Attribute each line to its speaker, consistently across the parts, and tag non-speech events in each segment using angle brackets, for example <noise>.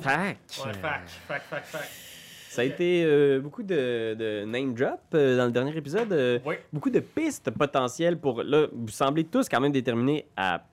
Speaker 1: Fac.
Speaker 2: Ouais, fac, fac, fac, fac.
Speaker 1: Ça a été euh, beaucoup de, de name drop euh, dans le dernier épisode. euh,
Speaker 2: Oui.
Speaker 1: Beaucoup de pistes potentielles pour. Là, vous semblez tous quand même déterminés à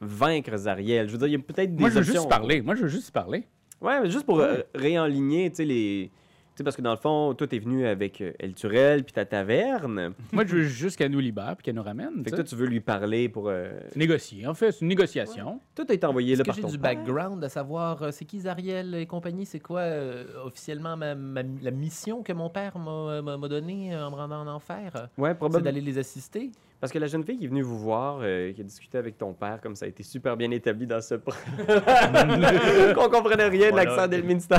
Speaker 1: vaincre Zariel. Je veux dire, il y a peut-être des
Speaker 3: Moi, je veux
Speaker 1: options.
Speaker 3: juste parler. Moi, je veux juste parler.
Speaker 1: Ouais, mais juste pour euh, réaligner, tu sais, les. Tu sais, parce que dans le fond, toi, t'es venu avec euh, El Turel puis ta taverne.
Speaker 3: Moi, je veux juste qu'elle nous libère puis qu'elle nous ramène.
Speaker 1: Fait que
Speaker 3: tu
Speaker 1: toi,
Speaker 3: sais.
Speaker 1: tu veux lui parler pour. euh,
Speaker 3: Négocier. En fait, c'est une négociation.
Speaker 1: Toi, t'as été envoyé
Speaker 4: Est-ce
Speaker 1: là
Speaker 4: que
Speaker 1: par
Speaker 4: j'ai
Speaker 1: ton
Speaker 4: du
Speaker 1: père.
Speaker 4: background à savoir euh, c'est qui Zariel et compagnie, c'est quoi euh, officiellement ma- ma- la mission que mon père m'a m'a- m'a donnée euh, en me rendant en enfer euh,
Speaker 1: Ouais,
Speaker 4: C'est
Speaker 1: probablement.
Speaker 4: d'aller les assister.
Speaker 1: Parce que la jeune fille qui est venue vous voir, euh, qui a discuté avec ton père, comme ça a été super bien établi dans ce programme, qu'on comprenait rien de
Speaker 2: Voilà.
Speaker 1: l'accent d'Elminster.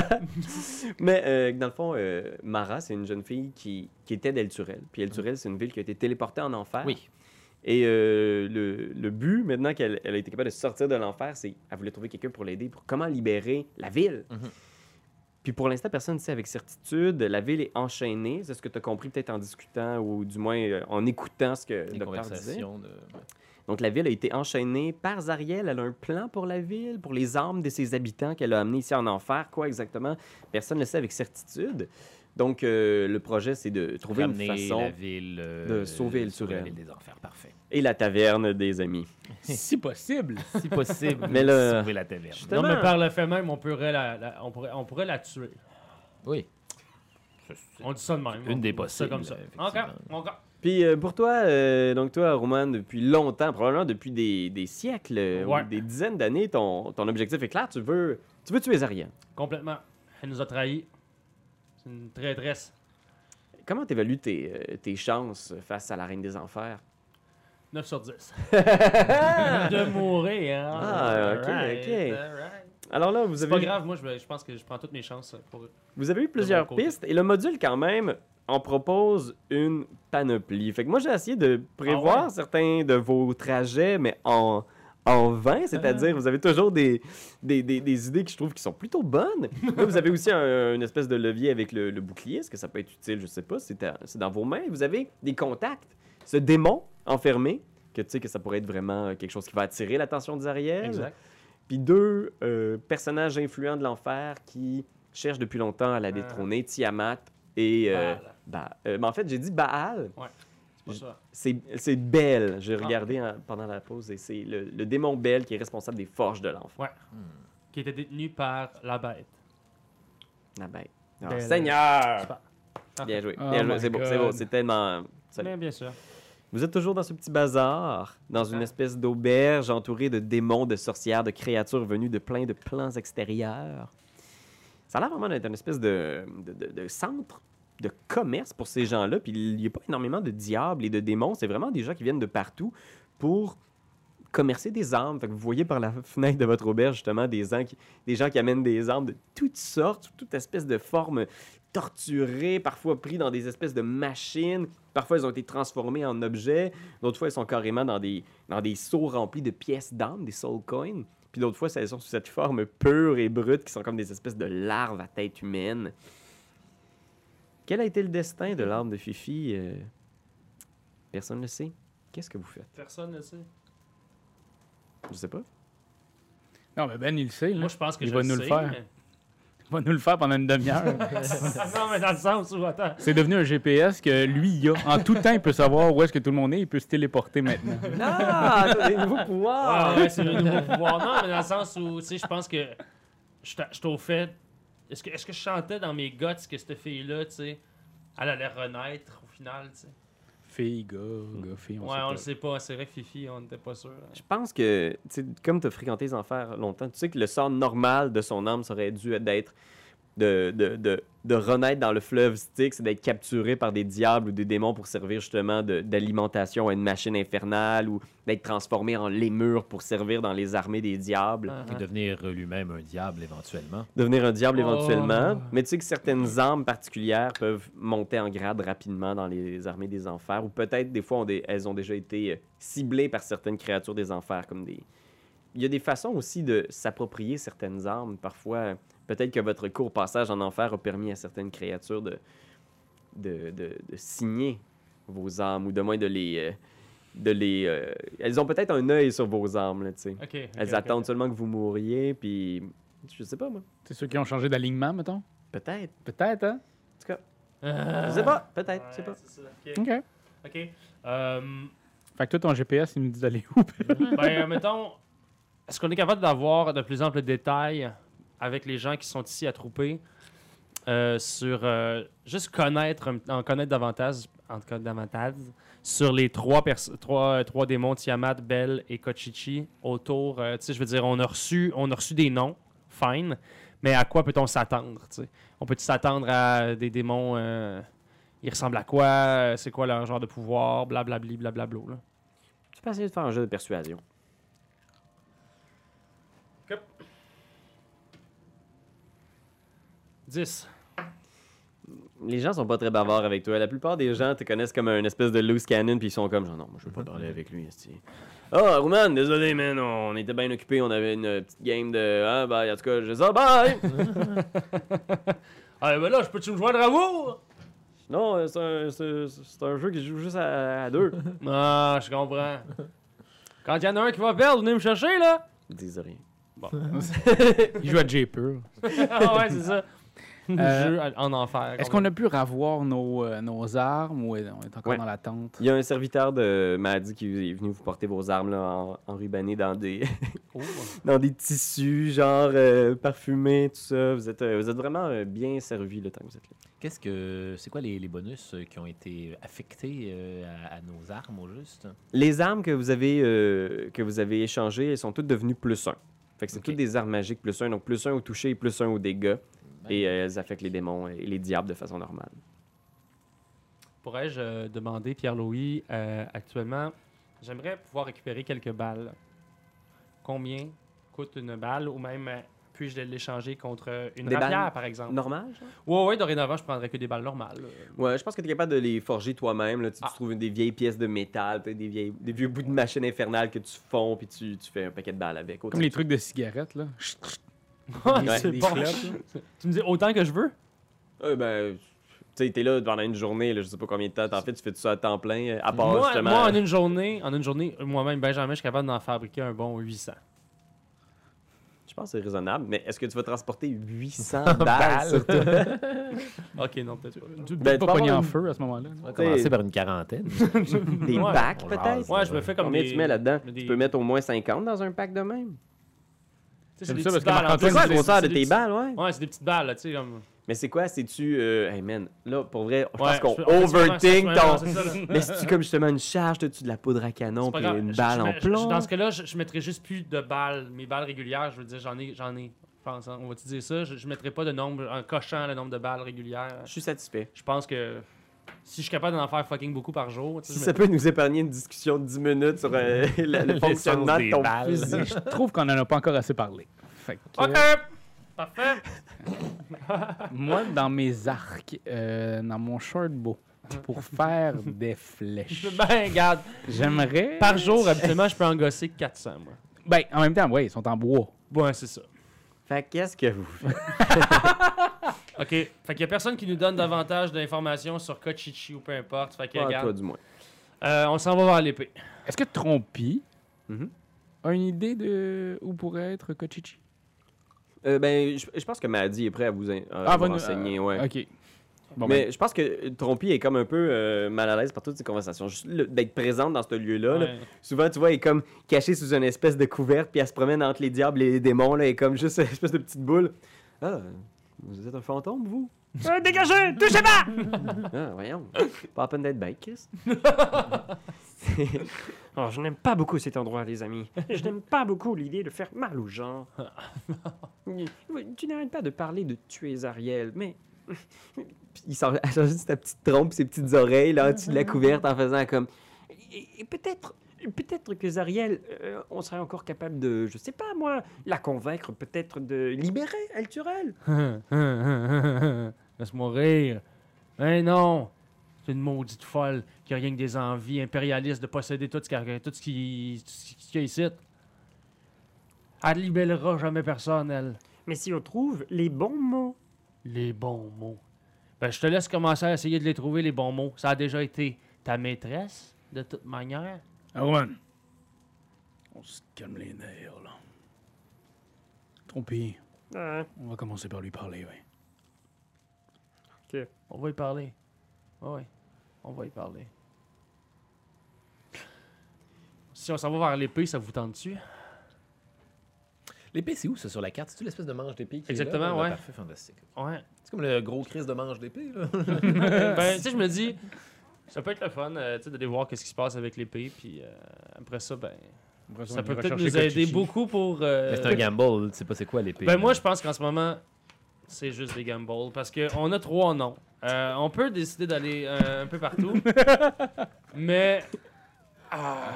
Speaker 1: <laughs> Mais euh, dans le fond, euh, Mara, c'est une jeune fille qui, qui était d'El Turel. Puis El Turel, c'est une ville qui a été téléportée en enfer.
Speaker 4: Oui.
Speaker 1: Et euh, le, le but, maintenant qu'elle elle a été capable de sortir de l'enfer, c'est qu'elle voulait trouver quelqu'un pour l'aider, pour comment libérer la ville.
Speaker 4: Mhm.
Speaker 1: Puis pour l'instant, personne ne sait avec certitude. La ville est enchaînée. C'est ce que tu as compris peut-être en discutant ou du moins euh, en écoutant ce que le
Speaker 4: Les
Speaker 1: docteur disait.
Speaker 4: conversations de...
Speaker 1: Donc la ville a été enchaînée par Zariel. Elle a un plan pour la ville, pour les armes de ses habitants qu'elle a amenés ici en enfer. Quoi exactement Personne ne le sait avec certitude. Donc euh, le projet, c'est de trouver
Speaker 4: Ramener
Speaker 1: une façon
Speaker 4: la ville, euh,
Speaker 1: de sauver le
Speaker 4: sauver la
Speaker 1: Touraine.
Speaker 4: ville des enfers, parfait.
Speaker 1: et la taverne des amis.
Speaker 3: si possible.
Speaker 4: Si <laughs> possible,
Speaker 1: Mais là-
Speaker 4: sauver la taverne.
Speaker 2: Non,
Speaker 1: Justement.
Speaker 2: mais par le fait même, on pourrait la, la- on pourrait, on pourrait la tuer.
Speaker 4: Oui.
Speaker 2: On dit ça de même.
Speaker 4: Une
Speaker 2: On-
Speaker 4: des
Speaker 2: on dit ça
Speaker 4: possibles,
Speaker 2: comme ça.
Speaker 4: effectivement.
Speaker 2: Encore, encore.
Speaker 1: Puis euh, pour toi, euh, donc toi, Roman, depuis longtemps, probablement depuis des, des siècles, euh,
Speaker 2: Ouais.
Speaker 1: ou des dizaines d'années, ton, ton objectif est clair. Tu veux, tu veux tuer Zariel.
Speaker 2: Complètement. Elle nous a trahis. C'est une traîtresse.
Speaker 1: Comment t'évalues tes, euh, tes chances face à la reine des enfers
Speaker 2: 9 sur 10. de mourir, hein?
Speaker 1: Ah, ok,
Speaker 2: Alright,
Speaker 1: ok.
Speaker 2: alright.
Speaker 1: Alors là, vous
Speaker 2: C'est pas
Speaker 1: avez
Speaker 2: grave, moi, je, vais- je pense que je prends toutes mes chances pour eux.
Speaker 1: Vous avez eu
Speaker 2: mon
Speaker 1: plusieurs
Speaker 2: côté.
Speaker 1: pistes et le module, quand même, en propose une panoplie. Fait que moi, j'ai essayé de prévoir
Speaker 2: Ah ouais?
Speaker 1: certains de vos trajets, mais en, en vain,
Speaker 2: Ah.
Speaker 1: c'est-à-dire vous avez toujours des, des, des- des idées que je trouve qui sont plutôt bonnes. Là, vous avez aussi un- une espèce de levier avec le, le bouclier. Est-ce que ça peut être utile? Je sais pas. C'est à- c'est dans vos mains. Vous avez des contacts. Ce démon enfermé, que tu sais que ça pourrait être vraiment euh, quelque chose qui va attirer l'attention des Ariel. Puis deux euh, personnages influents de l'enfer qui cherchent depuis longtemps à la détrôner, Tiamat et... euh,
Speaker 2: Ah. Baal.
Speaker 1: Ba- euh, mais en fait, j'ai dit Baal.
Speaker 2: C'est pas ça.
Speaker 1: C'est c'est Bel. J'ai
Speaker 2: Ah.
Speaker 1: regardé en- pendant la pause et c'est le, le démon Bel qui est responsable des forges de l'enfer.
Speaker 2: Qui était détenu par la bête.
Speaker 1: La bête. Ah,
Speaker 2: Bel.
Speaker 1: Seigneur!
Speaker 2: Super. Parfait.
Speaker 1: Bien joué.
Speaker 3: Oh
Speaker 1: Bien joué.
Speaker 3: my
Speaker 1: C'est beau, c'est beau.
Speaker 3: God.
Speaker 1: C'est tellement... solide.
Speaker 2: Bien, bien sûr.
Speaker 1: Vous êtes toujours dans ce petit bazar, dans une
Speaker 2: Ah.
Speaker 1: espèce d'auberge entourée de démons, de sorcières, de créatures venues de plein de plans extérieurs. Ça a l'air vraiment d'être une espèce de, de- de- de centre de commerce pour ces gens-là. Puis il n'y a pas énormément de diables et de démons. C'est vraiment des gens qui viennent de partout pour commercer des armes. Fait que vous voyez par la <laughs> fenêtre de votre auberge, justement, des gens qui, des gens qui amènent des armes de toutes sortes, sous toutes espèces de formes torturées, parfois pris dans des espèces de machines. Parfois, ils ont été transformés en objets. D'autres fois, ils sont carrément dans des, dans des seaux remplis de pièces d'âme, des soul coins. Puis d'autres fois, elles sont sous cette forme pure et brute qui sont comme des espèces de larves à tête humaine. Quel a été le destin de l'arme de Fifi euh, Personne ne le sait. Qu'est-ce que vous faites
Speaker 2: Personne ne sait.
Speaker 1: Je sais pas.
Speaker 3: Non, mais Ben, il le sait. là.
Speaker 2: Moi, je pense que
Speaker 3: Il
Speaker 2: je
Speaker 3: va
Speaker 2: le
Speaker 3: nous le
Speaker 2: sais,
Speaker 3: faire.
Speaker 2: mais- <laughs>
Speaker 3: Il va nous le faire pendant une demi-heure.
Speaker 2: non, mais dans le sens où, attends.
Speaker 3: C'est devenu un GPS que lui, il a. En tout temps, il peut savoir où est-ce que tout le monde est. Il peut se téléporter maintenant.
Speaker 1: Ah, t'as des nouveaux pouvoirs
Speaker 2: Ah, ouais, c'est le nouveau pouvoir. Non, mais dans le sens où, tu sais, je pense que je t'a- je t'ai au fait. Est-ce que, est-ce que je sentais dans mes guts que cette fille-là, tu sais, elle allait renaître au final, tu sais?
Speaker 3: Fille, gars, gars, fille, on
Speaker 2: ouais, on le
Speaker 3: sait
Speaker 2: sait pas. C'est vrai, que Fifi, on n'était pas sûr.
Speaker 1: Je pense que, tu sais, comme tu as fréquenté les enfers longtemps, tu sais que le sort normal de son âme serait dû être d'être- de, de, de, de renaître dans le fleuve Styx, et d'être capturé par des diables ou des démons pour servir justement de- d'alimentation à une machine infernale ou d'être transformé en lémur pour servir dans les armées des diables.
Speaker 2: Ah,
Speaker 4: Et devenir euh, lui-même un diable éventuellement.
Speaker 1: devenir un diable
Speaker 2: Oh.
Speaker 1: éventuellement. Mais tu sais que certaines armes particulières peuvent monter en grade rapidement dans les armées des enfers, ou peut-être des fois ont des- elles ont déjà été euh, ciblées par certaines créatures des enfers, comme des. Il y a des façons aussi de s'approprier certaines armes. Parfois, peut-être que votre court passage en enfer a permis à certaines créatures de, de, de- de signer vos armes, ou de moins de les. euh, de les euh, Elles ont peut-être un œil sur vos armes, là, tu sais.
Speaker 2: Ok. ok,
Speaker 1: Elles
Speaker 2: ok.
Speaker 1: attendent seulement que vous mouriez, puis Je sais pas, moi.
Speaker 3: C'est ceux qui ont changé d'alignement, mettons.
Speaker 1: Peut-être.
Speaker 3: Peut-être, hein?
Speaker 1: En tout cas,
Speaker 2: Euh,
Speaker 1: je sais pas. Peut-être.
Speaker 2: ouais,
Speaker 1: je sais pas.
Speaker 2: c'est ça. Ok.
Speaker 3: OK.
Speaker 2: Ok. Euh,
Speaker 3: Fait que toi, ton GPS, il nous dit d'aller où? <laughs>
Speaker 2: ben, mettons, est-ce qu'on est capable d'avoir de plus amples détails avec les gens qui sont ici attroupés euh, sur euh, juste connaître, un- en connaître davantage, en tout cas davantage, sur les trois, pers- trois, euh, trois démons, Tiamat, Belle et Kochichi, autour, euh, tu sais, je veux dire, on a reçu, on a reçu des noms, fine, mais à quoi peut-on s'attendre, tu sais? On peut s'attendre à des démons, euh, ils ressemblent à quoi, euh, c'est quoi leur genre de pouvoir, blablabli, blablablo, là.
Speaker 1: Tu peux essayer de faire un jeu de persuasion.
Speaker 2: Cup. 10.
Speaker 1: Les gens sont pas très bavards avec toi. La plupart des gens te connaissent comme un espèce de loose cannon, puis ils sont comme genre, non, moi, je veux <laughs> pas parler avec lui. esti. Ah, Rouman, désolé, man, on était bien occupé, on avait une euh, petite game de. Ah, bah, en tout cas, je ça, <laughs> bye!
Speaker 2: Ah ben là, je peux-tu me joindre à vous?
Speaker 1: non, euh, c'est un, c'est- c'est un jeu qui se joue juste à, à deux.
Speaker 2: Ah, je comprends. Quand il y en a un qui va perdre, venez me chercher, là. <laughs>
Speaker 1: Ils disent rien.
Speaker 3: Il joue à J pur.
Speaker 2: ah ouais, c'est ça.
Speaker 3: Euh,
Speaker 2: Jeu à- en enfer.
Speaker 3: Est-ce qu'on a pu revoir nos, euh, nos armes ou on est encore
Speaker 1: Ouais.
Speaker 3: dans la tente?
Speaker 1: Il y a un serviteur de Mahdi qui est venu vous porter vos armes là, en, enrubannées dans des, <laughs>
Speaker 2: Oh.
Speaker 1: dans des tissus, genre euh, parfumés, tout ça. Vous êtes, euh, vous êtes vraiment euh, bien servi le temps que vous êtes là.
Speaker 4: Qu'est-ce que. C'est quoi les, les bonus euh, qui ont été affectés euh, à, à nos armes au <laughs> juste?
Speaker 1: Les armes que vous avez, euh, que vous avez échangées, elles sont toutes devenues plus 1. Fait que c'est
Speaker 4: Ok.
Speaker 1: toutes des armes magiques plus 1. Donc plus 1 au toucher et plus 1 au dégâts. Et euh, elles affectent les démons et les diables de façon normale.
Speaker 2: Pourrais-je euh, demander, Pierre-Louis, euh, actuellement, j'aimerais pouvoir récupérer quelques balles. Combien coûte une balle ou même euh, puis-je l'échanger contre une
Speaker 1: Des
Speaker 2: rapière,
Speaker 1: balles
Speaker 2: par exemple?
Speaker 1: Normal, genre?
Speaker 2: Ouais, ouais, dorénavant, je prendrais que des balles normales.
Speaker 1: Ouais, je pense que tu es capable de les forger toi-même. là. Tu, tu
Speaker 2: Ah.
Speaker 1: trouves des vieilles pièces de métal, peut-être des, vieilles, des vieux bouts de machine infernale que tu fonds, puis tu, tu fais un paquet de balles avec. Autant
Speaker 3: Comme les
Speaker 1: que-
Speaker 3: trucs de cigarettes, là. Chut, chut,
Speaker 2: Ouais,
Speaker 3: des-
Speaker 2: c'est
Speaker 3: des
Speaker 2: bon.
Speaker 3: clopes, là.
Speaker 2: Tu me dis autant que je veux?
Speaker 1: Euh, ben, tu sais, t'es là pendant une journée, là, je sais pas combien de temps. En fait, tu fais tout ça à temps plein, euh, à part
Speaker 2: moi,
Speaker 1: justement.
Speaker 2: moi, en une journée, en une journée, moi-même, Benjamin, je suis capable d'en fabriquer un bon 800.
Speaker 1: Je pense que c'est raisonnable, mais est-ce que tu vas transporter
Speaker 5: <laughs>
Speaker 1: 800
Speaker 4: Ben,
Speaker 1: balles sur toi?
Speaker 2: Ok, non, peut-être pas.
Speaker 3: Tu
Speaker 1: Ben,
Speaker 3: peux
Speaker 1: tu
Speaker 3: pas
Speaker 1: vas
Speaker 3: pogner
Speaker 1: avoir
Speaker 3: en
Speaker 1: une-
Speaker 3: feu à ce moment-là.
Speaker 4: On va
Speaker 1: T'sais-
Speaker 4: commencer par une <laughs> quarantaine.
Speaker 1: Des
Speaker 2: Ouais.
Speaker 1: packs,
Speaker 4: On
Speaker 1: peut-être?
Speaker 4: jase.
Speaker 2: Ouais, je me fais comme
Speaker 1: Combien
Speaker 2: des...
Speaker 1: tu mets là-dedans?
Speaker 2: des-
Speaker 1: Tu peux mettre au moins 50 dans un pack de même.
Speaker 2: Tu sais,
Speaker 3: J'aime
Speaker 2: des
Speaker 3: ça parce
Speaker 2: petites
Speaker 3: que
Speaker 2: balles,
Speaker 3: Marc-Antoine,
Speaker 2: en
Speaker 1: C'est
Speaker 2: fait,
Speaker 1: quoi
Speaker 2: des-
Speaker 1: la grosseur
Speaker 2: c'est
Speaker 1: de
Speaker 2: des
Speaker 1: tes
Speaker 2: petits-
Speaker 1: balles, ouais?
Speaker 2: Ouais, c'est des petites balles, là, tu sais, comme...
Speaker 1: Mais c'est quoi? C'est-tu. euh, Hey man, là, pour vrai, je
Speaker 2: Ouais,
Speaker 1: pense qu'on
Speaker 2: je- en fait, c'est vraiment- c'est-
Speaker 1: overthink
Speaker 2: ouais, non,
Speaker 1: ton.
Speaker 2: c'est ça,
Speaker 1: <laughs>
Speaker 2: là. C'est
Speaker 1: Mais c'est-tu comme justement une charge, t'as-tu de la poudre à
Speaker 2: pas
Speaker 1: canon, puis
Speaker 2: grave.
Speaker 1: une
Speaker 2: Je-
Speaker 1: balle
Speaker 2: je
Speaker 1: en
Speaker 2: mets- je-
Speaker 1: plomb?
Speaker 2: Dans ce cas-là, je, je mettrais juste plus de balles, mes balles régulières, je veux dire, j'en ai, j'en ai, je pense, hein. on va-tu dire ça? Je, je mettrais pas de nombre, en cochant le nombre de balles régulières.
Speaker 1: Je suis satisfait.
Speaker 2: Je pense que si je suis capable d'en faire fucking beaucoup par jour, tu sais,
Speaker 1: Si
Speaker 2: je
Speaker 1: ça peut nous épargner une discussion de 10 minutes sur
Speaker 2: <laughs>
Speaker 1: euh, la- le fonctionnement de
Speaker 4: des
Speaker 1: ton
Speaker 4: balles.
Speaker 1: fusil.
Speaker 3: Je trouve qu'on en a pas encore assez parlé. Fait que,
Speaker 2: mettrais- Ok! Parfait!
Speaker 3: Moi, dans mes arcs, euh, dans mon shortbow, pour faire des flèches,
Speaker 2: Ben, regarde,
Speaker 3: j'aimerais...
Speaker 2: Par jour, habituellement, je peux en gosser 400, moi.
Speaker 3: Ben, en même temps, oui, ils sont en bois.
Speaker 2: Ouais, c'est ça.
Speaker 1: Fait que qu'est-ce que vous faites?
Speaker 2: OK. Fait qu'il y a personne qui nous donne davantage d'informations sur Kochichi ou peu importe. Fait que,
Speaker 1: Pas à toi,
Speaker 2: regarde,
Speaker 1: du moins.
Speaker 2: euh, on s'en va vers l'épée.
Speaker 3: Est-ce que Trompi
Speaker 1: Mhm.
Speaker 3: a une idée de où pourrait être Kochichi?
Speaker 1: Euh, ben, je je pense que Maddy est prêt à vous, en- à vous
Speaker 3: va nous-
Speaker 1: renseigner, ouais.
Speaker 3: euh, Ah, OK. Bon,
Speaker 1: mais je pense que Trompi est comme un peu euh, mal à l'aise par toutes ces conversations. Juste le- d'être présente dans ce lieu-là, là.
Speaker 2: Ouais.
Speaker 1: souvent, tu vois, elle est comme cachée sous une espèce de couverte, puis elle se promène entre les diables et les démons, là, elle est comme juste une espèce de petite boule. Ah, vous êtes un fantôme, vous?
Speaker 2: Euh, dégagez! Touchez pas!
Speaker 1: <laughs> Ah, voyons. Pas à peine d'être bête, Chris. oh, je n'aime pas beaucoup cet endroit, les amis. Je n'aime pas beaucoup l'idée de faire mal aux gens. tu n'arrêtes pas de parler de tuer Ariel, mais... Il sort <laughs> elle sort juste sa petite trompe, ses petites oreilles, là, en dessous de la couverte, en faisant comme... Et- et Peut-être... Peut-être que Zariel, euh, on serait encore capable de, je sais pas moi, la convaincre peut-être de libérer Elturel.
Speaker 2: <laughs> Laisse-moi rire. Mais non! C'est une maudite folle qui a rien que des envies impérialistes de posséder tout ce qui- tout ce qui tout ce qu'il y a ici. Elle libellera jamais personne, elle.
Speaker 1: Mais si on trouve les bons mots,
Speaker 2: Les bons mots. Ben, je te laisse commencer à essayer de les trouver, les bons mots. Ça a déjà été ta maîtresse, de toute manière.
Speaker 3: Arwen, on se calme les nerfs, là. Trompi,
Speaker 2: Ouais,
Speaker 3: On va commencer par lui parler, oui.
Speaker 2: ok. On va y parler. Ouais, ouais. On va y parler. Si on s'en va vers l'épée, ça vous tente-tu?
Speaker 5: L'épée, c'est où, ça, sur la carte? C'est-tu l'espèce de manche d'épée qui est là?
Speaker 2: Exactement,
Speaker 5: Ah,
Speaker 2: ouais.
Speaker 5: Parfait, fantastique.
Speaker 2: Ouais. <coughs>
Speaker 5: C'est comme le gros crise de manche d'épée, là.
Speaker 2: Euh, ben, tu sais, je me dis, ça peut être le fun euh, tu sais, d'aller voir qu'est-ce qui se passe avec l'épée, puis euh, après ça, ben, ça peut peut-être nous aider beaucoup pour. euh,
Speaker 5: Mais C'est un gamble, tu sais pas c'est quoi l'épée.
Speaker 2: ben, moi, je pense qu'en ce moment, c'est juste des gambles, parce qu'on a trois noms. Euh, on peut décider d'aller euh, un peu
Speaker 6: <laughs>
Speaker 2: partout, mais. Ah.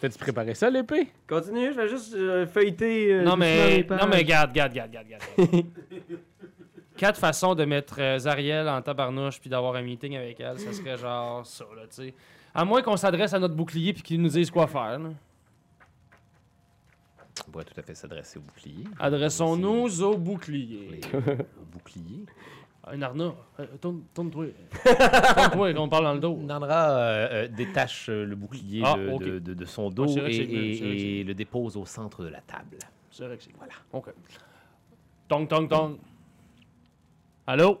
Speaker 3: T'as-tu préparé ça, l'épée?
Speaker 6: Continue, je vais juste euh, feuilleter. euh,
Speaker 2: Non, mais,
Speaker 6: doucement les
Speaker 2: non, mais
Speaker 6: pages.
Speaker 2: garde, garde, garde, garde, garde.
Speaker 6: <laughs>
Speaker 2: Quatre façons de mettre euh, Zariel en tabarnouche puis d'avoir un meeting avec elle, ça serait genre ça, là, tu sais. À moins qu'on s'adresse à notre bouclier puis qu'il nous dise quoi faire. là.
Speaker 5: On pourrait tout à fait s'adresser au bouclier.
Speaker 2: Ah, Adressons-nous au <laughs> bouclier.
Speaker 5: Au bouclier.
Speaker 2: Ah, Une arna, euh, tourne-
Speaker 6: <laughs>
Speaker 2: tourne-toi. Tourne-toi, qu'on parle dans le dos.
Speaker 5: Nandra euh, euh, détache euh, le bouclier
Speaker 2: Ah,
Speaker 5: de,
Speaker 2: ok.
Speaker 5: de- de- de son dos
Speaker 2: Ah, c'est vrai
Speaker 5: et,
Speaker 2: que c'est mieux,
Speaker 5: et-
Speaker 2: c'est vrai que c'est
Speaker 5: et le dépose au centre de la table.
Speaker 2: C'est vrai que c'est.
Speaker 5: Voilà.
Speaker 2: OK. Tong, tong, tong. Allô?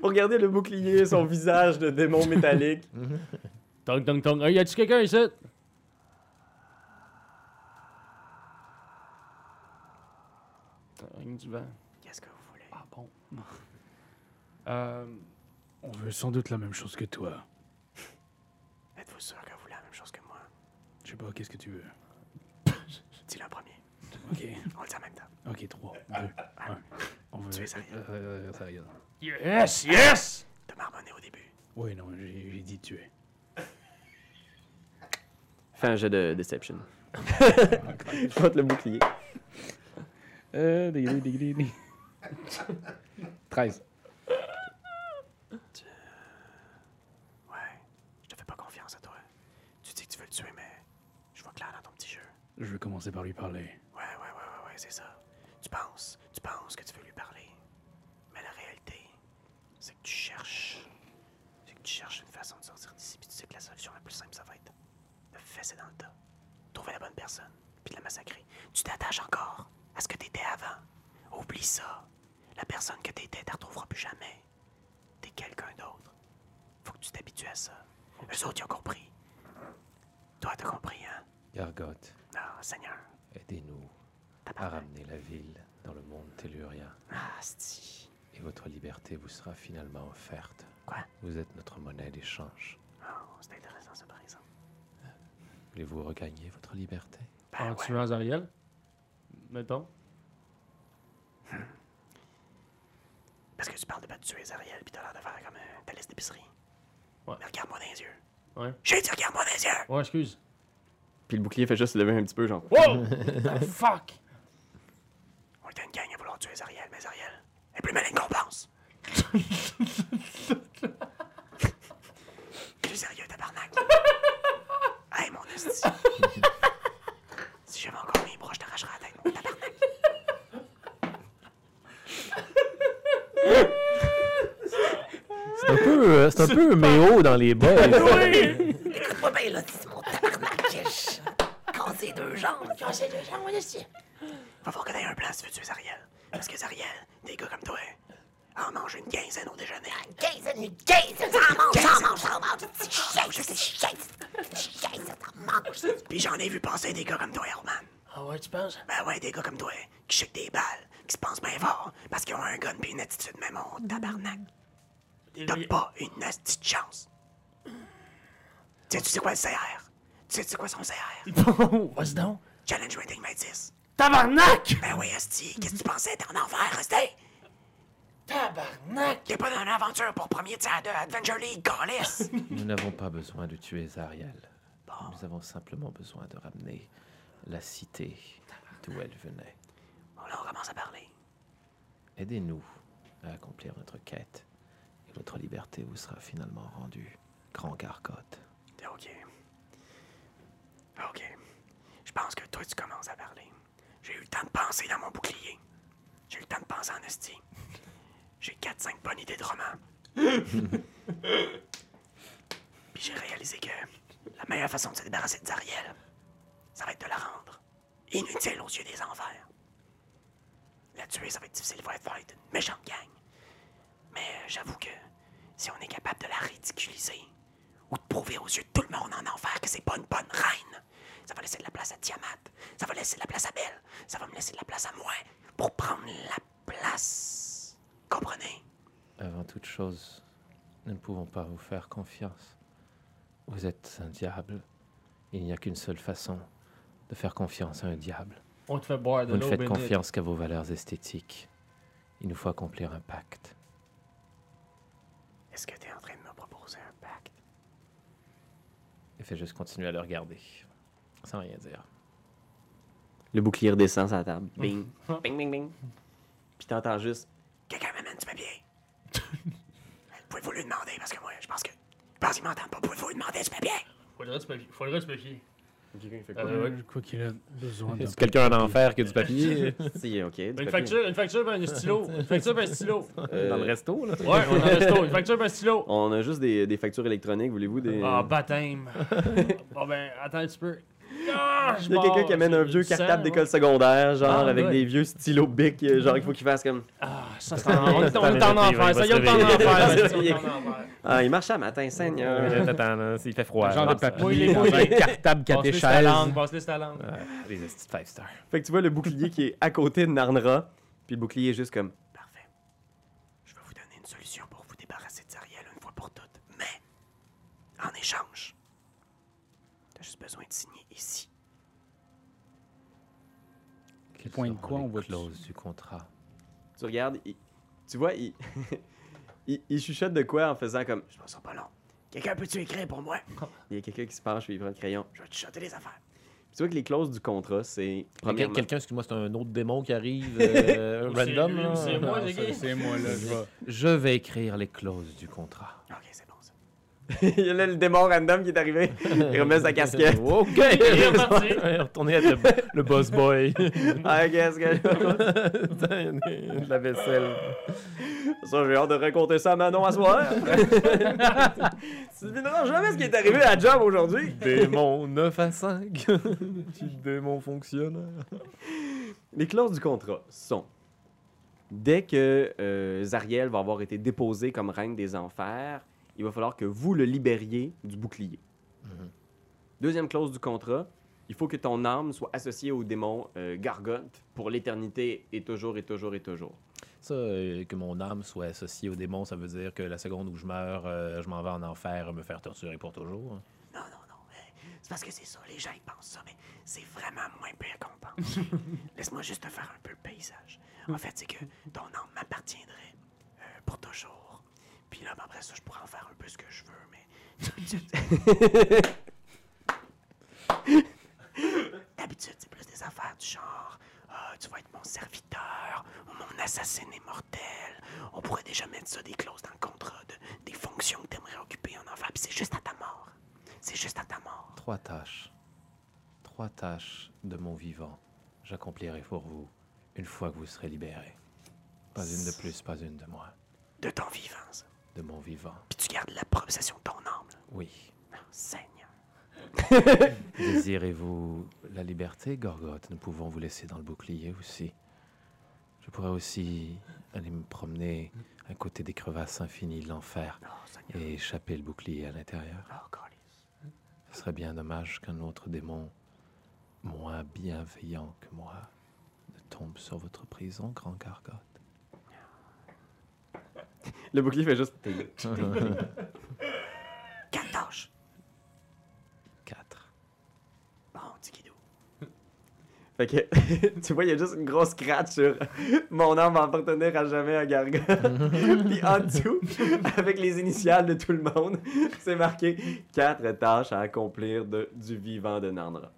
Speaker 6: Pour regarder le
Speaker 2: <laughs>
Speaker 6: bouclier, son visage de démon métallique.
Speaker 2: Tong, tong, tong. Hey, y a-tu quelqu'un ici? Rien du vent.
Speaker 6: <laughs> Qu'est-ce que vous voulez?
Speaker 2: Ah bon. <laughs> Euh,
Speaker 3: On veut sans doute la même chose que toi.
Speaker 6: Êtes-vous sûr que vous voulez la même chose que moi?
Speaker 3: Je sais pas, qu'est-ce que tu veux?
Speaker 6: Dis-le en premier.
Speaker 3: <laughs> Ok,
Speaker 6: On le dit en même temps.
Speaker 3: ok, 3, 2, <laughs> 1. On veut...
Speaker 6: Tu es sérieux?
Speaker 3: Euh, ça regarde.
Speaker 2: yes, yes!
Speaker 6: De marmonner au début.
Speaker 3: Oui, non, j'ai j'ai dit tuer.
Speaker 6: Fais un jeu de <laughs> Deception. Je vote le bouclier.
Speaker 3: Euh, dégueu, dégueu, <laughs> dégueu. 13.
Speaker 6: Ouais, je te fais pas confiance à toi. Tu dis que tu veux le tuer, mais je vois clair dans ton petit jeu.
Speaker 3: Je veux commencer par lui parler.
Speaker 6: Ouais, ouais, ouais, ouais, ouais, c'est ça. Tu penses, tu penses que tu veux lui parler. Mais la réalité, c'est que tu cherches. C'est que tu cherches une façon de sortir d'ici, puis tu sais que la solution la plus simple, ça va être de fesser dans le tas. Trouver la bonne personne, puis de la massacrer. Tu t'attaches encore à ce que t'étais avant. Oublie ça. La personne que t'étais, t'en retrouveras plus jamais. T'es quelqu'un d'autre. Faut que tu t'habitues à ça. Eux autres, ils ont compris. Toi, t'as compris, hein?
Speaker 7: Gargote,
Speaker 6: Non, Seigneur.
Speaker 7: aidez-nous à ramener la ville dans le monde tellurien
Speaker 6: Ah, c'ti.
Speaker 7: et votre liberté vous sera finalement offerte.
Speaker 6: Quoi?
Speaker 7: Vous êtes notre monnaie d'échange.
Speaker 6: Oh, c'est intéressant ça par exemple.
Speaker 7: Voulez-vous regagner votre liberté
Speaker 6: Ben
Speaker 2: Ah, En
Speaker 6: ouais.
Speaker 2: tuant Zariel? Mettons.
Speaker 6: Parce que tu parles de battre tuer Ariel puis t'as l'air de faire comme euh, ta liste d'épicerie.
Speaker 2: Ouais.
Speaker 6: Mais regarde-moi dans les yeux.
Speaker 2: Ouais.
Speaker 6: J'ai dit regarde-moi dans les yeux!
Speaker 2: Ouais, excuse.
Speaker 6: Puis le bouclier fait juste lever un petit peu, genre.
Speaker 2: Wow! <laughs> fuck!
Speaker 6: On était une gang à vouloir tuer Ariel, mais Ariel est plus malin qu'on <laughs> pense. Plus sérieux, <laughs> tabarnak. hey, mon <laughs> esti. si j'avais encore mes bras, je t'arracherais la tête, mon tabarnak.
Speaker 7: C'est un peu, euh, c'est un peu méo dans les boys.
Speaker 6: Écoute-moi bien, là, c'est mon tabarnak. je- Quand c'est deux jambes. Quand c'est deux jambes, moi aussi. Va falloir que t'aies un plan si tu veux tuer Zariel. Parce que Zariel, des gars comme toi, en mange une quinzaine au déjeuner. Une quinzaine, une quinzaine, t'en manges, t'en manges, t'en manges. Puis j'en ai vu passer des gars comme toi, Herman.
Speaker 2: Ah ouais, tu penses?
Speaker 6: Ben ouais, des gars comme toi, qui chutent des balles, qui se pensent bien fort, parce qu'ils ont un gun pis une attitude, mais mon tabarnak. T'as pas une nasty de chance. Tu sais, tu sais quoi le CR? Tu sais, tu sais quoi son CR?
Speaker 2: <laughs> Vas-y donc.
Speaker 6: Challenge rating 26.
Speaker 2: Tabarnak!
Speaker 6: Ben oui, Esti, qu'est-ce que tu pensais? T'es en enfer, Esti?
Speaker 2: Tabarnak!
Speaker 6: T'es pas dans une aventure pour premier tir à deux Adventure League, Callis!
Speaker 7: Nous n'avons pas besoin de tuer Zariel. Nous avons simplement besoin de ramener la cité d'où elle venait.
Speaker 6: bon, là, on commence à parler.
Speaker 7: Aidez-nous à accomplir notre quête et votre liberté vous sera finalement rendue. Grand Gargote.
Speaker 6: Ah, Ok. Ah, Ok. Je pense que toi, tu commences à parler. J'ai eu le temps de penser dans mon bouclier. J'ai eu le temps de penser en esti. J'ai 4-5 bonnes idées de romans. Puis j'ai réalisé que la meilleure façon de se débarrasser de Zariel, ça va être de la rendre
Speaker 1: inutile aux yeux des enfers. La tuer, ça va être difficile, il va falloir être une méchante gang. Mais euh, j'avoue que si on est capable de la ridiculiser, ou de prouver aux yeux de tout le monde en enfer que c'est pas une bonne reine, ça va laisser de la place à Tiamat, ça va laisser de la place à Belle, ça va me laisser de la place à moi pour prendre la place. Comprenez?
Speaker 5: Avant toute chose, nous ne pouvons pas vous faire confiance. Vous êtes un diable. Il n'y a qu'une seule façon de faire confiance à un diable.
Speaker 2: On te fait boire de
Speaker 5: Vous ne
Speaker 2: l'eau
Speaker 5: faites
Speaker 2: bénite.
Speaker 5: confiance qu'à vos valeurs esthétiques. Il nous faut accomplir un pacte.
Speaker 1: Est-ce que t'es en train de me proposer un pacte?
Speaker 5: Et fait juste continuer à le regarder, sans rien dire.
Speaker 1: Le bouclier redescend sa table. Bing, bing, bing, bing. Puis t'entends juste Quelqu'un m'amène du <laughs> papier.
Speaker 6: Eh,
Speaker 1: Pouvez-vous lui demander parce que moi, je pense que. Je pense qu'il m'entend pas. Pouvez-vous lui demander du papier?
Speaker 2: Faudrait se méfier. Faudrait se méfier.
Speaker 3: Euh, je crois qu'il a besoin <laughs> de.
Speaker 5: Quelqu'un en enfer qui a du papier
Speaker 1: Si, ok. du
Speaker 2: Une
Speaker 1: papier.
Speaker 2: facture, une facture, ben, un <laughs> stylo. Une facture, ben, un stylo.
Speaker 1: Euh,
Speaker 5: <laughs> dans le resto, là.
Speaker 2: Ouais, on en reste <laughs> Une facture, ben, un stylo.
Speaker 1: On a juste des, des factures électroniques, voulez-vous? Des...
Speaker 2: Ah, <laughs> baptême. bon, ben, attends un petit peu. Ah, je
Speaker 1: Il y a quelqu'un
Speaker 2: mords.
Speaker 1: qui amène un
Speaker 2: Du
Speaker 1: vieux
Speaker 2: sang,
Speaker 1: cartable
Speaker 2: ouais.
Speaker 1: d'école secondaire, genre
Speaker 2: Ah,
Speaker 1: avec
Speaker 2: ouais.
Speaker 1: des vieux stylos bic, euh, genre il faut qu'il fasse comme.
Speaker 2: Ah, ça, <laughs> c'est en- on est on est en
Speaker 6: Attends, il va
Speaker 2: enfer.
Speaker 6: se
Speaker 2: Ça y est, on est en <laughs>
Speaker 6: réveiller.
Speaker 1: Il va se
Speaker 2: enfer. On est
Speaker 1: réveiller.
Speaker 2: en enfer.
Speaker 1: Ah, il marche à matin, Seigneur.
Speaker 6: Attends, là, il fait froid.
Speaker 3: Genre
Speaker 6: là,
Speaker 3: de
Speaker 6: ça-
Speaker 2: Mouille-les,
Speaker 3: papier dans un
Speaker 2: mouille-les.
Speaker 3: cartable qui a des
Speaker 2: Passe-les ta
Speaker 3: chaises.
Speaker 2: langue, passe-les ta langue.
Speaker 5: Ouais, Les estis 5 stars.
Speaker 1: Fait que tu vois le bouclier qui est à côté de Narnra, puis le bouclier est juste comme Parfait. Je vais vous donner une solution pour vous débarrasser de Zariel une fois pour toutes. Mais, en échange, t'as juste besoin de signer ici.
Speaker 5: Quelles
Speaker 3: point de
Speaker 5: seront
Speaker 3: quoi
Speaker 5: les
Speaker 3: on va
Speaker 5: clauses du contrat
Speaker 1: Tu regardes, il- tu vois, il... <laughs> il, il chuchote de quoi en faisant comme Je me sens pas long. Quelqu'un peut-tu écrire pour moi Il y a quelqu'un qui se penche puis il prend le crayon. Je vais te chuchoter les affaires. Puis tu vois que les clauses du contrat, c'est. premièrement-
Speaker 5: Quelqu'un, excuse-moi, c'est un autre démon qui arrive euh,
Speaker 2: Ou c'est
Speaker 5: random.
Speaker 2: lui,
Speaker 5: là.
Speaker 2: ou c'est moi, les gars.
Speaker 3: C'est moi, là, <laughs> je vais.
Speaker 5: Je vais écrire les clauses du contrat.
Speaker 1: Ok, c'est bon ça. <laughs> Il y a là le démon random qui est arrivé. Il remet sa casquette.
Speaker 5: <laughs> OK!
Speaker 2: Il est
Speaker 5: <laughs>
Speaker 2: reparti.
Speaker 5: Retourner être le, le boss boy.
Speaker 1: Ah, qu'est-ce que
Speaker 5: Putain,
Speaker 1: <laughs>
Speaker 5: de la vaisselle.
Speaker 1: Ça, j'ai hâte de raconter ça à Manon à <laughs> soir. tu devineras jamais ce qui est arrivé à Job aujourd'hui.
Speaker 5: Démon 9 à <laughs> 5. Petit démon fonctionnaire.
Speaker 1: Les clauses du contrat sont dès que euh, Zariel va avoir été déposé comme reine des enfers, il va falloir que vous le libériez du bouclier. Mm-hmm. Deuxième clause du contrat, il faut que ton âme soit associée au démon euh, Gargote pour l'éternité et toujours et toujours et toujours.
Speaker 5: Ça, euh, que mon âme soit associée au démon, ça veut dire que la seconde où je meurs, euh, je m'en vais en enfer, me faire torturer pour toujours.
Speaker 1: Non, non, non. euh, C'est parce que c'est ça, les gens ils pensent ça, mais c'est vraiment moins pire qu'on pense. Laisse-moi juste te faire un peu le paysage. En fait, c'est que ton âme m'appartiendrait euh, pour toujours. Puis là, ben, après ça, je pourrais en faire un peu ce que je veux, mais. D'habitude, c'est plus des affaires du genre Ah, tu vas être mon serviteur ou mon assassin immortel. On pourrait déjà mettre ça des clauses dans le contrat, de- des fonctions que tu aimerais occuper en enfer. Puis c'est juste à ta mort. C'est juste à ta mort.
Speaker 5: Trois tâches. Trois tâches de mon vivant. J'accomplirai pour vous une fois que vous serez libérés. Pas une de plus, pas une de moins.
Speaker 1: De ton vivant, ça.
Speaker 5: De mon vivant.
Speaker 1: Puis tu gardes la possession de ton âme, là.
Speaker 5: Oui.
Speaker 1: Oh, Seigneur.
Speaker 5: Désirez-vous la liberté, Gorgoth Nous pouvons vous laisser dans le bouclier aussi. Je pourrais aussi aller me promener à côté des crevasses infinies de l'enfer
Speaker 1: Oh, Seigneur.
Speaker 5: et échapper le bouclier à l'intérieur.
Speaker 1: Oh, Carlis.
Speaker 5: Ce serait bien dommage qu'un autre démon, moins bienveillant que moi, ne tombe sur votre prison, grand Gorgoth.
Speaker 1: Le bouclier fait juste. Quatre tâches.
Speaker 5: 4.
Speaker 1: Bon, petit guidou. Fait que, <laughs> tu vois, il y a juste une grosse cratte sur mon âme va appartenir à jamais à Gargote. Puis en dessous, avec les initiales de tout le monde, <laughs> c'est marqué quatre tâches à accomplir de, du vivant de Nandra.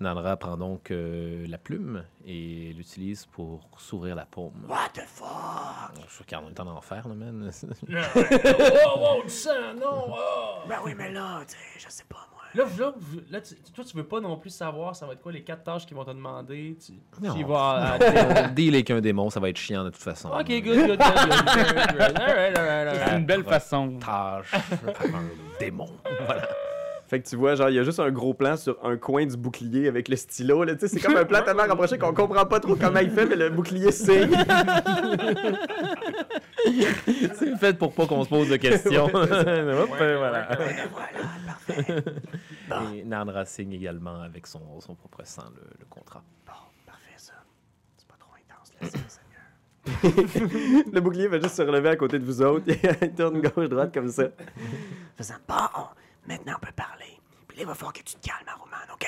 Speaker 5: Nalra prend donc euh, la plume et l'utilise pour s'ouvrir la paume.
Speaker 1: What the fuck?
Speaker 5: Je suis qu'on est en enfer,
Speaker 2: <laughs>
Speaker 5: là, man.
Speaker 2: Wow, wow, du sang, non. oh.
Speaker 1: Ben oui, mais là, tu sais, je sais pas moi.
Speaker 2: Là, là, là tu, toi, tu veux pas non plus savoir ça va être quoi les quatre tâches qu'ils vont te demander. Tu, tu y
Speaker 5: Non.
Speaker 2: vas. à- <laughs>
Speaker 5: Deal avec un démon, ça va être chiant de toute façon.
Speaker 2: Ok, good, good, good, good, good. <laughs> Alright, alright, alright. <laughs>
Speaker 3: C'est une belle façon.
Speaker 5: Tâche par un démon. Voilà.
Speaker 1: Fait que tu vois, genre, il y a juste un gros plan sur un coin du bouclier avec le stylo. Là, tu sais, c'est comme un plan tellement rapproché qu'on comprend pas trop comment il fait, mais le bouclier signe.
Speaker 5: C'est fait pour pas qu'on
Speaker 2: <laughs>
Speaker 5: se pose de questions. Hop, voilà.
Speaker 1: Ben <laughs>
Speaker 5: Et Nandra signe également avec son, son propre sang le, le contrat.
Speaker 1: Parfait, ça. C'est pas trop intense, là, Seigneur. le bouclier va juste se relever à côté de vous autres. <laughs> il tourne gauche-droite comme ça. Faisant bon, maintenant on peut parler. Puis là, il va falloir que tu te calmes, Roman, OK?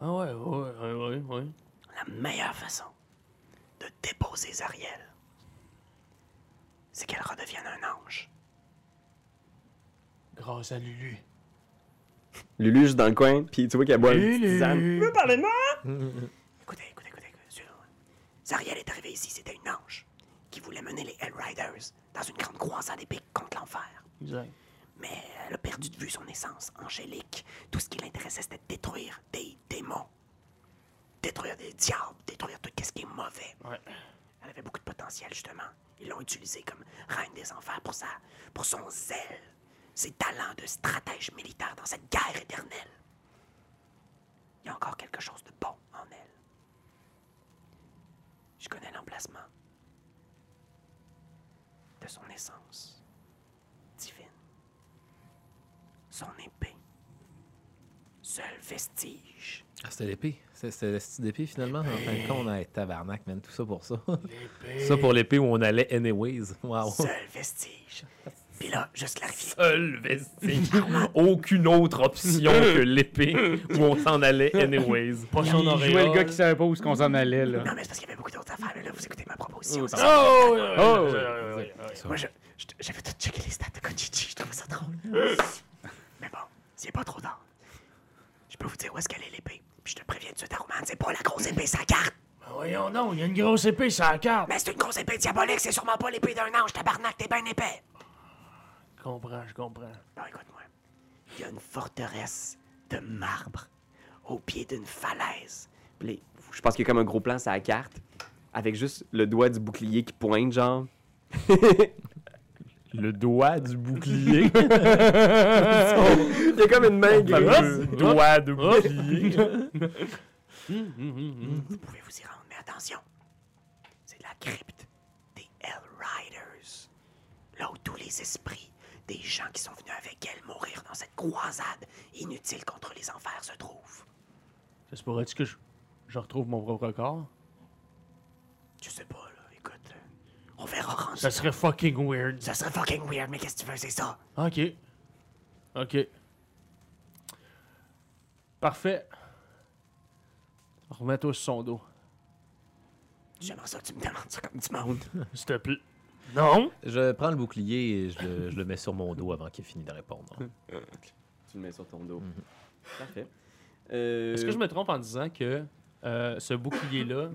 Speaker 2: Ah ouais, ouais, ouais, ouais, ouais.
Speaker 1: La meilleure façon de déposer Zariel, c'est qu'elle redevienne un ange.
Speaker 2: Grâce à Lulu.
Speaker 1: Lulu, juste dans le coin, puis tu vois qu'elle boit une petite tisane.
Speaker 2: Lulu.
Speaker 1: Écoutez, écoutez, écoutez, monsieur. Zariel est arrivée ici, c'était une ange qui voulait mener les Hellriders dans une grande croisade épique contre l'enfer.
Speaker 2: Exact.
Speaker 1: Mais euh, elle a perdu de vue son essence angélique. Tout ce qui l'intéressait, c'était de détruire des démons. Détruire des diables, détruire tout ce qui est mauvais.
Speaker 2: Ouais.
Speaker 1: Elle avait beaucoup de potentiel, justement. Ils l'ont utilisée comme reine des enfers pour, sa, pour son zèle, ses talents de stratège militaire dans cette guerre éternelle. Il y a encore quelque chose de bon en elle. Je connais l'emplacement de son essence divine. Son épée. Seul vestige.
Speaker 5: Ah, c'était l'épée. C'est- C'était la petite d'épée finalement. En fin de compte, on a été tabarnak, man. Tout ça pour ça. ça pour l'épée où on allait anyways. Wow.
Speaker 1: Seul vestige. Puis là, juste clarifier.
Speaker 5: <laughs> Seul vestige. Aucune autre <laughs> option que l'épée où on s'en allait anyways.
Speaker 2: Pas son
Speaker 3: Il
Speaker 2: oreille.
Speaker 3: jouait le gars qui savait pas où est-ce qu'on s'en allait, là.
Speaker 1: Non, mais c'est parce qu'il y avait beaucoup d'autres affaires, mais là, vous écoutez ma proposition.
Speaker 2: Oh!
Speaker 1: ça.
Speaker 2: Oh!
Speaker 3: Oh!
Speaker 1: Moi, je- je- j'avais tout checké les stats de Kochichi, je trouvais ça drôle. mais bon, c'est pas trop tard. Je peux vous dire où est-ce qu'elle est l'épée. Puis je te préviens de suite, Aroman, c'est pas la grosse épée, c'est la carte.
Speaker 2: Voyons non, il y a une grosse épée sur la carte.
Speaker 1: Mais c'est une grosse épée diabolique, c'est sûrement pas l'épée d'un ange, tabarnak, t'es bien épais.
Speaker 2: Je comprends, je comprends.
Speaker 1: Non, écoute-moi. Il y a une forteresse de marbre au pied d'une falaise. Puis les- Je pense qu'il y a comme un gros plan sur la carte, avec juste le doigt du bouclier qui pointe, genre.
Speaker 5: Le doigt du bouclier.
Speaker 1: Il y a comme une main
Speaker 5: Le
Speaker 2: Hop!
Speaker 5: doigt de bouclier.
Speaker 1: Vous pouvez vous y rendre, mais attention. C'est la crypte des Hell Riders. Là où tous les esprits des gens qui sont venus avec elle mourir dans cette croisade inutile contre les enfers se trouvent.
Speaker 2: Ça se pourrait-tu que je, je retrouve mon propre corps?
Speaker 1: Tu sais pas, là, écoute. euh, On verra rendre
Speaker 2: Ça serait fucking weird.
Speaker 1: Ça serait fucking weird, mais qu'est-ce que tu veux, c'est ça.
Speaker 2: Ok. Ok. Parfait. Remets-toi sur son dos.
Speaker 1: J'aime ça, que tu me demandes ça comme du monde.
Speaker 2: <laughs> S'il te plaît. Non!
Speaker 5: Je prends le bouclier et je le, je le mets sur mon dos avant qu'il ait fini de répondre.
Speaker 1: Tu le mets sur ton dos. Parfait. Euh,
Speaker 2: Est-ce que je me trompe en disant que euh, ce bouclier-là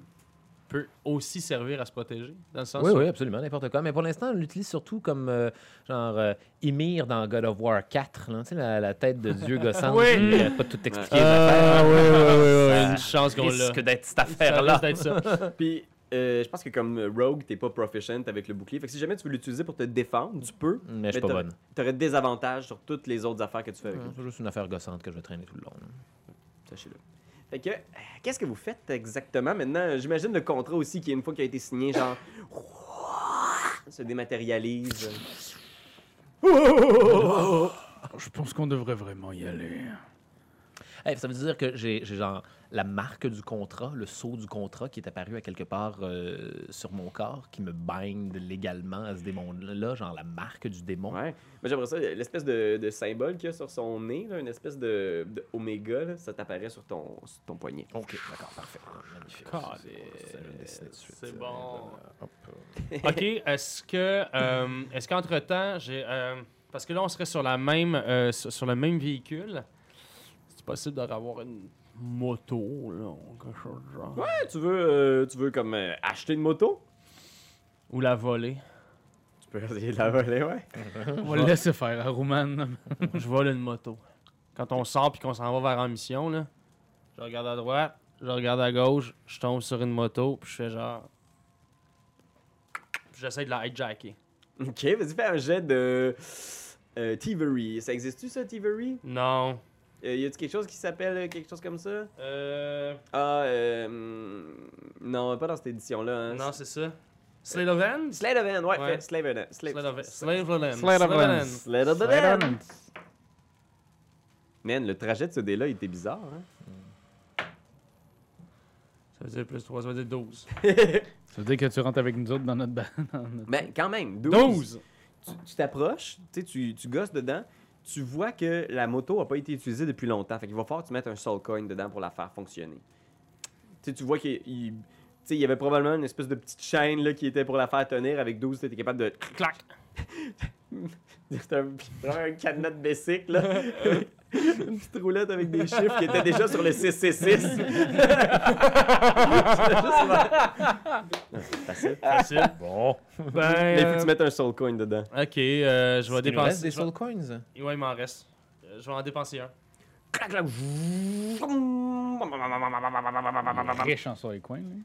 Speaker 2: peut aussi servir à se protéger? Dans le sens
Speaker 5: Oui,
Speaker 2: où-
Speaker 5: oui, absolument, n'importe quoi. Mais pour l'instant, on l'utilise surtout comme euh, genre euh, Ymir dans God of War 4, là, tu sais, la, la tête de Dieu <laughs> gossante
Speaker 2: Oui.
Speaker 5: qui euh, pas tout expliquer. les
Speaker 2: Ah,
Speaker 5: affaires.
Speaker 2: ouais, <laughs> ouais, ouais,
Speaker 5: Ça
Speaker 2: Une chance qu'on l'a.
Speaker 5: risque d'être cette
Speaker 2: Ça
Speaker 5: affaire-là.
Speaker 2: risque d'être ça. <laughs>
Speaker 1: Puis, euh, je pense que comme euh, rogue, t'es pas proficient avec le bouclier. Fait que si jamais tu veux l'utiliser pour te défendre, tu peux.
Speaker 5: Mais je suis pas
Speaker 1: t'aurais-
Speaker 5: bonne.
Speaker 1: T'aurais des avantages sur toutes les autres affaires que tu fais avec
Speaker 5: C'est juste une affaire gossante que je vais traîner tout le long. là.
Speaker 1: Sachez-le. Fait que, euh, qu'est-ce que vous faites exactement maintenant? Euh, J'imagine le contrat aussi qui, une fois qu'il a été signé, genre, <laughs> se dématérialise.
Speaker 3: Je pense qu'on devrait vraiment y aller.
Speaker 5: Hey, ça veut dire que j'ai j'ai genre la marque du contrat, le sceau du contrat qui est apparu à quelque part euh, sur mon corps, qui me bind légalement à ce démon-là, genre la marque du démon.
Speaker 1: Ouais. Moi, j'aimerais ça, l'espèce de, de symbole qu'il y a sur son nez, là, une espèce de, de oméga, là, ça t'apparaît sur ton, sur ton poignet.
Speaker 5: Ok, d'accord, parfait. Magnifique. Euh, Ça, je vais le dessiner tout de suite.
Speaker 2: C'est bon. <laughs> OK, est-ce que euh, est-ce qu'entre-temps, j'ai euh, parce que là on serait sur la même euh, sur sur le même véhicule. C'est possible de avoir une moto là, ou quelque chose de genre.
Speaker 1: Ouais, tu veux, euh, tu veux comme euh, acheter une moto?
Speaker 2: Ou la voler.
Speaker 1: Tu peux essayer de la voler, ouais.
Speaker 3: On va le laisser faire, à Roman.
Speaker 2: <laughs> je vole une moto. Quand on sort puis qu'on s'en va vers en mission là, je regarde à droite, je regarde à gauche, je tombe sur une moto puis je fais genre Puis j'essaie de la hijacker.
Speaker 1: Ok, vas-y, fais un jet de. Euh, Thievery. Ça existe-tu, ça, Thievery?
Speaker 2: Non.
Speaker 1: Euh, y a-t-il quelque chose qui s'appelle euh, quelque chose comme ça?
Speaker 2: Euh,
Speaker 1: Ah, euh, hmm, non, pas dans cette édition-là. hein.
Speaker 2: non, c'est ça. Slade of Hand?
Speaker 1: Slade of Hand, ouais,
Speaker 2: Ouais.
Speaker 1: fait Slade of Hand. Slade-
Speaker 2: Slade of- Slade of Hand.
Speaker 3: Slade of Hand.
Speaker 1: Slade of the Hand.
Speaker 3: Silence.
Speaker 1: Man, le trajet de ce dé-là, il était bizarre, hein?
Speaker 2: Ça veut dire plus 3, ça veut dire 12.
Speaker 3: Ça veut dire que tu rentres avec nous autres dans notre. ba- dans notre-
Speaker 1: Mais Ben, quand même, 12!
Speaker 2: 12!
Speaker 1: Tu tu t'approches, tu sais, tu, tu gosses dedans, tu vois que la moto n'a pas été utilisée depuis longtemps. Fait qu'il va falloir que tu mettes un soul coin dedans pour la faire fonctionner. Tu sais, tu vois qu'il il- tu sais, il y avait probablement une espèce de petite chaîne là, qui était pour la faire tenir. Avec 12, tu étais capable de <laughs>
Speaker 2: Clac!
Speaker 1: C'était un, vraiment un cadenas de bicycle, là.
Speaker 2: <laughs>
Speaker 1: Une petite roulette avec des chiffres qui étaient déjà sur le
Speaker 2: <laughs>
Speaker 1: 666.
Speaker 2: Facile.
Speaker 5: Bon.
Speaker 2: ben.
Speaker 1: Mais il faut que
Speaker 2: euh,
Speaker 1: tu mettes un soul coin dedans.
Speaker 2: Ok, euh, je vais
Speaker 5: Il nous reste
Speaker 2: dépenser.
Speaker 5: des
Speaker 2: je vais-
Speaker 5: soul coins.
Speaker 2: Ouais, il m'en reste. Euh, Je vais en dépenser un.
Speaker 1: Clac, clac.
Speaker 3: Riche en sur les coins. lui.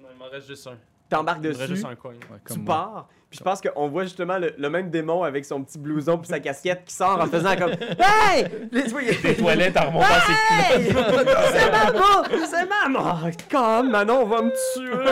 Speaker 2: Non, il m'en reste juste un.
Speaker 1: T'embarques
Speaker 2: Il me reste
Speaker 1: dessus,
Speaker 2: juste un coin.
Speaker 3: Ouais,
Speaker 1: tu
Speaker 3: comme moi.
Speaker 1: pars. Puis je pense qu'on voit justement le, le même démon avec son petit blouson puis sa casquette qui sort en faisant comme Hey! Les
Speaker 5: Des toilettes en remontant ses
Speaker 1: Hey! C'est ma peau! C'est ma Oh, calme, Manon, on va me tuer!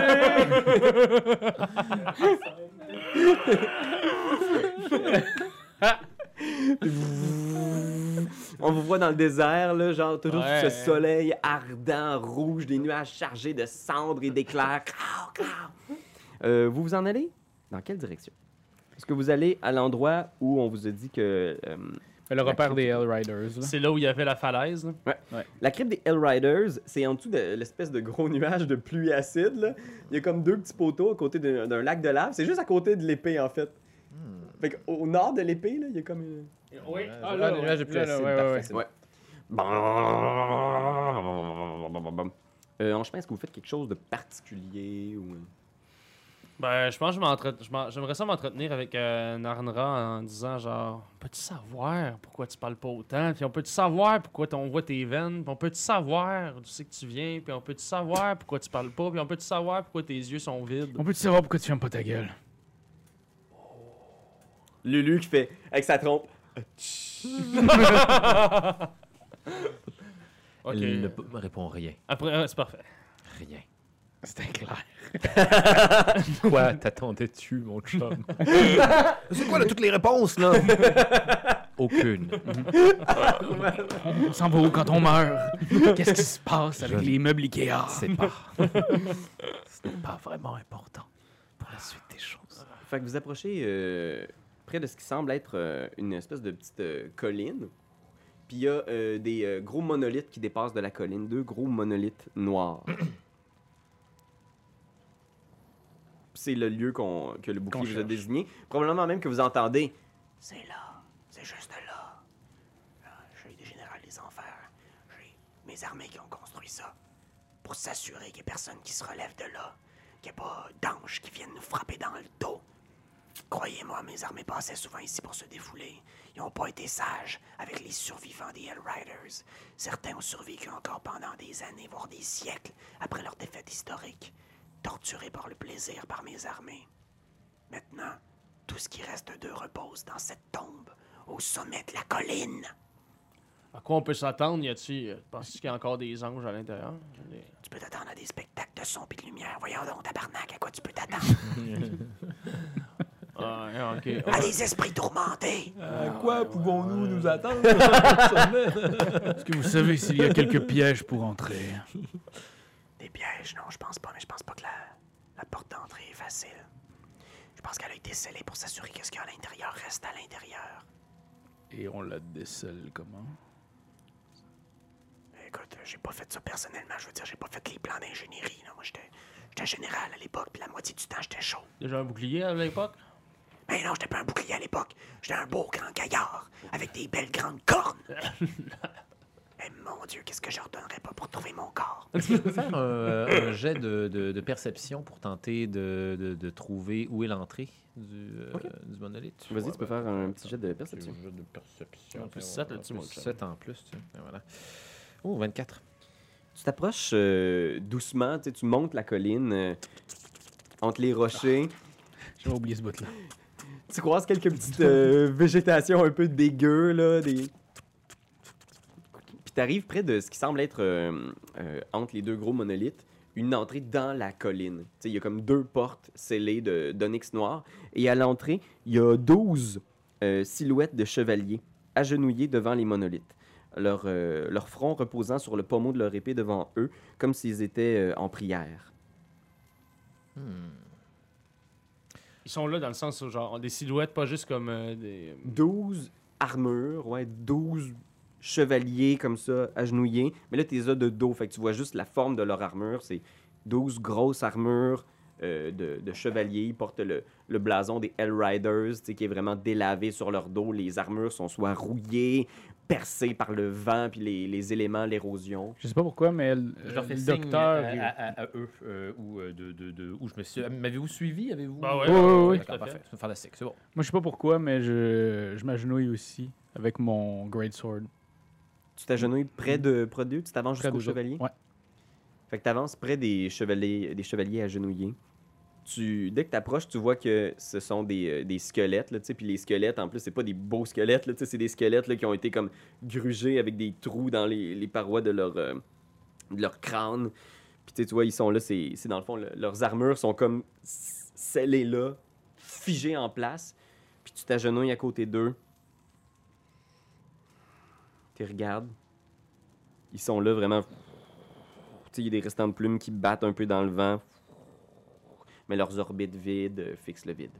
Speaker 1: on vous voit dans le désert, là, genre toujours sous
Speaker 2: Ouais.
Speaker 1: ce soleil ardent, rouge, des nuages chargés de cendres et d'éclairs. Craou, craou. Euh, vous vous en allez? Dans quelle direction? Est-ce que vous allez à l'endroit où on vous a dit que euh,
Speaker 3: Mais Le repère des Hell Riders. là.
Speaker 2: C'est là où il y avait la falaise. là.
Speaker 1: La crypte des Hellriders, c'est en dessous de l'espèce de gros <laughs> nuage de pluie acide. là. Il y a comme deux petits poteaux à côté d'un d'un lac de lave. C'est juste à côté de l'épée, en fait. Fait qu'au- au nord de l'épée, là, il y a comme une...
Speaker 2: Oui.
Speaker 3: Ah, là, là, j'ai plus
Speaker 5: Là, là,
Speaker 3: acide,
Speaker 5: ouais,
Speaker 3: parfait,
Speaker 5: ouais,
Speaker 3: c'est
Speaker 5: ouais.
Speaker 1: Euh, en chemin, est-ce que vous faites quelque chose de particulier ou...
Speaker 2: Ben, je pense que je m'entre- je m'en- j'aimerais ça m'entretenir avec euh, Narnra en disant genre, on peut-tu savoir pourquoi tu parles pas autant? Puis on peut-tu savoir pourquoi t- on voit tes veines? Puis on peut-tu savoir d'où c'est que tu viens? Puis on peut-tu savoir pourquoi tu parles pas? Puis on peut-tu savoir pourquoi tes yeux sont vides?
Speaker 3: On peut-tu savoir pourquoi tu fermes pas ta gueule?
Speaker 1: Lulu qui fait, avec sa trompe...
Speaker 2: Ok.
Speaker 5: Elle ne p- me répond rien.
Speaker 2: Après, euh, c'est parfait. <laughs>
Speaker 5: Rien.
Speaker 3: C'était clair.
Speaker 5: Quoi <laughs> t'attendais-tu,
Speaker 2: <laughs>
Speaker 5: mon chum? C'est quoi, là, toutes les réponses, là? <laughs> Aucune.
Speaker 3: On s'en va où quand on
Speaker 5: <laughs>
Speaker 3: meurt? Qu'est-ce qui se passe avec
Speaker 5: Je-
Speaker 3: les meubles Ikea?
Speaker 5: C'est pas. Ce n'est pas vraiment important pour la suite des choses.
Speaker 1: Fait que vous approchez euh, près de ce qui semble être euh, une espèce de petite euh, colline. Puis il y a euh, des euh, gros monolithes qui dépassent de la colline, deux gros monolithes noirs. c'est le lieu qu'on- que le bouclier
Speaker 3: Qu'on
Speaker 1: vous a
Speaker 3: cherche.
Speaker 1: désigné. Probablement même que vous entendez C'est là, c'est juste là. Là, J'ai des générales des enfers. J'ai mes armées qui ont construit ça pour s'assurer qu'il n'y ait personne qui se relève de là, qu'il n'y ait pas d'anges qui viennent nous frapper dans le dos. Croyez-moi, mes armées passaient souvent ici pour se défouler. Ils n'ont pas été sages avec les survivants des Hellriders. Certains ont survécu encore pendant des années, voire des siècles, après leur défaite historique, torturés par le plaisir par mes armées. Maintenant, tout ce qui reste d'eux repose dans cette tombe, au sommet de la colline.
Speaker 2: À quoi on peut s'attendre? Y a-tu, euh, penses-tu qu'il y a encore des anges à l'intérieur? Des-
Speaker 1: Tu peux t'attendre à des spectacles de son et de lumière. Voyons donc, tabarnak, à quoi tu peux t'attendre?
Speaker 2: Ah, ouais, ok.
Speaker 1: À des esprits tourmentés!
Speaker 4: À quoi pouvons-nous nous attendre
Speaker 3: Est-ce que vous savez s'il y a
Speaker 5: <laughs>
Speaker 3: quelques pièges pour entrer?
Speaker 1: Des pièges, non, je pense pas, mais je pense pas que la, la porte d'entrée est facile. Je pense qu'elle a été scellée pour s'assurer que ce qu'il y a à l'intérieur reste à l'intérieur.
Speaker 3: Et on la décèle comment?
Speaker 1: Écoute, euh, j'ai pas fait ça personnellement, je veux dire, j'ai pas fait les plans d'ingénierie. là. Moi, j'étais j'étais général à l'époque, puis la moitié du temps, j'étais chaud.
Speaker 2: Déjà un bouclier à l'époque?
Speaker 1: Mais non, j'étais pas un bouclier à l'époque. J'étais un beau grand gaillard, avec des belles grandes cornes. Mais mon Dieu, qu'est-ce que je redonnerais pas pour trouver mon corps?
Speaker 5: Est-ce que tu peux faire un, euh, un jet de, de- de perception pour tenter de, de- de trouver où est l'entrée du, euh, du monolithe? Ouais, bah,
Speaker 1: ben, jet de
Speaker 5: c'est un jet de perception.
Speaker 2: En plus,
Speaker 5: Ouais,
Speaker 2: sept,
Speaker 5: ouais,
Speaker 2: là-dessus,
Speaker 5: plus
Speaker 2: mon chum.
Speaker 5: sept en plus, tu sais. Et voilà. Oh, 24.
Speaker 1: Tu t'approches euh, doucement, tu sais, tu montes la colline euh, entre les rochers.
Speaker 3: J'ai oublié ce bout-là.
Speaker 1: Tu croises quelques petites euh, végétations un peu dégueu, là, des... Puis t'arrives près de ce qui semble être, euh, euh, entre les deux gros monolithes, une entrée dans la colline. Tu sais, il y a comme deux portes scellées de- d'onyx noir. Et à l'entrée, il y a 12 euh, silhouettes de chevaliers agenouillés devant les monolithes. Leur, euh, leur front reposant sur le pommeau de leur épée devant eux, comme s'ils étaient euh, en prière.
Speaker 2: Ils sont là dans le sens où, genre, des silhouettes, pas juste comme euh, des.
Speaker 1: Mm. 12 armures, ouais, 12 chevaliers comme ça, agenouillés. Mais là, tu les as de dos, fait que tu vois juste la forme de leur armure. C'est 12 grosses armures euh, de, de chevaliers. Ils portent le, le blason des Hellriders, tu sais, qui est vraiment délavé sur leur dos. Les armures sont soit rouillées, percées par le vent, puis les, les éléments, l'érosion.
Speaker 3: Je sais pas pourquoi, mais le,
Speaker 5: Je leur fais
Speaker 3: le
Speaker 5: signe
Speaker 3: docteur.
Speaker 5: à,
Speaker 3: il-
Speaker 5: à- à- à eux euh, ou euh, de, de- de- où je me suis. M'avez-vous suivi Avez-vous Ah,
Speaker 2: Bah ouais,
Speaker 3: Ouais, ouais, ouais,
Speaker 5: D'accord,
Speaker 2: tout à fait.
Speaker 5: parfait. C'est Fantastique, c'est bon.
Speaker 3: Moi, je sais pas pourquoi, mais je, je m'agenouille aussi avec mon Great Sword.
Speaker 1: Tu t'agenouilles près de près d'eux, tu t'avances
Speaker 3: Près
Speaker 1: jusqu'aux
Speaker 3: d'eux autres.
Speaker 1: chevaliers.
Speaker 3: Ouais.
Speaker 1: Fait que t'avances près des chevaliers, des chevaliers agenouillés. Tu, dès que t'approches, tu vois que ce sont des, euh, des squelettes, là, tu sais, puis les squelettes, en plus, c'est pas des beaux squelettes, là, tu sais, c'est des squelettes là, qui ont été comme grugés avec des trous dans les, les parois de leur, euh, de leur crâne. Puis tu sais, tu vois, ils sont là, c'est c'est dans le fond, le- leurs armures sont comme s- scellées là, figées en place. Puis tu t'agenouilles à côté d'eux. Tu les regardes. Ils sont là vraiment. Tu sais, il y a des restants de plumes qui battent un peu dans le vent. Mais leurs orbites vides euh, fixent le vide.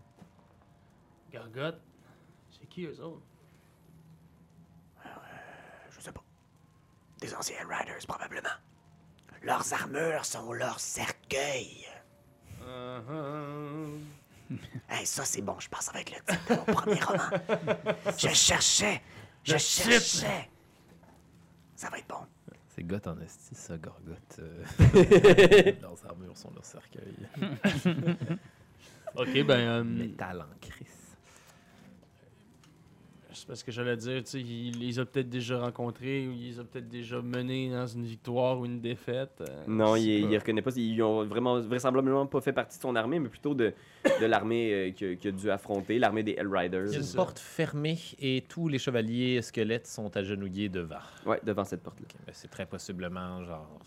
Speaker 2: Gargotte. C'est qui eux autres
Speaker 1: Je sais pas. Des anciens Riders, probablement. Leurs armures sont leurs cercueils.
Speaker 2: Ah, Uh-huh.
Speaker 1: Hey, ça, c'est bon, je pense, avec le titre de
Speaker 6: <laughs>
Speaker 1: mon premier roman. Je cherchais. Je cherchais. Ça va être bon.
Speaker 5: C'est goth en esti, ça, Gorgoth. euh. <laughs> leurs armures sont leurs cercueils.
Speaker 2: Ok, ben.
Speaker 3: Hum.
Speaker 2: euh,
Speaker 5: Métal en crise.
Speaker 2: C'est parce que j'allais dire, tu sais, il les a peut-être déjà rencontrés ou il les a peut-être déjà menés dans une victoire ou une défaite. euh,
Speaker 1: Non,
Speaker 2: je sais
Speaker 1: il,
Speaker 2: pas.
Speaker 1: il reconnaît pas. Ils ont vraiment, vraisemblablement pas fait partie de son armée, mais plutôt de, de l'armée euh, qu'il a, qu'il a dû affronter, l'armée des Hellriders.
Speaker 5: Il y a une
Speaker 2: ça.
Speaker 5: porte fermée et tous les chevaliers squelettes sont agenouillés devant.
Speaker 1: Ouais, devant cette porte-là.
Speaker 5: Ok, ben C'est très possiblement, genre,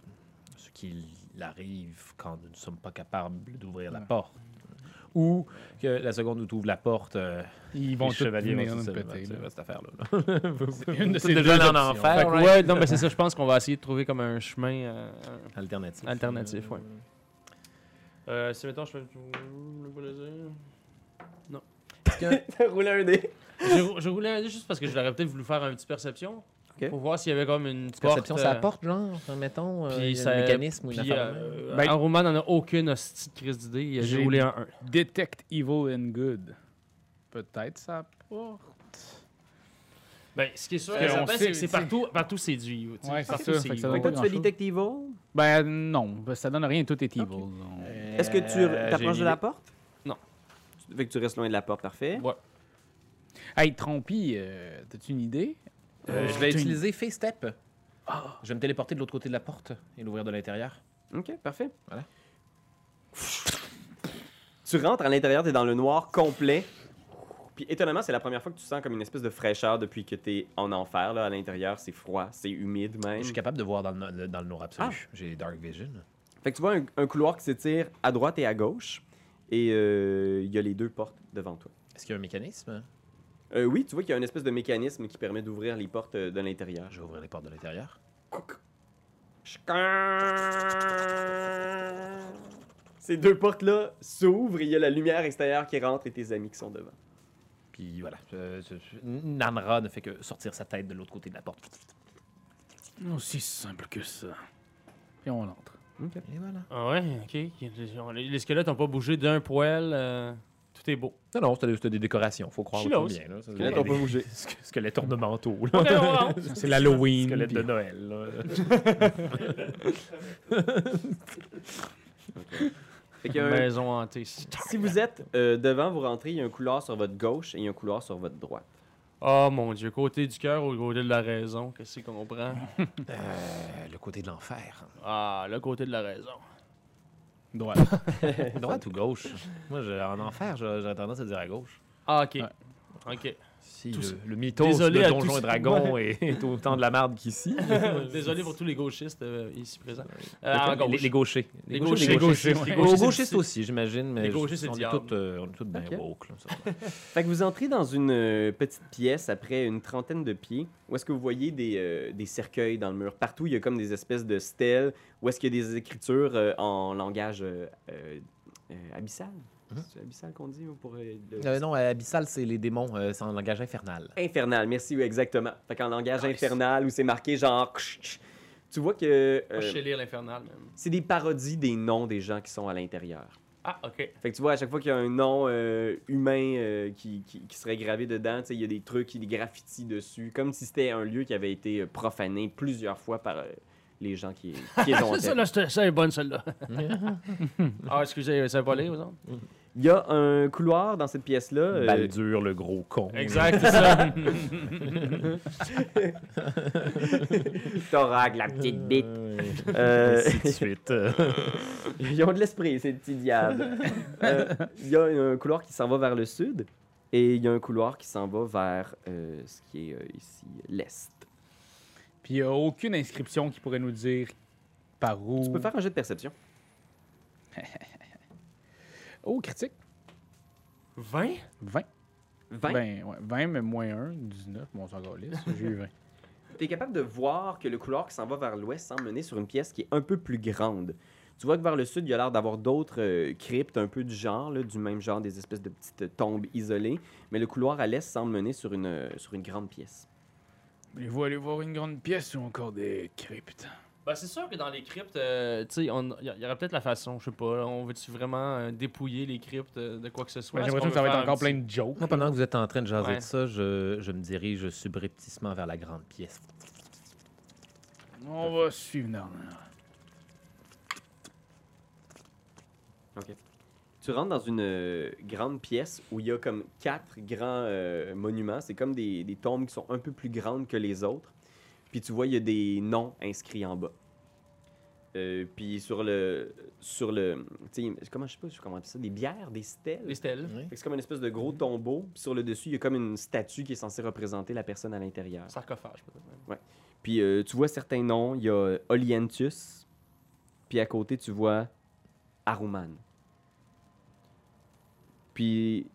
Speaker 5: ce qu'il arrive quand nous ne sommes pas capables d'ouvrir la porte. Ou que la seconde où tu ouvres la porte, euh,
Speaker 3: Ils vont
Speaker 5: les
Speaker 3: tous
Speaker 5: chevaliers
Speaker 3: venir
Speaker 5: vont
Speaker 3: nous
Speaker 5: se-
Speaker 3: péter.
Speaker 5: se-
Speaker 3: là.
Speaker 5: cette affaire-là. là.
Speaker 3: <laughs> une de
Speaker 5: Toutes
Speaker 3: ces
Speaker 5: déjà
Speaker 3: deux
Speaker 5: allées
Speaker 3: options.
Speaker 2: Fait
Speaker 5: enfer,
Speaker 2: que
Speaker 5: right?
Speaker 2: ouais, non, mais c'est ça, je pense qu'on va essayer de trouver comme un chemin euh,
Speaker 5: Alternatif.
Speaker 2: alternatif, ouais. Euh, si mettons, je fais. je peux le dire.
Speaker 1: <laughs> T'as roulé un dé.
Speaker 2: Je rou- je roulais un dé juste parce que je l'aurais peut-être voulu faire un petit perception.
Speaker 1: Ok.
Speaker 2: Pour voir s'il y avait comme une
Speaker 5: Perception,
Speaker 2: porte,
Speaker 5: ça
Speaker 2: euh,
Speaker 5: apporte, genre, mettons,
Speaker 2: puis
Speaker 5: euh, il y a
Speaker 2: ça-
Speaker 5: un mécanisme ou une
Speaker 2: Puis,
Speaker 5: affaire. de même.
Speaker 2: euh,
Speaker 3: Ben-
Speaker 2: en rouman, on n'en a aucune hostie de crise d'idée. J'ai
Speaker 3: J'ai-
Speaker 2: roulé un 1.
Speaker 3: Detect evil and good. Peut-être ça apporte.
Speaker 2: Ben, ce qui est sûr,
Speaker 3: Parce qu'on
Speaker 2: certain,
Speaker 3: sait,
Speaker 2: c'est que c'est
Speaker 3: tu sais.
Speaker 2: partout, partout c'est du evil, tu sais.
Speaker 3: Ouais, c'est
Speaker 2: Partout,
Speaker 3: ça, fait que ça
Speaker 2: evil.
Speaker 1: Fait
Speaker 3: Ouais,
Speaker 1: que toi,
Speaker 3: pas
Speaker 1: tu fais
Speaker 3: grand-chose.
Speaker 1: Detect Evil.
Speaker 3: Ben non, ben, ça donne rien, tout est evil. donc.
Speaker 1: Est-ce que tu
Speaker 5: Euh,
Speaker 1: t'approches de
Speaker 5: j'ai une
Speaker 1: la
Speaker 5: idée.
Speaker 1: porte?
Speaker 2: Non.
Speaker 1: Fait que tu restes loin de la porte, parfait.
Speaker 2: Ouais.
Speaker 3: Hey, Trompi, euh, t'as-tu une idée?
Speaker 5: Euh,
Speaker 3: Oh,
Speaker 5: je vais
Speaker 3: putain.
Speaker 5: utiliser Face Step. Je vais me téléporter de l'autre côté de la porte et l'ouvrir de l'intérieur.
Speaker 1: Ok, parfait.
Speaker 5: Voilà.
Speaker 1: Tu rentres à l'intérieur, t'es dans le noir complet. Puis étonnamment, c'est la première fois que tu sens comme une espèce de fraîcheur depuis que t'es en enfer. Là. À l'intérieur, c'est froid, c'est humide même.
Speaker 5: Je suis capable de voir dans le, no- le- dans le noir absolu. J'ai Dark Vision.
Speaker 1: Fait que tu vois un, un couloir qui s'étire à droite et à gauche. Et euh, il y a les deux portes devant toi.
Speaker 5: Est-ce qu'il y a un mécanisme
Speaker 1: Euh, oui, tu vois qu'il y a une espèce de mécanisme qui permet d'ouvrir les portes euh, de l'intérieur.
Speaker 5: Je vais ouvrir les portes de l'intérieur.
Speaker 1: Ces deux portes-là s'ouvrent et il y a la lumière extérieure qui rentre et tes amis qui sont devant.
Speaker 5: Puis voilà. Euh, je- je- Namra ne fait que sortir sa tête de l'autre côté de la porte.
Speaker 3: Aussi simple que ça. Puis on entre.
Speaker 5: Et voilà.
Speaker 2: Ah ouais, ok. Les, les squelettes n'ont pas bougé d'un poil. euh, tout est beau.
Speaker 5: Non, non, c'était des, c'était des décorations. Faut croire au
Speaker 2: Chilos.
Speaker 5: tout bien. Là.
Speaker 1: Les squelettes ont
Speaker 5: <laughs>
Speaker 1: pas bougé.
Speaker 5: Squelette ornementaux.
Speaker 2: <laughs>
Speaker 5: là.
Speaker 2: Ok, on rentre.
Speaker 3: C'est l'Halloween.
Speaker 5: <laughs> Squelette de
Speaker 3: puis-
Speaker 5: Noël. là.
Speaker 1: Fait euh, qu'il y a un-
Speaker 2: Maison hantée.
Speaker 1: si vous êtes euh, devant, vous rentrez, il y a un couloir sur votre gauche et il y a un couloir sur votre droite.
Speaker 2: Oh mon dieu, côté du cœur ou côté de la raison, qu'est-ce qu'on prend
Speaker 5: Euh, le côté de <laughs> l'enfer.
Speaker 2: Ah, le côté de la raison.
Speaker 3: Droite.
Speaker 5: Droite ou gauche Moi, je- en enfer, je- j'aurais tendance à dire à gauche.
Speaker 2: Ah, ok.
Speaker 3: Ouais. <laughs>
Speaker 2: Ok.
Speaker 5: Si
Speaker 2: Tout
Speaker 5: le,
Speaker 2: ça-
Speaker 5: le mythos
Speaker 2: Désolé
Speaker 5: de
Speaker 2: à
Speaker 5: Donjons
Speaker 2: tous-
Speaker 5: et Dragons est, est autant de la merde qu'ici.
Speaker 2: Désolé pour tous les gauchistes euh, ici présents. Euh,
Speaker 5: Les-
Speaker 2: à
Speaker 5: les,
Speaker 2: gauche.
Speaker 5: Ah, les gauchers.
Speaker 2: Les gauchers, les gauchistes, les
Speaker 5: Aux
Speaker 2: gauchistes,
Speaker 5: gauchistes
Speaker 2: c'est-
Speaker 5: aussi, j'imagine. mais
Speaker 2: Les
Speaker 5: je-
Speaker 2: gauchistes, c'est
Speaker 5: on
Speaker 2: le
Speaker 5: est
Speaker 2: diable.
Speaker 5: toutes, euh, on est toutes bien
Speaker 1: Ok.
Speaker 2: <laughs>
Speaker 5: woke. là, ça.
Speaker 1: Fait que vous entrez dans une euh, petite pièce après une trentaine de pieds où est-ce que vous voyez des, euh, des cercueils dans le mur. Partout, il y a comme des espèces de stèles où est-ce qu'il y a des écritures euh, en langage euh, euh, euh, abyssal.
Speaker 5: Mhm.
Speaker 1: C'est abyssal qu'on dit ou pour euh, le-
Speaker 5: Euh, non, euh, Abyssal, c'est les démons, euh, c'est en langage infernal.
Speaker 1: Infernal, merci, oui, exactement. Fait qu'en langage
Speaker 5: Nice.
Speaker 1: infernal où c'est marqué genre... ksh, ksh, Tu vois que euh,
Speaker 2: Moi, je sais lire l'infernal, même.
Speaker 1: c'est des parodies des noms des gens qui sont à l'intérieur.
Speaker 2: Ah, ok.
Speaker 1: Fait que tu vois, à chaque fois qu'il y a un nom euh, humain euh, qui, qui- qui serait gravé dedans, tu sais, il y a des trucs, il y a des graffitis dessus, comme si c'était un lieu qui avait été euh, profané plusieurs fois par euh, les gens qui, qui
Speaker 2: <laughs>
Speaker 1: les ont enterrés.
Speaker 2: <laughs> c'est bonne, celle-là. ah, excusez, ça va pas lire, vous autres?
Speaker 1: Il y a un couloir dans cette pièce-là. euh,
Speaker 5: Baldur, le gros con.
Speaker 2: Exact, c'est <laughs> ça.
Speaker 1: thorac, la petite bite.
Speaker 5: <laughs> Euh,
Speaker 1: Euh,
Speaker 5: ainsi de suite.
Speaker 1: <laughs> Ils ont de l'esprit, ces petits diables. Euh, Il y a un couloir qui s'en va vers le sud et il y a un couloir qui s'en va vers euh, ce qui est euh, ici, l'est.
Speaker 3: Puis il n'y a aucune inscription qui pourrait nous dire par où.
Speaker 1: Tu peux faire un jeu de perception.
Speaker 3: Oh, critique.
Speaker 2: 20?
Speaker 3: 20.
Speaker 1: 20.
Speaker 3: Ben, ouais, 20, mais moins 1, 19. Bon, ça galisse. J'ai eu 20.
Speaker 1: T'es capable de voir que le couloir qui s'en va vers l'ouest semble mener sur une pièce qui est un peu plus grande. Tu vois que vers le sud, il y a l'air d'avoir d'autres euh, cryptes un peu du genre, là, du même genre, des espèces de petites euh, tombes isolées, mais le couloir à l'est semble mener sur une, euh, sur une grande pièce.
Speaker 3: Voulez-vous aller voir une grande pièce ou encore des cryptes?
Speaker 2: Ben, c'est sûr que dans les cryptes, euh, tu sais, il y, a- y aurait peut-être la façon, je sais pas, là, on veut-tu vraiment euh, dépouiller les cryptes euh, de quoi que ce soit?
Speaker 3: J'ai
Speaker 2: Est-ce qu'on
Speaker 3: l'impression que ça
Speaker 2: veut
Speaker 3: va être
Speaker 2: faire un
Speaker 3: encore
Speaker 2: petit-
Speaker 3: plein de jokes.
Speaker 5: <laughs> Moi, pendant que vous êtes en train de jaser
Speaker 2: Ouais.
Speaker 5: de ça, je, je me dirige subrepticement vers la grande pièce.
Speaker 3: On va suivre normalement.
Speaker 1: Tu rentres dans une euh, grande pièce où il y a comme quatre grands euh, monuments. C'est comme des, des tombes qui sont un peu plus grandes que les autres. Puis tu vois, il y a des noms inscrits en bas. Euh, puis sur le. Sur le. Tu sais, comment je sais pas comment on appelle ça Des bières, des stèles
Speaker 2: Les stèles.
Speaker 5: Oui.
Speaker 1: Fait que C'est comme une espèce de gros tombeau. Puis sur le dessus, il y a comme une statue qui est censée représenter la personne à l'intérieur.
Speaker 2: Sarcophage, peut-être. même.
Speaker 1: Puis euh, tu vois certains noms. Il y a Olientus. Puis à côté, tu vois Aruman. Puis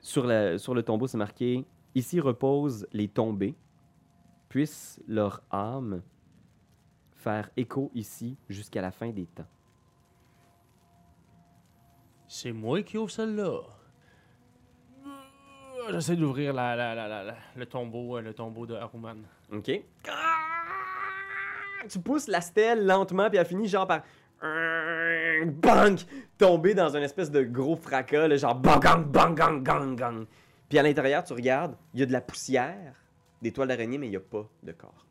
Speaker 1: sur, la, sur le tombeau, c'est marqué Ici reposent les tombés. Puisse leur âme faire écho ici jusqu'à la fin des temps.
Speaker 2: C'est moi qui ouvre celle-là. Euh, J'essaie d'ouvrir la, la- la- la- la- le tombeau, euh, le tombeau de Haruman.
Speaker 1: OK. Ah! Tu pousses la stèle lentement, puis elle finit genre par. euh, Bang! Tomber dans une espèce de gros fracas, là, genre bang, gang, bang, gang, gang, gang. Puis à l'intérieur, tu regardes, il y a de la poussière, des toiles d'araignée, mais il n'y a pas de corps.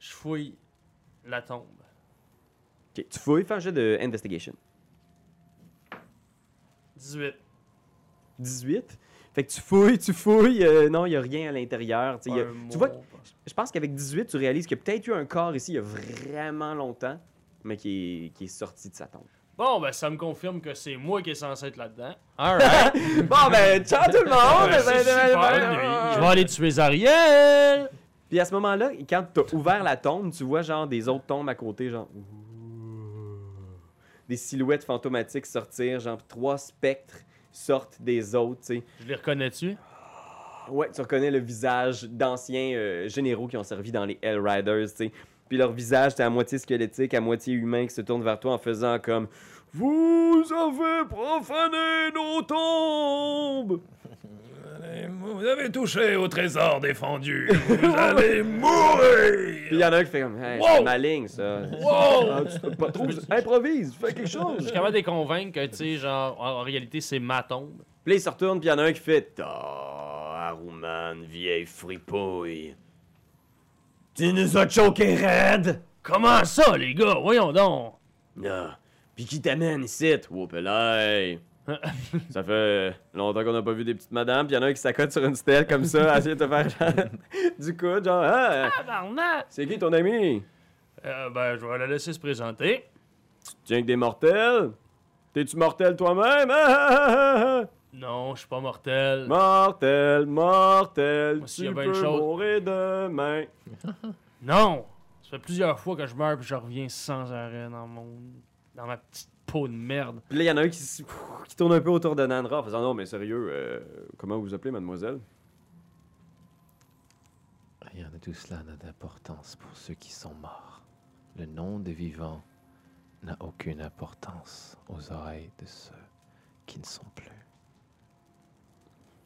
Speaker 2: Je fouille la tombe.
Speaker 1: OK. Tu fouilles, fais un jeu de investigation.
Speaker 2: 18.
Speaker 1: 18. Fait que tu fouilles, tu fouilles. euh, non, il n'y a rien à l'intérieur. tu sais, il y a-
Speaker 2: Un mot,
Speaker 1: tu vois,
Speaker 2: pas-
Speaker 1: je pense qu'avec 18, tu réalises qu'il y a peut-être eu un corps ici il y a vraiment longtemps, mais qui est, qui est sorti de sa tombe.
Speaker 2: Bon, ben, ça me confirme que c'est moi qui est censé être là-dedans. Alright.
Speaker 1: Bon, ben, ciao tout le monde!
Speaker 2: C'est super,
Speaker 1: ben.
Speaker 2: bonne nuit. Je vais aller tuer Zariel.
Speaker 1: Puis à ce moment-là, quand t'as ouvert la tombe, tu vois genre des autres tombes à côté, genre. Des silhouettes fantomatiques sortir, genre trois spectres sortent des autres, tu sais.
Speaker 2: Je les reconnais-tu?
Speaker 1: Ouais, tu reconnais le visage d'anciens euh, généraux qui ont servi dans les Hell Riders, tu sais. Puis leur visage, c'est à moitié squelettique, à moitié humain, qui se tourne vers toi en faisant comme Vous avez profané nos tombes!
Speaker 5: Vous avez touché au trésor <laughs> défendu. Vous allez mourir.
Speaker 1: Puis il y en a un qui fait comme Hey, c'est
Speaker 2: Wow!
Speaker 1: maligne ça.
Speaker 2: Wow!
Speaker 1: Ah, tu peux pas trop. Improvise, fais quelque chose!
Speaker 2: Je suis capable de les convaincre que, tu sais, genre, en, en réalité, c'est ma tombe.
Speaker 1: Puis là, il se retourne, puis il y en a un qui fait Oh, Aruman, vieille fripouille. Tu nous as choqué raide!
Speaker 2: Comment ça, les gars? Voyons donc!
Speaker 1: Non. Ah. Puis qui t'amène ici? Whoopelay! <laughs> ça fait longtemps qu'on n'a pas vu des petites madames, puis il y en a un qui s'accote sur une stèle comme ça, à essayer de te faire <laughs> genre, du coup, genre, ah,
Speaker 2: Tabarnak!
Speaker 1: c'est qui ton ami?
Speaker 2: Euh, ben, je vais la laisser se présenter.
Speaker 1: Tu tiens que des mortels? T'es-tu mortel toi-même? Ah, ah, ah, ah, ah.
Speaker 2: Non, je suis pas mortel.
Speaker 1: Mortel, mortel,
Speaker 2: Moi, s'il y
Speaker 1: tu
Speaker 2: a bien une
Speaker 1: peux
Speaker 2: chose-
Speaker 1: mourir demain.
Speaker 2: Non! Ça fait plusieurs fois que je meurs puis je reviens sans arrêt dans mon. dans ma petite peau de merde.
Speaker 1: Puis là, il y en a un qui, s- <laughs> qui tourne un peu autour de Nandra en faisant Non, mais sérieux, euh, comment vous vous appelez, mademoiselle
Speaker 5: Rien de tout cela n'a d'importance pour ceux qui sont morts. Le nom des vivants n'a aucune importance aux oreilles de ceux qui ne sont plus.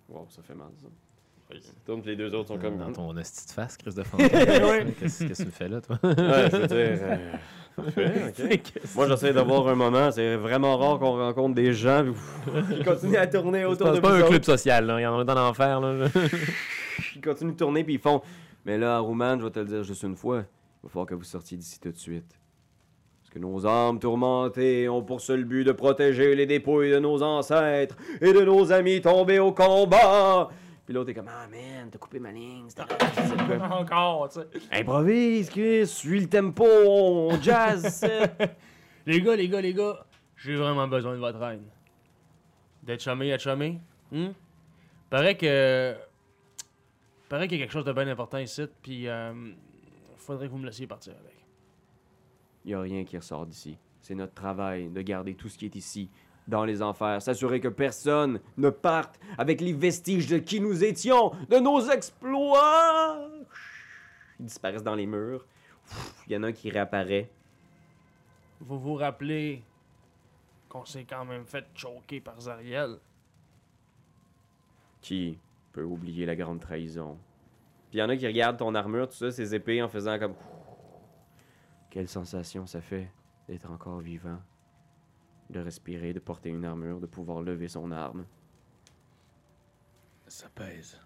Speaker 1: Wow, ça fait mal, ça. Euh, Ils se tournent, puis les deux autres sont comme.
Speaker 5: Dans ton esti de face, Chris
Speaker 1: <laughs>
Speaker 5: de Francaise, hein, Qu'est-ce qu'est-ce que tu fais là, toi?
Speaker 1: Ouais, je veux dire. euh, <laughs> parfait, <laughs>
Speaker 2: <laughs>
Speaker 1: ok. Moi, j'essaie d'avoir un moment. C'est vraiment rare qu'on rencontre des gens <laughs> qui continuent à tourner autour de
Speaker 5: C'est
Speaker 1: vous.
Speaker 5: pas un
Speaker 1: autres.
Speaker 5: club social, là. Il y en a dans l'enfer, là.
Speaker 1: Ils continuent de tourner, puis ils font. Mais là, Rouman, je vais te le dire juste une fois. Il va falloir que vous sortiez d'ici tout de suite. Parce que nos âmes tourmentées ont pour seul but de protéger les dépouilles de nos ancêtres et de nos amis tombés au combat. Puis l'autre est comme Ah, man, t'as coupé ma ligne. c'était là, je sais pas.
Speaker 2: <laughs> Encore, tu sais.
Speaker 1: Ah, Improvise, Chris, suis le tempo, on jazz. c'est-
Speaker 2: Les gars, les gars, les gars, j'ai vraiment besoin de votre aide. D'être chômé à chômé. Hmm? Paraît que. Paraît qu'il y a quelque chose de bien important ici, puis. euh, faudrait que vous me laissiez partir avec.
Speaker 1: Il n'y a rien qui ressort d'ici. C'est notre travail de garder tout ce qui est ici, dans les enfers, s'assurer que personne ne parte avec les vestiges de qui nous étions, de nos exploits. Ils disparaissent dans les murs. Pff, Il y en a un qui réapparaît.
Speaker 2: Vous vous rappelez qu'on s'est quand même fait choquer par Zariel.
Speaker 1: Qui peut oublier la grande trahison? Puis il y en a qui regardent ton armure, tout ça, ses épées, en faisant comme... Quelle sensation ça fait d'être encore vivant, de respirer, de porter une armure, de pouvoir lever son arme.
Speaker 3: Ça pèse.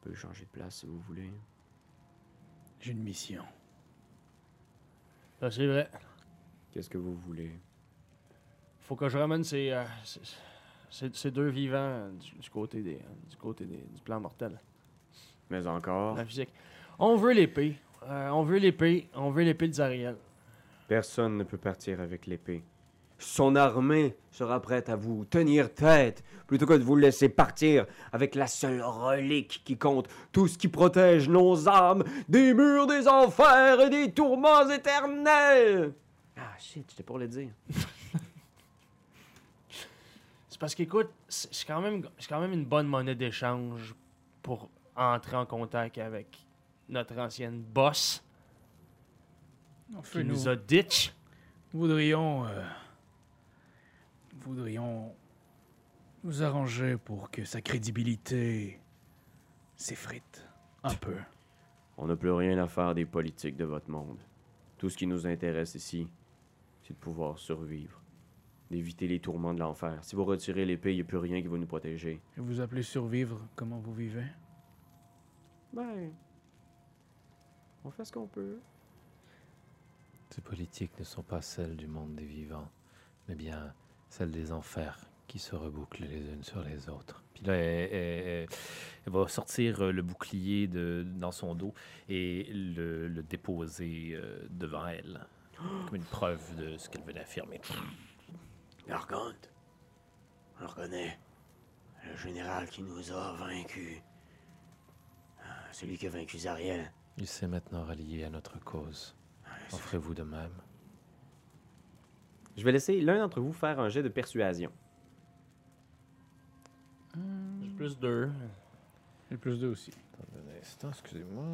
Speaker 1: On peut changer de place si vous voulez.
Speaker 3: J'ai une mission.
Speaker 2: Là, c'est vrai.
Speaker 1: Qu'est-ce que vous voulez?
Speaker 2: Faut que je ramène ces, euh, ces, ces- ces deux vivants euh, du, du côté, des, euh, du, côté des- du plan mortel,
Speaker 1: Mais encore,
Speaker 2: la physique. On veut l'épée. Euh, on veut l'épée. On veut l'épée de Zariel.
Speaker 1: personne ne peut partir avec l'épée. Son armée sera prête à vous tenir tête plutôt que de vous laisser partir avec la seule relique qui compte, tout ce qui protège nos âmes des murs des enfers et des tourments éternels. Ah shit, j'étais pour le dire.
Speaker 2: C'est parce qu'écoute, c'est c'est quand, même- c'est quand même une bonne monnaie d'échange pour entrer en contact avec notre ancienne boss qui
Speaker 3: nous.
Speaker 2: nous a ditch.
Speaker 3: Voudrions. euh, voudrions nous arranger pour que sa crédibilité s'effrite un peu.
Speaker 1: On n'a plus rien à faire des politiques de votre monde. Tout ce qui nous intéresse ici, c'est de pouvoir survivre, d'éviter les tourments de l'enfer. Si vous retirez l'épée, il n'y a plus rien qui va nous protéger.
Speaker 3: Et vous appelez survivre comment vous vivez
Speaker 1: Ben, on fait ce qu'on peut.
Speaker 5: Ces politiques ne sont pas celles du monde des vivants, mais bien celles des enfers qui se rebouclent les unes sur les autres. Puis là, elle, elle- elle- elle va sortir euh, le bouclier de, dans son dos et le, le déposer euh, devant elle, comme une preuve de ce qu'elle venait affirmer.
Speaker 6: L'argante, on le reconnaît. Le général qui nous a vaincus. Ah, Celui qui a vaincu Zariel.
Speaker 5: Il s'est maintenant rallié à notre cause. Offrez-vous de même.
Speaker 1: Je vais laisser l'un d'entre vous faire un jet de persuasion.
Speaker 2: Plus deux.
Speaker 3: Et plus deux aussi.
Speaker 5: Un instant, excusez-moi.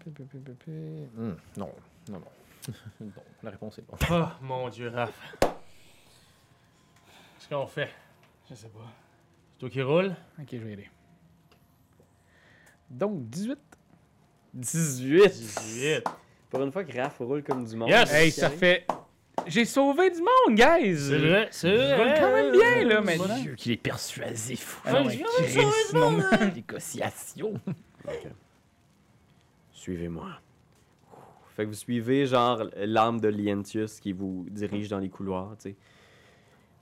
Speaker 5: Pi, pi, pi, pi, pi. Hmm, non, non, <laughs> non. non, la réponse est non.
Speaker 2: Oh mon dieu, Raph. Qu'est-ce qu'on fait?
Speaker 3: Je sais pas.
Speaker 2: C'est toi qui roule?
Speaker 3: Ok, je vais y aller. Donc, 18.
Speaker 1: 18!
Speaker 2: 18.
Speaker 1: Pour une fois que Raph roule comme du monde.
Speaker 2: Yes!
Speaker 3: Hey, ça fait. J'ai sauvé du monde, guys!
Speaker 2: C'est vrai, c'est
Speaker 3: Je
Speaker 2: vrai.
Speaker 3: roule quand même bien, là, maintenant.
Speaker 5: Dieu, qu'il est persuasif.
Speaker 3: Ah non, mais
Speaker 2: J'ai
Speaker 3: Chris, non.
Speaker 5: Négociation.
Speaker 1: Suivez-moi. Fait que vous suivez, genre, l'âme de Lientius qui vous dirige dans les couloirs, tu sais.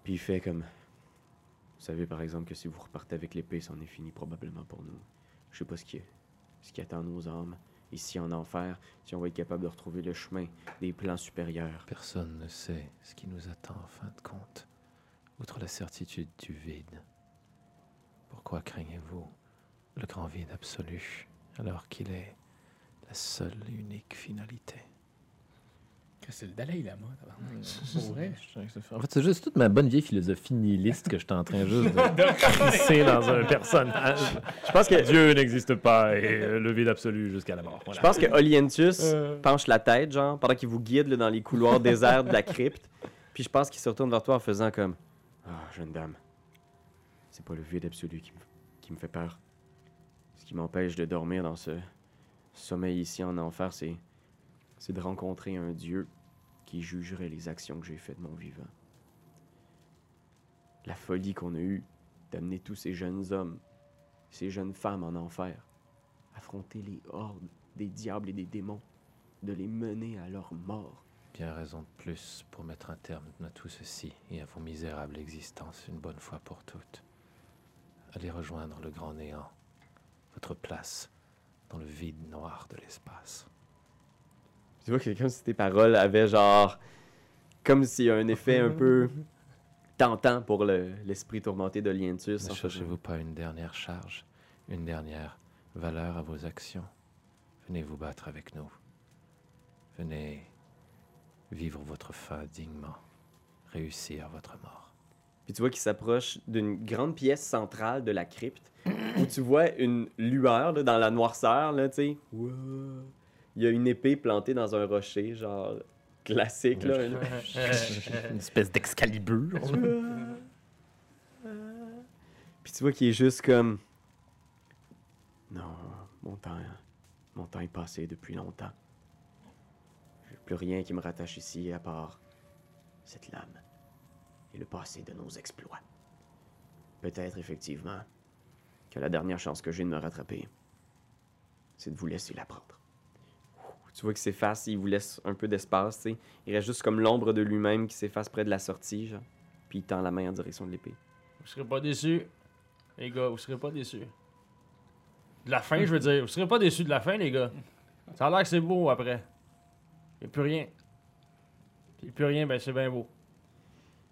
Speaker 1: Puis il fait comme. Vous savez, par exemple, que si vous repartez avec l'épée, c'en est fini probablement pour nous. Je sais pas ce qui, ce qui attend nos âmes ici en enfer, si on va être capable de retrouver le chemin des plans supérieurs.
Speaker 5: Personne ne sait ce qui nous attend en fin de compte.
Speaker 6: outre la certitude du vide. Pourquoi craignez-vous le grand vide absolu alors qu'il est la seule et unique finalité?
Speaker 3: Que C'est le Dalai Lama, tabarnak. Pour vrai.
Speaker 5: En fait, c'est juste toute ma bonne vieille philosophie nihiliste que je suis en train
Speaker 1: <laughs>
Speaker 5: juste de pisser dans un personnage.
Speaker 1: Je pense que,
Speaker 5: Dieu n'existe pas et euh, le vide absolu jusqu'à la mort. Voilà.
Speaker 1: je pense que Olientus
Speaker 2: Euh,
Speaker 1: penche la tête, genre, pendant qu'il vous guide là, dans les couloirs déserts de la crypte. Puis je pense qu'il se retourne vers toi en faisant comme Ah, jeune dame, c'est pas le vide absolu qui me, qui me fait peur. Ce qui m'empêche de dormir dans ce sommeil ici en enfer, c'est, c'est de rencontrer un Dieu qui jugerait les actions que j'ai faites de mon vivant. La folie qu'on a eue d'amener tous ces jeunes hommes, ces jeunes femmes en enfer, affronter les hordes des diables et des démons, de les mener à leur mort.
Speaker 6: Bien raison de plus pour mettre un terme à tout ceci et à vos misérables existences une bonne fois pour toutes. Allez rejoindre le grand néant, votre place dans le vide noir de l'espace.
Speaker 1: Tu vois que c'est comme si tes paroles avaient genre. Comme s'il y a un effet un peu tentant pour le- l'esprit tourmenté de Lientus.
Speaker 6: Ne
Speaker 5: Ben,
Speaker 1: en faisant-
Speaker 6: cherchez-vous pas une dernière charge, une dernière valeur à vos actions Venez vous battre avec nous. Venez vivre votre fin dignement, réussir votre mort.
Speaker 1: Puis tu vois qu'il s'approche d'une grande pièce centrale de la crypte où tu vois une lueur là, dans la noirceur, là, tu sais. Wow. Il y a une épée plantée dans un rocher, genre classique, là. une-
Speaker 5: Une espèce d'excalibur.
Speaker 1: Puis tu vois qu'il est juste comme. Non, mon temps, mon temps est passé depuis longtemps. J'ai plus rien qui me rattache ici à part cette lame et le passé de nos exploits. Peut-être effectivement que la dernière chance que j'ai de me rattraper, c'est de vous laisser la prendre. Tu vois qu'il s'efface, il vous laisse un peu d'espace, tu sais. Il reste juste comme l'ombre de lui-même qui s'efface près de la sortie, genre. Puis il tend la main en direction de l'épée.
Speaker 2: Vous serez pas déçus. Les gars, vous serez pas déçus. De la fin, je veux dire. Vous serez pas déçus de la fin, les gars. Ça a l'air que c'est beau après. Y'a plus rien. Pis plus rien, ben c'est bien beau.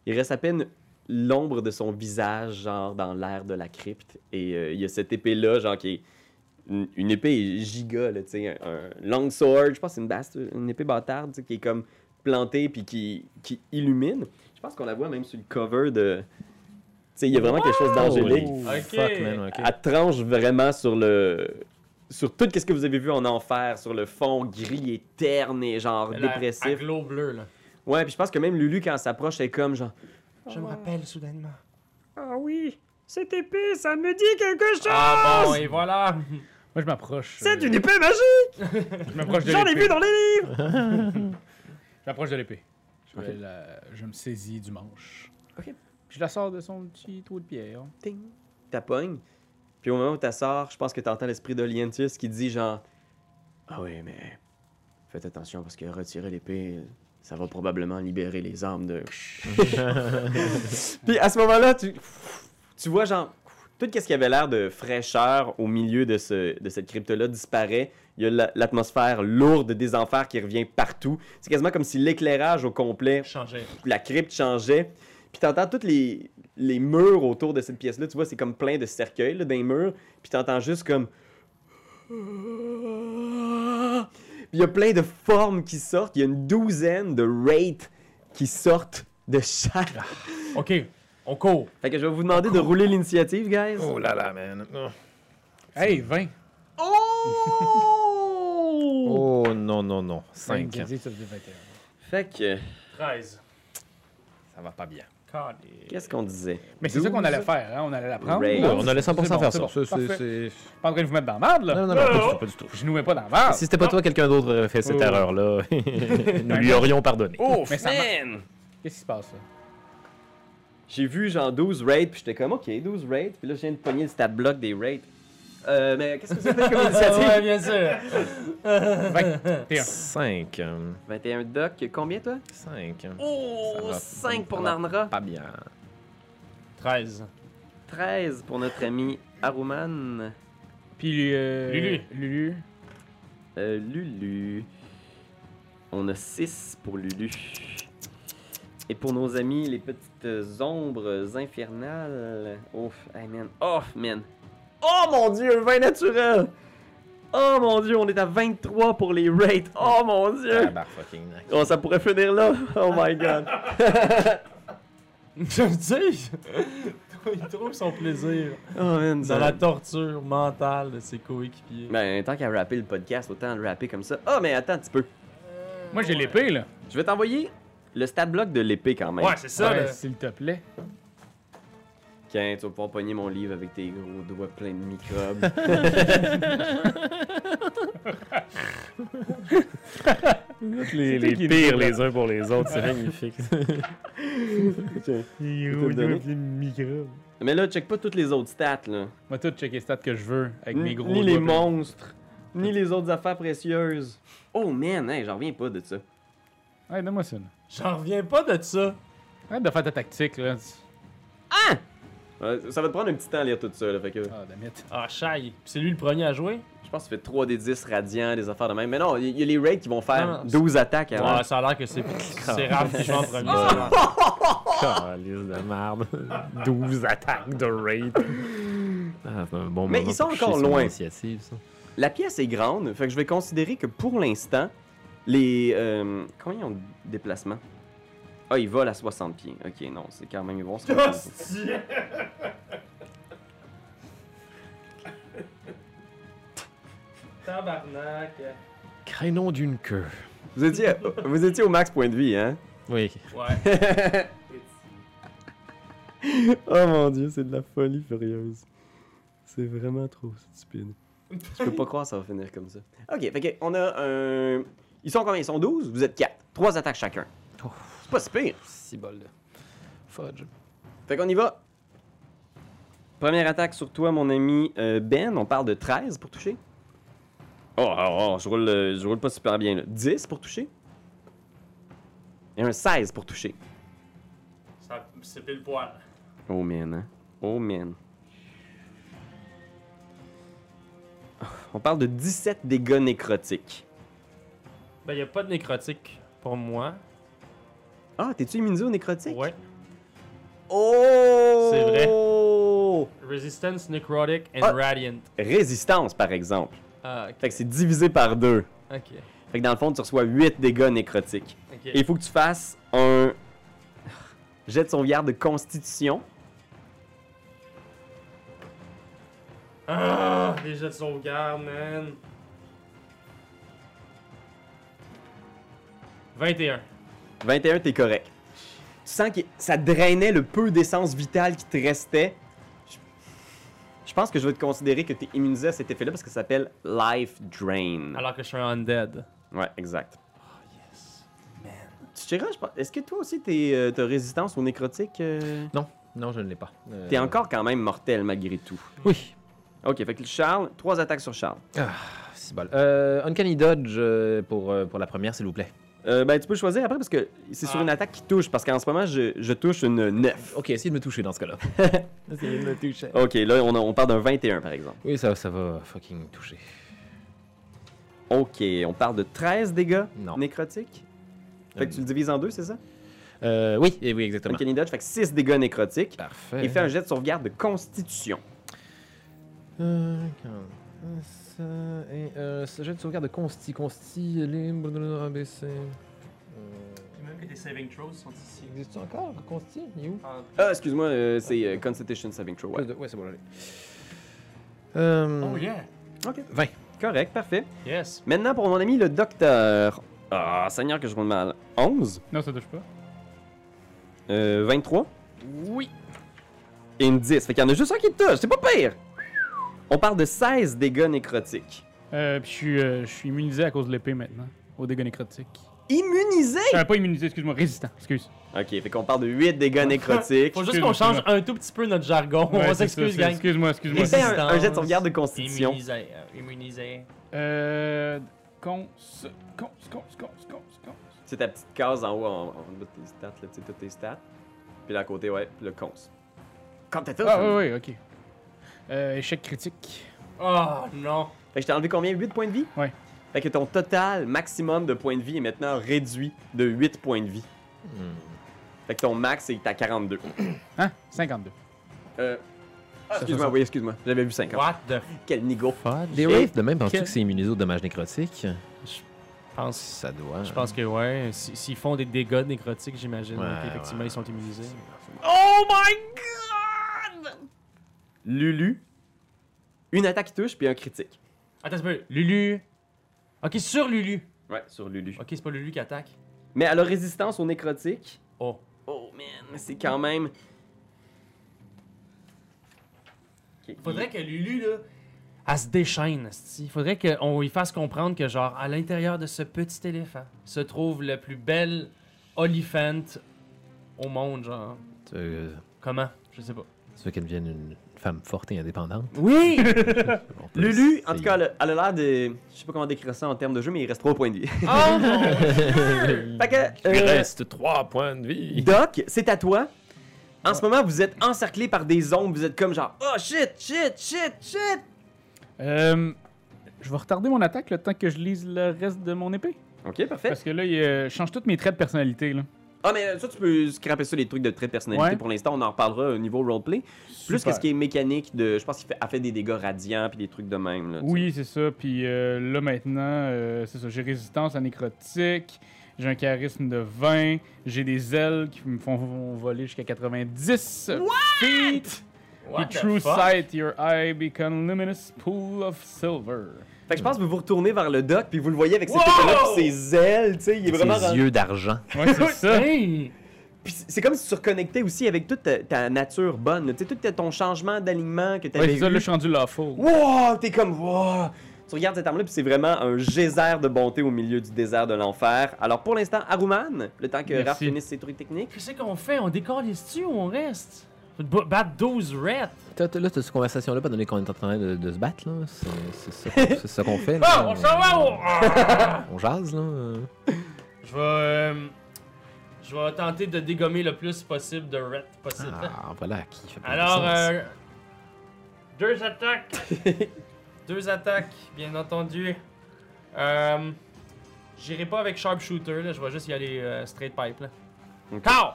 Speaker 1: Il reste à peine l'ombre de son visage, genre, dans l'air de la crypte. Et euh, il y a cette épée-là, genre, qui est une, une épée giga, là, tu sais, un, un long sword, je pense que c'est une, basse- une épée bâtarde, tu sais, qui est comme plantée puis qui, qui illumine. Je pense qu'on la voit même sur le cover de... Tu sais, il y a vraiment quelque chose d'angélique.
Speaker 5: Oh, Fuck, man, ok. Ah,
Speaker 1: Elle tranche vraiment sur le... Sur tout ce que vous avez vu en enfer, sur le fond gris et terne et genre dépressif.
Speaker 2: glow bleu, là.
Speaker 1: Ouais, puis je pense que même Lulu, quand elle s'approche, elle est comme genre...
Speaker 2: Je me rappelle soudainement.
Speaker 1: Ah oui, cette épée, ça me dit quelque
Speaker 6: euh,
Speaker 1: chose.
Speaker 2: Ah bon, et voilà.
Speaker 3: Moi, je m'approche. euh,
Speaker 1: C'est une épée magique.
Speaker 3: Je m'approche de
Speaker 1: J'en ai
Speaker 3: l'épée.
Speaker 1: vu dans les livres.
Speaker 3: Je m'approche de l'épée. Je, vais
Speaker 1: Ok.
Speaker 3: la- je me saisis du manche.
Speaker 1: Ok.
Speaker 3: Puis je la sors de son petit trou de pierre.
Speaker 1: Ting. T'as pogne. Puis au moment où t'as sors, je pense que t'entends l'esprit d'Olientus qui dit genre Ah oui, mais faites attention parce que retirer l'épée, ça va probablement libérer les armes de. Puis à ce moment-là, tu, tu vois genre tout ce qui avait l'air de fraîcheur au milieu de, ce, de cette crypte-là disparaît. Il y a la- l'atmosphère lourde des enfers qui revient partout. C'est quasiment comme si l'éclairage au complet
Speaker 2: Changer.
Speaker 1: la crypte changeait. Puis t'entends tous les, les murs autour de cette pièce-là. Tu vois, c'est comme plein de cercueils là, dans les murs. Puis t'entends juste comme... Puis il y a plein de formes qui sortent. Il y a une douzaine de rates qui sortent de chaque...
Speaker 2: Ok, on court.
Speaker 1: Fait que je vais vous demander de rouler l'initiative, guys.
Speaker 5: Oh là là, man. Oh.
Speaker 3: Hey, 20!
Speaker 5: Oh non, non, non. 5.
Speaker 3: 5.
Speaker 1: Fait que...
Speaker 2: 13.
Speaker 5: Ça va pas bien.
Speaker 2: God.
Speaker 1: Qu'est-ce qu'on disait?
Speaker 3: Mais c'est ça qu'on
Speaker 1: 12.
Speaker 3: allait faire, hein? on allait la prendre.
Speaker 1: Raid.
Speaker 5: Ouais, on allait 100%
Speaker 3: C'est bon,
Speaker 5: faire
Speaker 3: c'est
Speaker 5: ça.
Speaker 3: bon,
Speaker 5: Ça, c'est-
Speaker 3: parfait.
Speaker 5: c'est-
Speaker 3: Je suis pas en train de vous mettre dans la merde, là.
Speaker 5: Non, non, non,
Speaker 2: Non,
Speaker 5: pas du
Speaker 2: non.
Speaker 5: tout, pas du tout.
Speaker 3: Je nous mets pas dans la merde.
Speaker 5: Si c'était pas toi, quelqu'un d'autre aurait fait cette
Speaker 3: Oh.
Speaker 5: erreur-là. <laughs> Nous lui aurions pardonné.
Speaker 1: Oh,
Speaker 3: Mais ça
Speaker 1: man!
Speaker 3: Qu'est-ce qui se passe, là?
Speaker 1: J'ai vu genre 12 raids, puis j'étais comme, OK, 12 raids. Puis là, je viens de pogner le stat block des raids. Euh, mais qu'est-ce que c'était comme initiative?
Speaker 2: <laughs> ouais, bien sûr.
Speaker 3: 21.
Speaker 5: 5.
Speaker 1: 21 doc, combien toi
Speaker 5: 5.
Speaker 1: Oh, 5 pour Narnra,
Speaker 5: Pas bien.
Speaker 2: 13.
Speaker 1: 13 pour notre ami Aruman,
Speaker 3: Puis euh,
Speaker 2: Lulu.
Speaker 3: Lulu.
Speaker 1: euh, Lulu. On a 6 pour Lulu. Et pour nos amis, les petites ombres infernales. Oh, hey man. Oh, man. Oh mon dieu, vin naturel! Oh mon dieu, on est à 23 pour les rates. Oh mon dieu!
Speaker 5: fucking
Speaker 1: Oh, ça pourrait finir là. Oh my god.
Speaker 2: <laughs> Je me dis, il trouve son plaisir
Speaker 1: Oh man,
Speaker 2: dans la torture mentale de ses coéquipiers.
Speaker 1: Ben, tant qu'à rapper le podcast, autant le rapper comme ça. Ah, mais attends un petit peu.
Speaker 3: Moi, j'ai l'épée, là.
Speaker 1: Je vais t'envoyer le stat block de l'épée quand même.
Speaker 2: Ouais, c'est ça.
Speaker 3: Ouais,
Speaker 2: là.
Speaker 3: S'il te plaît.
Speaker 1: Tiens, tu vas pouvoir pogner mon livre avec tes gros doigts pleins de microbes. <laughs>
Speaker 8: Les, les pires les uns pour les autres, c'est magnifique.
Speaker 1: mais là, check pas toutes les autres stats, là.
Speaker 3: Moi, tout checker les stats que je veux avec mes
Speaker 1: Ni,
Speaker 3: gros.
Speaker 1: ni les
Speaker 3: doigts.
Speaker 1: monstres, ni les autres affaires précieuses. Oh man, hey, j'en reviens pas de ça.
Speaker 3: Ouais, donne-moi ça. là.
Speaker 2: J'en reviens pas de ça.
Speaker 3: Arrête de faire ta tactique, là.
Speaker 1: Ouais, ça va te prendre un petit temps à lire tout ça, là. Fait que,
Speaker 3: Ah, damn it.
Speaker 2: Ah, Shai, c'est lui le premier à jouer.
Speaker 1: je pense que tu fais 3 des 10 radiants, des affaires de même. Mais non, il y, a les raids qui vont
Speaker 2: Non,
Speaker 1: faire
Speaker 2: non,
Speaker 1: 12 attaques avant.
Speaker 2: Ouais, ça a l'air
Speaker 1: <laughs>
Speaker 2: que c'est c'est Raph qui joue en premier.
Speaker 1: Ah!
Speaker 8: Calice de
Speaker 5: <laughs>
Speaker 8: marbre. 12 attaques de raid.
Speaker 6: Ah, c'est un bon
Speaker 1: Mais
Speaker 6: moment
Speaker 1: ils sont
Speaker 6: pour chier
Speaker 1: encore
Speaker 6: sur mon
Speaker 1: loin.
Speaker 6: initiative, ça.
Speaker 1: La pièce est grande, fait que je vais considérer que pour l'instant, les. euh, combien ils ont de déplacement Ah, ils volent à 60 pieds. Ok, non, c'est quand même. Ils vont se
Speaker 2: <laughs>
Speaker 1: reposer.
Speaker 2: <laughs> Tabarnak.
Speaker 6: Crénom d'une queue.
Speaker 1: vous, étiez, vous étiez au max point de vie, hein
Speaker 6: Oui.
Speaker 2: Ouais.
Speaker 8: Oh mon dieu, c'est de la folie furieuse. C'est vraiment trop stupide.
Speaker 1: Je peux pas croire que ça va finir comme ça. Ok, fait que on a un. Ils sont combien Ils sont 12 Vous êtes 4. 3 attaques chacun. C'est pas si pire.
Speaker 6: Si bol de fudge.
Speaker 1: Fait qu'on y va. Première attaque sur toi, mon ami euh, Ben. On parle de 13 pour toucher. Oh, oh, oh, je roule, euh, je roule pas super bien. Là. 10 pour toucher. Et un 16 pour toucher.
Speaker 2: Ça- C'est pile poil.
Speaker 1: Oh man, hein? Oh man. On parle de 17 dégâts nécrotiques.
Speaker 2: Ben, y a pas de nécrotique pour moi.
Speaker 1: Ah, t'es-tu immunisé au nécrotique?
Speaker 2: Ouais.
Speaker 1: Oh!
Speaker 2: C'est
Speaker 1: vrai.
Speaker 2: Resistance, necrotic and
Speaker 1: Ah.
Speaker 2: radiant.
Speaker 1: Résistance, par exemple.
Speaker 2: Ah, ok.
Speaker 1: Fait que c'est divisé par deux.
Speaker 2: Ok.
Speaker 1: Fait que dans le fond, tu reçois 8 dégâts nécrotiques.
Speaker 2: ok.
Speaker 1: Et il faut que tu fasses un jet de sauvegarde de constitution.
Speaker 2: Ah, les jets de sauvegarde, man. 21.
Speaker 1: 21, t'es correct. Tu sens que ça drainait le peu d'essence vitale qui te restait. Je- Je pense que je vais te considérer que t'es immunisé à cet effet-là parce que ça s'appelle Life Drain.
Speaker 2: Alors que je suis un undead.
Speaker 1: Ouais, exact. Tu dirais, je pense- est-ce que toi aussi t'es, euh, t'as résistance au nécrotique? euh?
Speaker 5: Non, non, je ne l'ai pas. Euh,
Speaker 1: T'es encore quand même mortel malgré tout.
Speaker 5: Oui.
Speaker 1: Ok, fait que Charles, trois attaques sur Charles.
Speaker 5: Ah, c'est bol. Euh, Uncanny Dodge euh, pour, euh, pour la première, s'il vous plaît.
Speaker 1: Euh, ben, tu peux choisir après parce que c'est sur
Speaker 2: Ah.
Speaker 1: une attaque qui touche, parce qu'en ce moment, je, je touche une 9.
Speaker 5: Ok, essayez de me toucher dans
Speaker 1: <laughs>
Speaker 5: ce cas-là. essayez de me toucher.
Speaker 1: Ok, là, on, a- on part d'un 21 par exemple.
Speaker 6: Oui, ça, ça va fucking toucher.
Speaker 1: Ok, on parle de 13 dégâts
Speaker 6: Non.
Speaker 1: nécrotiques. Fait que tu le divises en deux, c'est ça?
Speaker 5: Euh, oui, eh oui, exactement.
Speaker 1: Uncanny Dodge, fait que 6 dégâts nécrotiques.
Speaker 6: Parfait.
Speaker 1: Et fait un jet de sauvegarde de constitution.
Speaker 5: Euh, quand- euh, ça, et, euh, ce jet de sauvegarde de Consti, Consti, libre de l'honneur ABC.
Speaker 2: Même que tes saving throws sont ici.
Speaker 5: Existe encore, Consti Il est où
Speaker 1: Ah, excuse-moi, euh, c'est euh, Constitution Saving Throw. Ouais.
Speaker 5: Ouais, c'est bon, allez.
Speaker 2: Oh yeah.
Speaker 1: Ok.
Speaker 5: 20.
Speaker 1: Correct, parfait.
Speaker 2: Yes.
Speaker 1: Maintenant pour mon ami le docteur. Ah, Seigneur, que je roule mal. 11,
Speaker 3: Non, ça touche pas.
Speaker 1: euh, 23
Speaker 5: Oui.
Speaker 1: et une 10. Fait qu'il y en a juste un qui te touche, c'est pas pire! On parle de 16 dégâts nécrotiques.
Speaker 3: Euh, puis je suis, euh, je suis immunisé à cause de l'épée maintenant, aux dégâts nécrotiques.
Speaker 1: Immunisé!
Speaker 3: Euh, pas immunisé, excuse-moi, résistant, excuse.
Speaker 1: Ok, fait qu'on parle de 8 <laughs> dégâts nécrotiques.
Speaker 2: Faut juste qu'on change un tout petit peu notre jargon.
Speaker 3: Ouais,
Speaker 2: On
Speaker 3: c'est
Speaker 2: s'excuse,
Speaker 3: ça, c'est-
Speaker 2: gang.
Speaker 3: Excuse-moi, excuse-moi.
Speaker 1: Et fais un, un jet de
Speaker 2: Résistance.
Speaker 1: sauvegarde de constitution.
Speaker 2: Immunisé. euh, Immunisé.
Speaker 3: Euh. Cons. Cons, cons, cons, cons, cons.
Speaker 1: C'est ta petite case en haut, en, en bas de tes stats, là, tu sais, toutes tes stats. Puis là à côté, ouais, le cons. Quand t'as tout,
Speaker 3: Ah,
Speaker 1: ça-
Speaker 3: oui, oui, ok. Euh, échec critique.
Speaker 2: Oh non.
Speaker 1: Fait que je t'ai enlevé combien 8 points de vie
Speaker 3: Ouais.
Speaker 1: Fait que Hmm. ton total maximum de points de vie est maintenant réduit de 8 points de vie. Fait que ton max, c'est que t'as 42.
Speaker 3: Hein? 52.
Speaker 1: Euh... ah, excuse-moi, oui, excuse-moi. J'avais vu 50.
Speaker 2: What the
Speaker 1: Quel nigo.
Speaker 3: Des
Speaker 1: Shit.
Speaker 5: De même, penses-tu
Speaker 3: Que-
Speaker 5: que c'est immunisé aux dommages nécrotiques
Speaker 2: pense
Speaker 5: Ça doit.
Speaker 2: Je pense que ouais, si- s'ils font des dégâts nécrotiques, j'imagine
Speaker 5: Ouais,
Speaker 2: qu'effectivement
Speaker 5: ouais.
Speaker 2: ils sont immunisés.
Speaker 1: Oh my god! Lulu. Une attaque qui touche, puis un critique.
Speaker 2: Attends un peu, Lulu. Ok, sur Lulu.
Speaker 1: Ouais, sur Lulu.
Speaker 2: Ok, c'est pas Lulu qui attaque.
Speaker 1: Mais elle a résistance au nécrotique.
Speaker 2: Oh.
Speaker 1: Oh man, c'est quand même. Ok.
Speaker 2: Faudrait que Lulu, là, elle se déchaîne, esti. Faudrait qu'on lui fasse comprendre que, genre, à l'intérieur de ce petit éléphant se trouve le plus bel oliphant au monde, genre.
Speaker 5: Tu veux,
Speaker 2: Comment? Je sais pas.
Speaker 5: tu veux euh, qu'elle devienne une femme forte et indépendante
Speaker 2: Oui!
Speaker 5: On peut
Speaker 1: Lulu, en
Speaker 5: essayer.
Speaker 1: tout cas, elle a- elle a l'air de. Je sais pas comment décrire ça en termes de jeu, mais il reste 3 points de vie.
Speaker 2: <laughs> oh mon
Speaker 1: fait que.
Speaker 5: Il
Speaker 1: euh,
Speaker 5: reste 3 points de vie.
Speaker 1: Doc, c'est à toi. En ce moment, vous êtes encerclé par des ombres. Vous êtes comme genre, oh shit, shit, shit, shit.
Speaker 3: Euh, je vais retarder mon attaque le temps que je lise le reste de mon épée.
Speaker 1: Ok, parfait.
Speaker 3: Parce que là, il euh, change tous mes traits de personnalité. Là.
Speaker 1: Ah, mais euh, ça, tu peux scraper ça, les trucs de trait de personnalité
Speaker 3: Ouais.
Speaker 1: pour l'instant. On en reparlera au niveau roleplay. Plus que ce qui est mécanique de. Je pense qu'il fait, elle fait des dégâts radiants puis des trucs de même. Là, tu
Speaker 3: Oui, c'est ça. Puis euh, là, maintenant, euh, c'est ça. J'ai résistance à nécrotique. J'ai un charisme de 20. J'ai des ailes qui me font vont voler jusqu'à 90 feet. Puis true sight, your eye become luminous pool of silver.
Speaker 1: sais. Fait que je pense que vous vous retournez vers le doc puis vous le voyez avec ses là ses ailes. Tu sais, il est vraiment.
Speaker 5: Ses
Speaker 1: rendu-
Speaker 5: yeux d'argent.
Speaker 3: Ouais, c'est ça.
Speaker 2: Hey!
Speaker 1: Puis c'est- c'est comme si tu reconnectais aussi avec toute ta, ta nature bonne. là, Tu sais, tout ton changement d'alignement que tu
Speaker 3: Ouais,
Speaker 1: avais
Speaker 3: c'est ça. Là, je suis rendu lawful.
Speaker 1: Wow, t'es comme wow. Tu regardes cette arme-là, puis c'est vraiment un geyser de bonté au milieu du désert de l'enfer. Alors pour l'instant, Aruman, le temps que
Speaker 3: Merci.
Speaker 1: Raph finisse ses trucs techniques.
Speaker 2: Qu'est-ce qu'on fait? On décolle les stu ou on reste? Faut ba- Battre 12 rats!
Speaker 5: T'as- t'as- Là, t'as cette conversation-là, pendant qu'on est en train de, de se battre, là. C'est- C'est ça
Speaker 2: <laughs>
Speaker 5: qu'on- c'est ça qu'on fait.
Speaker 2: Bon,
Speaker 5: là.
Speaker 2: Ah, on s'en va! on- Ah!
Speaker 5: On jase, là.
Speaker 2: Je vais. euh, Je vais tenter de dégommer le plus possible de rats possible.
Speaker 5: Ah, voilà, qui fait pas
Speaker 2: Alors,
Speaker 5: de sens.
Speaker 2: euh, deux attaques. deux attaques, bien entendu. Euh, J'irai pas avec sharpshooter, là, je vais juste y aller euh, straight pipe. Là. Pow!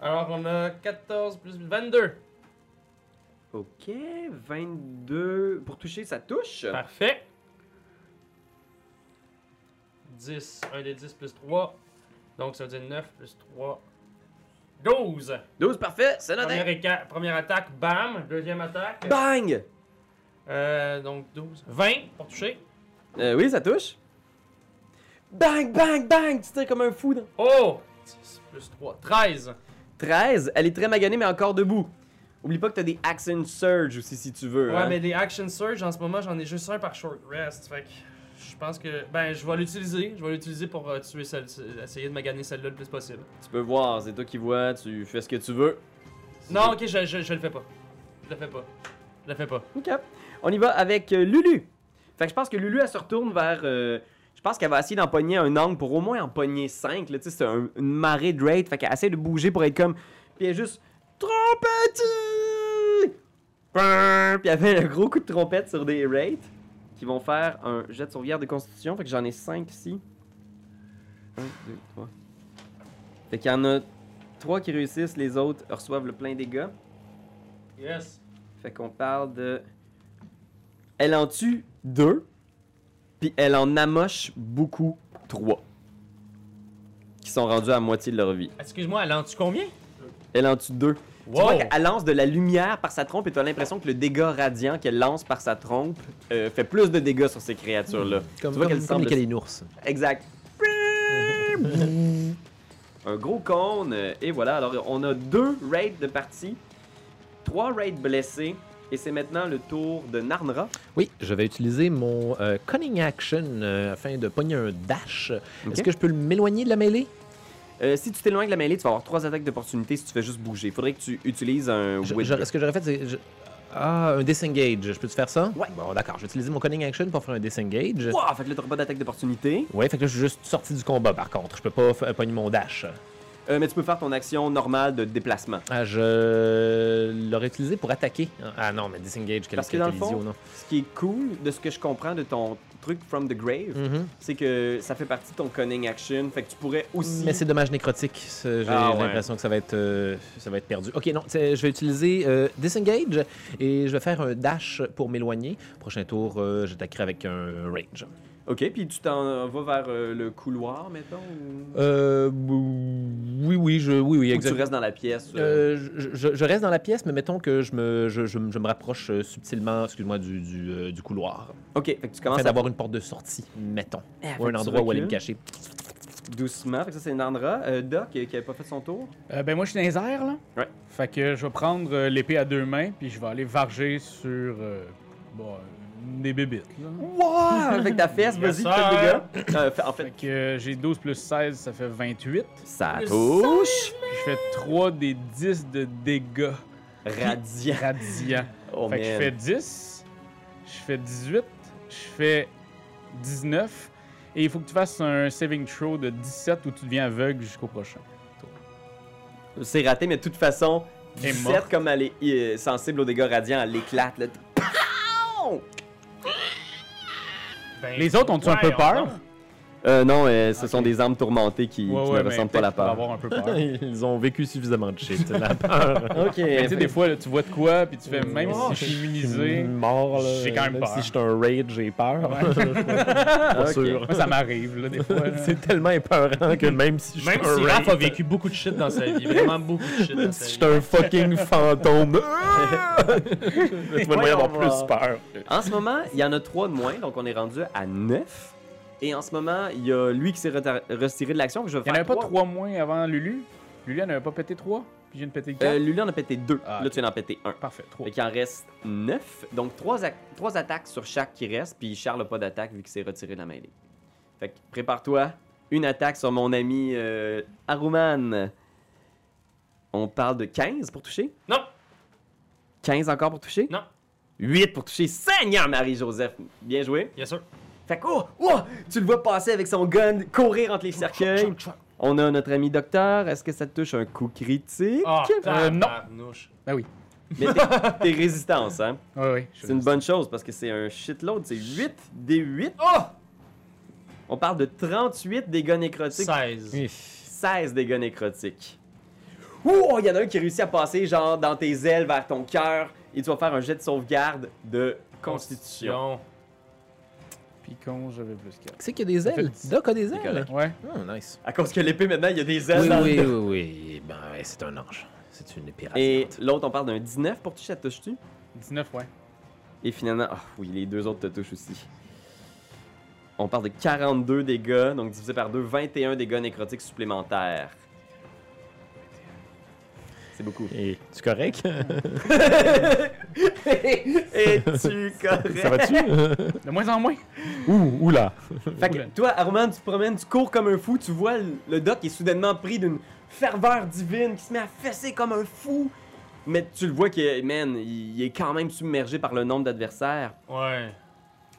Speaker 2: Alors, on a 14 plus 22.
Speaker 1: Ok, 22. Pour toucher, ça touche.
Speaker 2: Parfait. 10, 1 des 10 plus 3. Donc, ça veut dire 9 plus 3. 12!
Speaker 1: 12, parfait, c'est noté.
Speaker 2: Première, éca- première attaque, bam! Deuxième attaque.
Speaker 1: Bang!
Speaker 2: Euh, donc 12. 20 pour toucher.
Speaker 1: Euh, oui, ça touche. Bang, bang, bang! Tu tires comme un fou. dans-
Speaker 2: Oh! 10 plus 3. 13.
Speaker 1: 13, elle est très maganée, mais encore debout. Oublie pas que t'as des Action Surge aussi, si tu veux.
Speaker 2: Ouais,
Speaker 1: hein.
Speaker 2: mais des action surge en ce moment, j'en ai juste un par short rest. Fait que je pense que. Ben, je vais l'utiliser. Je vais l'utiliser pour euh, tuer celle essayer de maganer celle-là le plus possible.
Speaker 1: Tu peux voir, c'est toi qui vois, tu fais ce que tu veux.
Speaker 2: Non, ok, je, je, je le fais pas. Je le fais pas. Je le fais pas.
Speaker 1: Ok. On y va avec euh, Lulu. Fait que je pense que Lulu, elle se retourne vers. euh, je pense qu'elle va essayer d'empoigner un angle pour au moins empoigner 5. Là, tu sais, c'est un- une marée de rate. Fait qu'elle essaie de bouger pour être comme. Puis elle est juste. Trompette! Puis elle fait un gros coup de trompette sur des rates qui vont faire un jet de sauvegarde de constitution. Fait que j'en ai 5 ici. 1, 2, 3. Fait qu'il y en a 3 qui réussissent, les autres reçoivent le plein dégâts.
Speaker 2: Yes.
Speaker 1: Fait qu'on parle de. Elle en tue deux, puis elle en amoche beaucoup trois. Qui sont rendus à moitié de leur vie.
Speaker 2: Excuse-moi, elle en tue combien?
Speaker 1: Elle en tue deux. Tu
Speaker 2: Wow!
Speaker 1: vois qu'elle lance de la lumière par sa trompe et t'as l'impression que le dégât radiant qu'elle lance par sa trompe euh, fait plus de dégâts sur ces créatures-là.
Speaker 5: Comme,
Speaker 1: tu vois
Speaker 5: comme,
Speaker 1: qu'elle
Speaker 5: comme
Speaker 1: semble-
Speaker 5: les calinours.
Speaker 1: Exact. Un gros cône. euh, Et voilà, alors on a deux raids de partie, trois raids blessés, et c'est maintenant le tour de Narnra.
Speaker 5: Oui, je vais utiliser mon euh, cunning action euh, afin de pogner un dash. Est-ce que je peux m'éloigner de la mêlée?
Speaker 1: Euh, si tu t'éloignes de la mêlée, tu vas avoir trois attaques d'opportunité si tu fais juste bouger. Faudrait que tu utilises un
Speaker 5: Je-
Speaker 1: whip.
Speaker 5: je- ce que j'aurais fait, c'est... je- Ah, un disengage. Je peux-tu faire ça?
Speaker 1: Ouais.
Speaker 5: Bon, d'accord. Je vais utiliser mon cunning action pour faire un disengage.
Speaker 1: Wouah! fait que là, t'auras pas d'attaque d'opportunité.
Speaker 5: Ouais, fait que là, je suis juste sorti du combat, par contre. Je peux pas f- pogner mon dash.
Speaker 1: Euh, mais tu peux faire ton action normale de déplacement.
Speaker 5: Ah, je l'aurais utilisé pour attaquer. Ah non, mais disengage, quel
Speaker 1: Parce que dans le
Speaker 5: quel idiot,
Speaker 1: fond-
Speaker 5: non?
Speaker 1: Ce qui est cool, de ce que je comprends de ton
Speaker 6: truc From the Grave,
Speaker 5: Mhm.
Speaker 6: c'est que ça fait partie de ton cunning action. Fait que tu pourrais aussi.
Speaker 5: Mais c'est dommage nécrotique. ça, J'ai
Speaker 6: Ah, ouais.
Speaker 5: l'impression que ça va, être, euh, ça va être perdu. Ok, non, c'est- je vais utiliser euh, Disengage et je vais faire un dash pour m'éloigner. Prochain tour, euh, j'attaquerai avec un range.
Speaker 6: Ok, puis tu t'en vas vers euh, le couloir, mettons. Ou,
Speaker 5: Euh, oui, oui, je, oui, oui,
Speaker 6: ou tu
Speaker 5: exactement.
Speaker 6: restes dans la pièce. euh,
Speaker 5: Euh, je, je- je reste dans la pièce, mais mettons que je me, je, je me- je me rapproche euh, subtilement, excuse-moi, du, du, euh, du couloir.
Speaker 6: Ok, fait que tu
Speaker 5: Afin
Speaker 6: commences à
Speaker 5: d'avoir une porte de sortie, mettons.
Speaker 6: Eh, fait
Speaker 5: Ou un
Speaker 6: que tu
Speaker 5: endroit où aller me
Speaker 6: recules
Speaker 5: cacher.
Speaker 6: doucement. Fait que ça, c'est Nandra. Euh, Doc, euh, qui n'avait pas fait son tour.
Speaker 3: Euh, ben moi, je suis dans les airs, là.
Speaker 6: Ouais.
Speaker 3: Fait que je vais prendre euh, l'épée à deux mains, puis je vais aller varger sur euh, bon, euh, des bébites. là.
Speaker 6: Wow! <laughs> Avec ta fesse,
Speaker 2: Yes,
Speaker 6: vas-y,
Speaker 2: sir.
Speaker 6: fais des dégâts. Euh, fait- en
Speaker 3: Fait
Speaker 6: fait,
Speaker 3: que euh, j'ai 12 plus 16, ça fait 28.
Speaker 6: ça touche.
Speaker 3: Puis je fais 3 des 10 de dégâts
Speaker 6: Radiant.
Speaker 3: radiants.
Speaker 6: Oh,
Speaker 3: fait que je
Speaker 6: man.
Speaker 3: fais 10, je fais 18, je fais 19. Et il faut que tu fasses un saving throw de 17 ou tu deviens aveugle jusqu'au prochain.
Speaker 6: C'est raté, mais de toute façon,
Speaker 3: Et
Speaker 6: 17,
Speaker 3: mort.
Speaker 6: comme elle est euh, sensible aux dégâts radiants, elle éclate. Là.
Speaker 2: Ben,
Speaker 3: Les autres ont-tu un peu
Speaker 2: voyons
Speaker 3: peur?
Speaker 2: donc.
Speaker 6: Euh, non, euh, ce
Speaker 3: Ok.
Speaker 6: sont des armes tourmentées qui, qui ne
Speaker 3: mais
Speaker 6: ressemblent pas à la
Speaker 3: peut-être
Speaker 6: peur.
Speaker 3: avoir un peu
Speaker 6: <laughs>
Speaker 3: peur.
Speaker 5: Ils ont vécu suffisamment de shit. là.
Speaker 6: Ok.
Speaker 3: Mais tu sais, des fois, là, tu vois de quoi, puis tu fais même si je suis immunisé.
Speaker 5: Mm, mort,
Speaker 3: là, J'ai quand même même peur. si je
Speaker 5: suis un rage, j'ai peur.
Speaker 6: Ok.
Speaker 5: sûr.
Speaker 3: Moi, ça m'arrive, là, des fois.
Speaker 6: <laughs>
Speaker 3: là.
Speaker 5: tellement épeurant que même si
Speaker 2: Même si Raph a vécu beaucoup de shit dans sa vie, vraiment beaucoup de shit dans sa vie.
Speaker 5: un fucking <laughs> fantôme. tu vas
Speaker 6: Voyons avoir plus voir.
Speaker 5: peur.
Speaker 6: En ce moment, il y en a trois de moins, donc on est rendu à 9. Et en ce moment, il y a lui qui s'est reta- retiré de l'action. que Je vais
Speaker 3: Il n'y en
Speaker 6: faire
Speaker 3: avait pas trois
Speaker 6: trois.
Speaker 3: moins avant Lulu. Lulu, elle n'avait pas pété trois, puis j'ai une pété
Speaker 6: Euh,
Speaker 3: quatre.
Speaker 6: Lulu en a pété deux.
Speaker 3: Ah,
Speaker 6: Là,
Speaker 3: ok.
Speaker 6: tu en as pété un.
Speaker 3: Parfait, trois.
Speaker 6: Euh, Fait qu'il en reste 9. Donc, 3, attaques sur chaque qui reste. Puis Charles n'a pas d'attaque vu qu'il s'est retiré de la mêlée. Fait que prépare-toi. Une attaque sur mon ami euh, Aruman. On parle de 15 pour toucher
Speaker 2: Non.
Speaker 6: 15 encore pour toucher
Speaker 2: Non.
Speaker 6: 8 pour toucher. Seigneur Marie-Joseph. Bien joué.
Speaker 2: Bien sûr.
Speaker 6: Fait que, oh, oh, tu le vois passer avec son gun, courir entre les cercueils. On a notre ami docteur. Est-ce que ça te touche un coup critique?
Speaker 2: Ah,
Speaker 3: Euh, non.
Speaker 2: tabarnouche.
Speaker 6: Mais t'es- t'es résistance, <laughs> hein?
Speaker 3: Oui, oui. je-
Speaker 6: C'est une bonne chose parce que c'est un shitload, c'est 8 des 8.
Speaker 2: Oh!
Speaker 6: On parle de 38 dégâts nécrotiques,
Speaker 2: 16.
Speaker 6: 16 dégâts nécrotiques.
Speaker 1: oh,
Speaker 6: Ouh, il y en a un qui réussit à passer genre dans tes ailes vers ton cœur et tu vas faire un jet de sauvegarde de constitution.
Speaker 2: Constitution.
Speaker 3: Picon, j'avais plus quatre.
Speaker 5: Tu sais qu'il y a des ailes. Doc a des ailes.
Speaker 3: Ouais.
Speaker 5: Oh, nice.
Speaker 6: À cause que l'épée maintenant, il y a des ailes
Speaker 5: Oui,
Speaker 6: dans
Speaker 5: oui,
Speaker 6: le-
Speaker 5: oui, oui. Ben, ouais, c'est un ange. C'est une pirate.
Speaker 6: Et l'autre, on parle d'un 19 pour toucher, ça te touche-tu
Speaker 3: 19, ouais.
Speaker 6: Et finalement, ah oui, les deux autres te touchent aussi. On parle de 42 dégâts, donc divisé par 2, 21 dégâts nécrotiques supplémentaires. C'est beaucoup.
Speaker 5: Et tu correct?
Speaker 6: <laughs> Es-tu
Speaker 5: <laughs>
Speaker 6: correct?
Speaker 5: ça <laughs> va-tu?
Speaker 3: De moins en moins.
Speaker 5: Ouh, oula.
Speaker 6: Fait que toi, Armand, tu te promènes, tu cours comme un fou, tu vois le- le doc qui est soudainement pris d'une ferveur divine, qui se met à fesser comme un fou. Mais tu le vois que, man, il il est quand même submergé par le nombre d'adversaires.
Speaker 2: Ouais.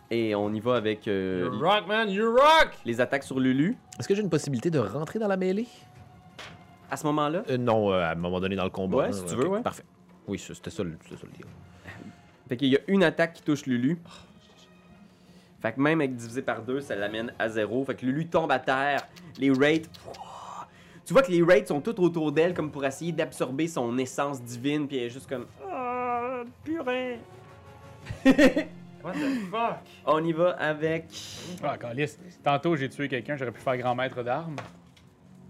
Speaker 6: Et on y va avec euh,
Speaker 2: You rock, man, you rock!
Speaker 6: les attaques sur Lulu.
Speaker 5: Est-ce que j'ai une possibilité de rentrer dans la mêlée?
Speaker 6: À ce moment-là,
Speaker 5: Euh, non, euh, à un moment donné dans le combat.
Speaker 6: Ouais,
Speaker 5: hein,
Speaker 6: si tu
Speaker 5: ok,
Speaker 6: veux, ouais.
Speaker 5: Parfait. Oui, ça, c'était ça, le- c'était ça le deal.
Speaker 6: Fait qu'il y a une attaque qui touche Lulu. Fait que même avec divisé par deux, ça l'amène à zéro. Fait que Lulu tombe à terre. Les raids. Tu vois que les raids sont tout autour d'elle, comme pour essayer d'absorber son essence divine. Puis elle est juste comme. Ah, purée.
Speaker 2: What the fuck?
Speaker 6: On y va avec.
Speaker 3: Ah, calice. Tantôt, j'ai tué quelqu'un, j'aurais pu faire grand maître d'armes.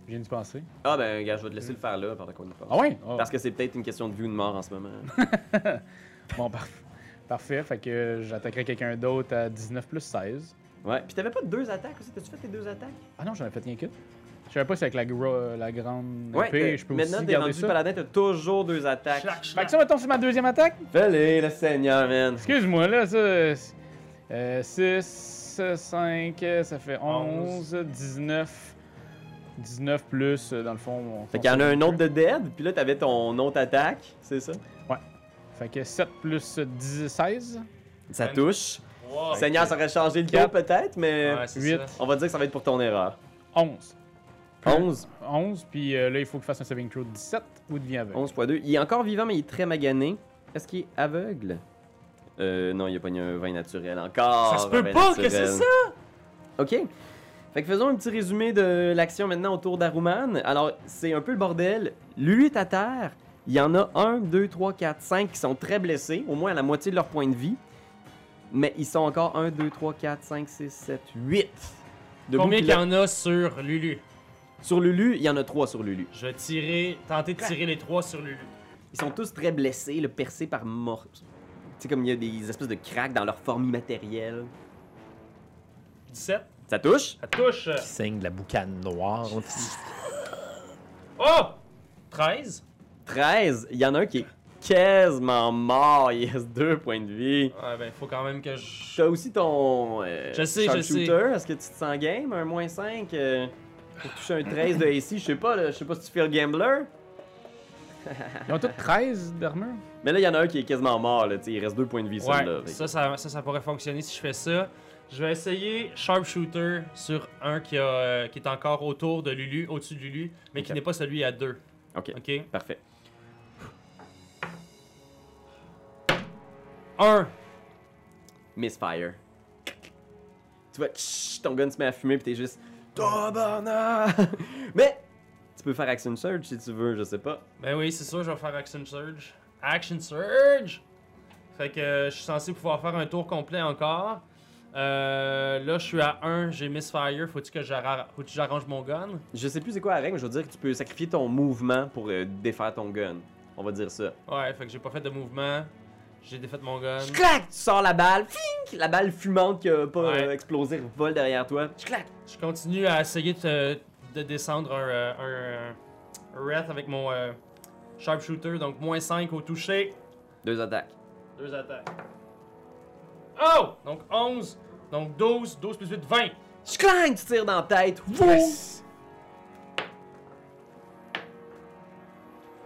Speaker 3: J'ai une pensée.
Speaker 6: Ah, ben, gars, je vais te laisser le faire là pendant qu'on y passe.
Speaker 3: Ah ouais? Ah.
Speaker 6: Parce que c'est peut-être une question de vie ou de mort en
Speaker 3: <laughs>
Speaker 6: ce moment.
Speaker 3: Bon, par- parfait. Fait que euh, j'attaquerai quelqu'un d'autre à 19 plus 16.
Speaker 6: Ouais. Puis t'avais pas deux attaques aussi T'as-tu fait tes deux attaques
Speaker 3: Ah non, j'en ai fait rien qu'une. Je savais pas si avec la, gro- la grande
Speaker 6: Ouais.
Speaker 3: épée,
Speaker 6: t'as-
Speaker 3: Ben, je peux
Speaker 6: Maintenant,
Speaker 3: aussi
Speaker 6: t'es
Speaker 3: garder
Speaker 6: rendu
Speaker 3: ça.
Speaker 6: paladin, t'as toujours deux attaques.
Speaker 3: Fait que ça, mettons, c'est ma deuxième attaque.
Speaker 6: Fais-les, le Seigneur, man.
Speaker 3: Excuse-moi, là, euh, ça. 6, 5, euh, ça fait 11, 19. 19 plus, euh, dans le fond. on-
Speaker 6: Fait qu'il y en a un autre de dead, puis là t'avais ton autre attaque, c'est ça?
Speaker 3: Fait que 7 plus 10, 16.
Speaker 6: Ça
Speaker 2: Ben-
Speaker 6: touche.
Speaker 2: Wow.
Speaker 6: Seigneur, ça aurait changé le
Speaker 3: Quatre.
Speaker 6: tour peut-être, mais
Speaker 2: Ouais, c'est
Speaker 3: huit.
Speaker 2: ça.
Speaker 6: on va dire que ça va être pour ton erreur.
Speaker 3: 11. Plus-
Speaker 6: 11,
Speaker 3: 11, puis euh, là, il faut que je fasse un saving throw de 17 ou devient aveugle.
Speaker 6: 11 x 2. Il est encore vivant, mais il est très magané. Est-ce qu'il est aveugle? Euh, non, il a pas eu un vin naturel encore.
Speaker 2: Ça se
Speaker 6: un
Speaker 2: peut
Speaker 6: vin
Speaker 2: pas que c'est
Speaker 6: naturel.
Speaker 2: ça!
Speaker 6: OK. Fait que faisons un petit résumé de l'action maintenant autour d'Aruman. Alors, c'est un peu le bordel. Lui est à terre. Il y en a un, deux, trois, quatre, cinq qui sont très blessés, au moins à la moitié de leur point de vie. Mais ils sont encore 1, 2, 3, 4, 5, 6, 7, 8.
Speaker 2: Combien qu'il y en a sur Lulu?
Speaker 6: Sur Lulu, il y en a 3 sur Lulu.
Speaker 2: Je vais tirer, tenter de tirer les trois sur Lulu.
Speaker 6: Ils sont tous très blessés, le percés par mort. Tu sais, comme il y a des espèces de cracks dans leur forme immatérielle.
Speaker 2: 17,
Speaker 6: Ça touche?
Speaker 2: ça touche.
Speaker 5: Qui saigne de la boucane noire.
Speaker 2: Oh! 13.
Speaker 6: 13. Il y en a un qui est quasiment mort. Il reste 2 points de vie.
Speaker 2: Ouais, ben, faut quand même que je.
Speaker 6: T'as aussi ton euh,
Speaker 2: Je sais, je
Speaker 6: sharpshooter. Est-ce que tu te sens game? Un moins 5 pour toucher un 13 de AC. Je sais pas, là, je sais pas si tu fais le gambler.
Speaker 3: Ils ont tous 13 d'armure.
Speaker 6: Mais là, il y en a un qui est quasiment mort. Là, tu sais, il reste 2 points de vie, celui-là.
Speaker 2: Ouais,
Speaker 6: Fait que-
Speaker 2: ça ça, ça, ça pourrait fonctionner si je fais ça. Je vais essayer Sharpshooter sur un qui, a, euh, qui est encore autour de Lulu, au-dessus de Lulu, mais qui
Speaker 6: Ok.
Speaker 2: n'est pas celui à deux.
Speaker 6: Ok.
Speaker 2: Ok.
Speaker 6: Parfait.
Speaker 2: 1.
Speaker 6: Misfire. Tu vois, tch, ton gun se met à fumer, puis t'es juste. Tabarnak! <laughs> Mais tu peux faire Action Surge si tu veux, je sais pas.
Speaker 2: Ben oui, c'est sûr, je vais faire Action Surge. Action Surge! Fait que euh, je suis censé pouvoir faire un tour complet encore. Euh, là, je suis à 1, j'ai Misfire. Faut-tu que j'arra- faut-tu que j'arrange mon gun?
Speaker 6: Je sais plus c'est quoi la règle, mais je veux dire que tu peux sacrifier ton mouvement pour euh, défaire ton gun. On va dire ça.
Speaker 2: Ouais, fait que j'ai pas fait de mouvement. J'ai défait mon gun.
Speaker 6: Clac! Tu sors la balle, fink! La balle fumante qui a pas
Speaker 2: Ouais.
Speaker 6: euh, explosé vole derrière toi. Clac!
Speaker 2: Je continue à essayer de, de descendre un, euh, un, un Wrath avec mon euh, Sharpshooter. Donc, moins 5 au toucher.
Speaker 6: Deux attaques.
Speaker 2: Deux attaques. Oh! Donc 11. Donc 12. 12 plus 8, 20.
Speaker 6: Clac! Tu tires dans la tête. Wouh!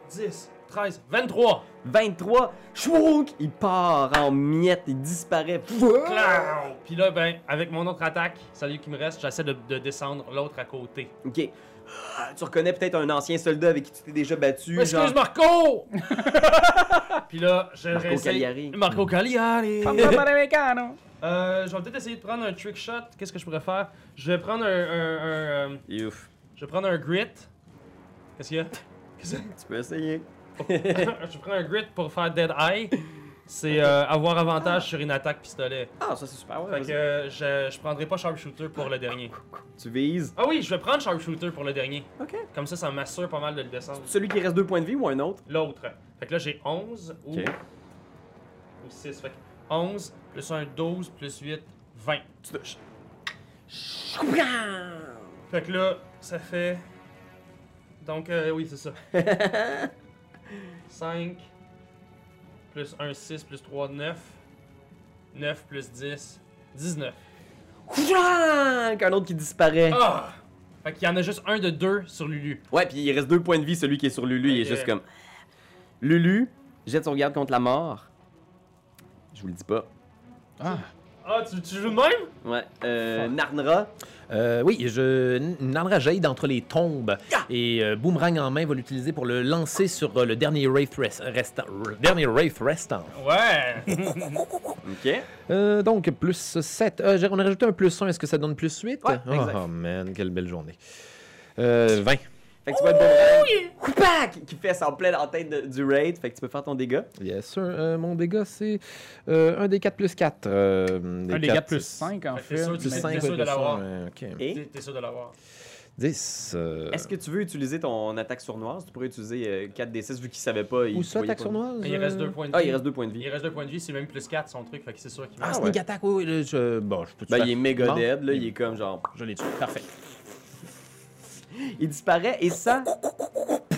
Speaker 2: 10, 13, 23.
Speaker 6: 23. Chououk! Il part en miettes, il disparaît. Wouh!
Speaker 2: Clown! Puis là, ben, avec mon autre attaque, celui qui me reste, j'essaie de, de descendre l'autre à côté.
Speaker 6: Ok. Ah, Tu reconnais peut-être un ancien soldat avec qui tu t'es déjà battu.
Speaker 2: Excuse
Speaker 6: genre- <laughs>
Speaker 2: Marco! Puis là, je
Speaker 6: Marco
Speaker 2: réessaye-
Speaker 6: Cagliari.
Speaker 2: Marco
Speaker 6: <laughs>
Speaker 2: Cagliari!
Speaker 3: Pampa-pampa-de-mecano.
Speaker 2: Euh, je vais peut-être essayer de prendre un trick shot. Qu'est-ce que je pourrais faire? Je vais prendre un. un- un, euh,
Speaker 6: Youf.
Speaker 2: je vais prendre un grit. Qu'est-ce
Speaker 6: <laughs>
Speaker 2: qu'il y a? Qu'est-ce que-
Speaker 6: Tu peux essayer.
Speaker 2: je prends un grit pour faire Dead Eye. C'est euh, avoir avantage sur une attaque pistolet.
Speaker 6: Ah, ça c'est super. Ouais,
Speaker 2: Fait que euh, je, je prendrai pas Sharpshooter pour le dernier.
Speaker 6: vas-y. Tu vises.
Speaker 2: Ah oui, je vais prendre Sharpshooter pour le dernier.
Speaker 6: Ok.
Speaker 2: Comme ça, ça m'assure pas mal de le descendre.
Speaker 6: Celui qui reste deux points de vie ou un autre.
Speaker 2: L'autre. Fait que là, j'ai 11 ou,
Speaker 6: Ok.
Speaker 2: ou 6. Fait que 11 plus 1, 12 plus 8, 20.
Speaker 6: Tu touches.
Speaker 2: Fait que là, ça fait. Donc, euh, oui, c'est ça.
Speaker 6: <laughs>
Speaker 2: 5 plus 1, 6 plus 3, 9. 9 plus 10, 19.
Speaker 6: Chououk! Un autre qui disparaît.
Speaker 2: Ah! Fait qu'il y en a juste un de deux sur Lulu.
Speaker 6: Ouais, puis il reste deux points de vie, celui qui est sur Lulu, il est
Speaker 2: Ok.
Speaker 6: juste comme. Lulu jette son regard contre la mort. Je vous le dis pas.
Speaker 2: Ah, tu, tu joues de même?
Speaker 6: Ouais. Euh, Narnra.
Speaker 5: Euh, oui, je Nandra jaillit d'entre les tombes
Speaker 6: Ah!
Speaker 5: et euh, Boomerang en main va l'utiliser pour le lancer sur euh, le dernier Wraith rest- restant. r- Dernier Wraith hein. restant.
Speaker 6: <laughs>
Speaker 2: Ouais!
Speaker 6: Ok.
Speaker 5: Euh, donc, plus 7. Euh, j'ai- on a rajouté un plus 1. Est-ce que ça donne plus 8?
Speaker 6: Ouais,
Speaker 5: oh,
Speaker 6: exact.
Speaker 5: oh, man, quelle belle journée. Euh, 20.
Speaker 6: Fait que tu vois le boomerang. Coupac! Qui fait en plein dans la tête de- du raid. Fait que tu peux faire ton dégât.
Speaker 5: Yes, sir. Euh, mon dégât, c'est euh, 1 des 4 plus 4. Euh,
Speaker 3: Un des 4 plus 5 en
Speaker 2: Fait que
Speaker 3: fait.
Speaker 2: c'est sûr que
Speaker 5: Plus
Speaker 2: Mais
Speaker 5: 5,
Speaker 2: t'es sûr de l'avoir.
Speaker 5: ok.
Speaker 6: Et
Speaker 2: T'es t'es sûr de l'avoir.
Speaker 5: 10. euh,
Speaker 6: est-ce que tu veux utiliser ton attaque sournoise Tu pourrais utiliser euh, 4d6 vu qu'il savait pas. il
Speaker 5: Où ça,
Speaker 6: voyait
Speaker 5: attaque
Speaker 6: pas.
Speaker 5: sournoise?
Speaker 2: Il reste deux
Speaker 5: euh?
Speaker 2: points de vie.
Speaker 6: Ah, il reste deux points de vie.
Speaker 2: Il reste deux points de vie, c'est même plus 4 son truc, fait que c'est sûr qu'il va.
Speaker 5: Ah,
Speaker 6: Ah,
Speaker 5: sneak
Speaker 6: ouais.
Speaker 5: attack, oui, oui. là, je... Bon, je peux
Speaker 6: Ben, il est méga
Speaker 5: Bon.
Speaker 6: dead, là. Il est comme genre.
Speaker 5: Je l'ai tué. Parfait.
Speaker 6: Il disparaît et ça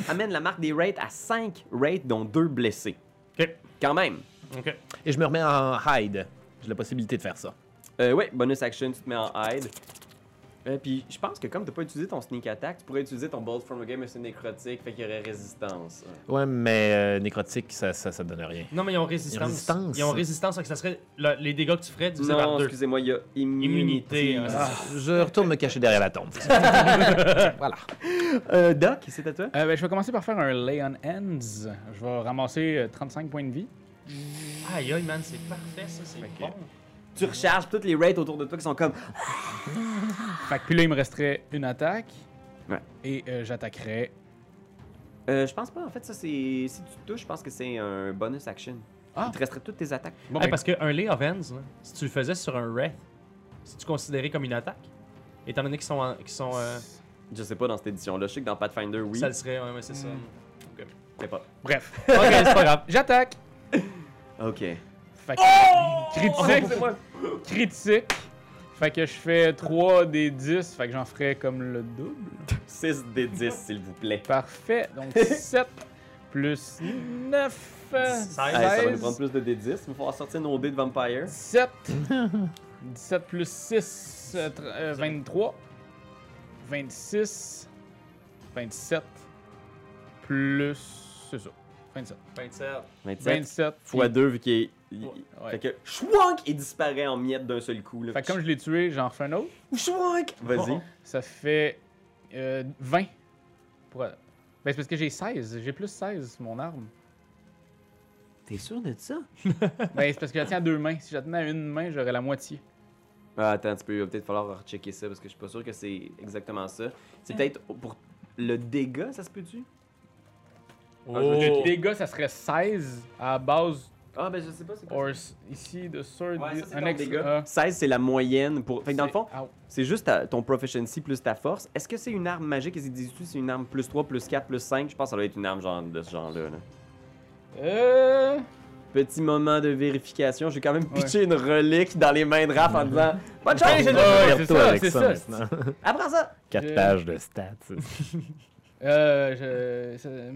Speaker 6: amène la marque des raids à 5 raids, dont 2 blessés.
Speaker 2: Ok.
Speaker 6: Quand même.
Speaker 2: Ok.
Speaker 5: Et je me remets en hide. J'ai la possibilité de faire ça.
Speaker 6: Euh, ouais, bonus action, tu te mets en hide. Euh, puis je pense que comme t'as pas utilisé ton sneak attack, tu pourrais utiliser ton bolt from a game, mais c'est nécrotique, fait qu'il y aurait résistance. Ouais.
Speaker 5: Ouais, mais euh, nécrotique, ça, ça, ça donne rien.
Speaker 2: Non, mais ils ont résistance.
Speaker 5: Résistance.
Speaker 2: Ils ont résistance, fait que ça serait le- les dégâts que tu ferais divisé par
Speaker 6: Non,
Speaker 2: deux.
Speaker 6: excusez-moi, il y a immunité.
Speaker 2: Immunité. hein, c'est ça.
Speaker 5: Je retourne me cacher derrière la <laughs> tombe. voilà.
Speaker 6: Euh, Doc, c'est à toi?
Speaker 3: Euh, ben, je vais commencer par faire un lay on ends. Je vais ramasser euh, 35 points de vie.
Speaker 2: Aïe, aïe, man, c'est parfait, ça, c'est
Speaker 1: Ok.
Speaker 2: bon.
Speaker 1: Tu recharges toutes les rates autour de toi qui sont comme.
Speaker 3: Fait que puis là, il me resterait une attaque.
Speaker 1: Ouais.
Speaker 3: Et euh, j'attaquerais.
Speaker 1: Euh, je pense pas, en fait, ça c'est. Si tu touches, je pense que c'est un bonus action.
Speaker 3: Ah.
Speaker 1: Il te resterait toutes tes attaques.
Speaker 3: Bon,
Speaker 2: Hey,
Speaker 3: ben,
Speaker 2: parce qu'un Lay of Hands, là, si tu le faisais sur un Wraith, si tu considéré comme une attaque, étant donné qu'ils sont. en- qu'ils sont euh,
Speaker 1: Je sais pas dans cette édition-là. Je sais que dans Pathfinder, oui.
Speaker 2: Ça le serait, ouais, ouais, c'est ça.
Speaker 3: Mm.
Speaker 1: Mais pas.
Speaker 3: bref.
Speaker 2: <laughs> Ok, c'est pas grave.
Speaker 3: J'attaque.
Speaker 1: Ok.
Speaker 3: Fait que
Speaker 2: Oh!
Speaker 3: critique, critique. Fait que je fais 3 des 10, fait que j'en ferais comme le double.
Speaker 1: 6 des 10, s'il vous plaît.
Speaker 3: Parfait.
Speaker 1: <laughs>
Speaker 3: Donc 7 plus 9.
Speaker 2: Hey,
Speaker 1: Hey, ça va nous
Speaker 3: 16.
Speaker 1: prendre plus de D10. Il va falloir sortir nos dés de Vampire.
Speaker 3: 17. 17 plus 6, euh, tr- euh, 23. 26. 27. Plus. C'est ça. 27.
Speaker 2: 27.
Speaker 1: 27.
Speaker 3: 27.
Speaker 1: Fois 2, vu qu'il est. il-
Speaker 3: Ouais.
Speaker 1: Fait que. Schwank! Il disparaît en miettes d'un seul coup. Là.
Speaker 3: Fait que comme je l'ai tué, j'en refais un autre.
Speaker 1: Schwank! Vas-y.
Speaker 3: Ça fait euh, 20. Pour... Ben, c'est parce que j'ai 16. J'ai plus 16 sur mon arme.
Speaker 1: T'es sûr de ça?
Speaker 3: <laughs> Ben, c'est parce que je la tiens à deux mains. Si je la tenais à une main, j'aurais la moitié.
Speaker 1: Ah, attends, tu peux il va peut-être falloir rechecker ça parce que je suis pas sûr que c'est exactement ça.
Speaker 3: Hmm.
Speaker 1: C'est peut-être pour le dégât, ça se peut-tu?
Speaker 2: Oh.
Speaker 3: Le dégât, ça serait 16 à la base.
Speaker 1: Ah, ben je sais pas, c'est quoi
Speaker 3: Or, ici, de sword.
Speaker 1: ça? Ouais, ça, c'est ton
Speaker 3: extra-
Speaker 1: dégât.
Speaker 3: ah.
Speaker 1: 16, c'est la moyenne pour. Fait que dans le fond,
Speaker 3: Ah,
Speaker 1: c'est juste ta- ton proficiency plus ta force. Est-ce que c'est une arme magique? Est-ce que dis-tu c'est une arme plus 3, plus 4, plus 5? Je pense que ça doit être une arme genre de ce genre-là. là.
Speaker 3: Euh...
Speaker 1: Petit moment de vérification. J'ai quand même pitché une relique dans les mains de Raph en disant Bonne chance!
Speaker 3: Ouais,
Speaker 1: les
Speaker 3: c'est
Speaker 1: gars!
Speaker 3: ça,
Speaker 6: avec
Speaker 3: c'est
Speaker 6: ça,
Speaker 3: ça.
Speaker 6: maintenant.
Speaker 1: Apprends ça!
Speaker 6: Quatre
Speaker 3: Je-
Speaker 6: pages de stats.
Speaker 3: Euh, je... c'est-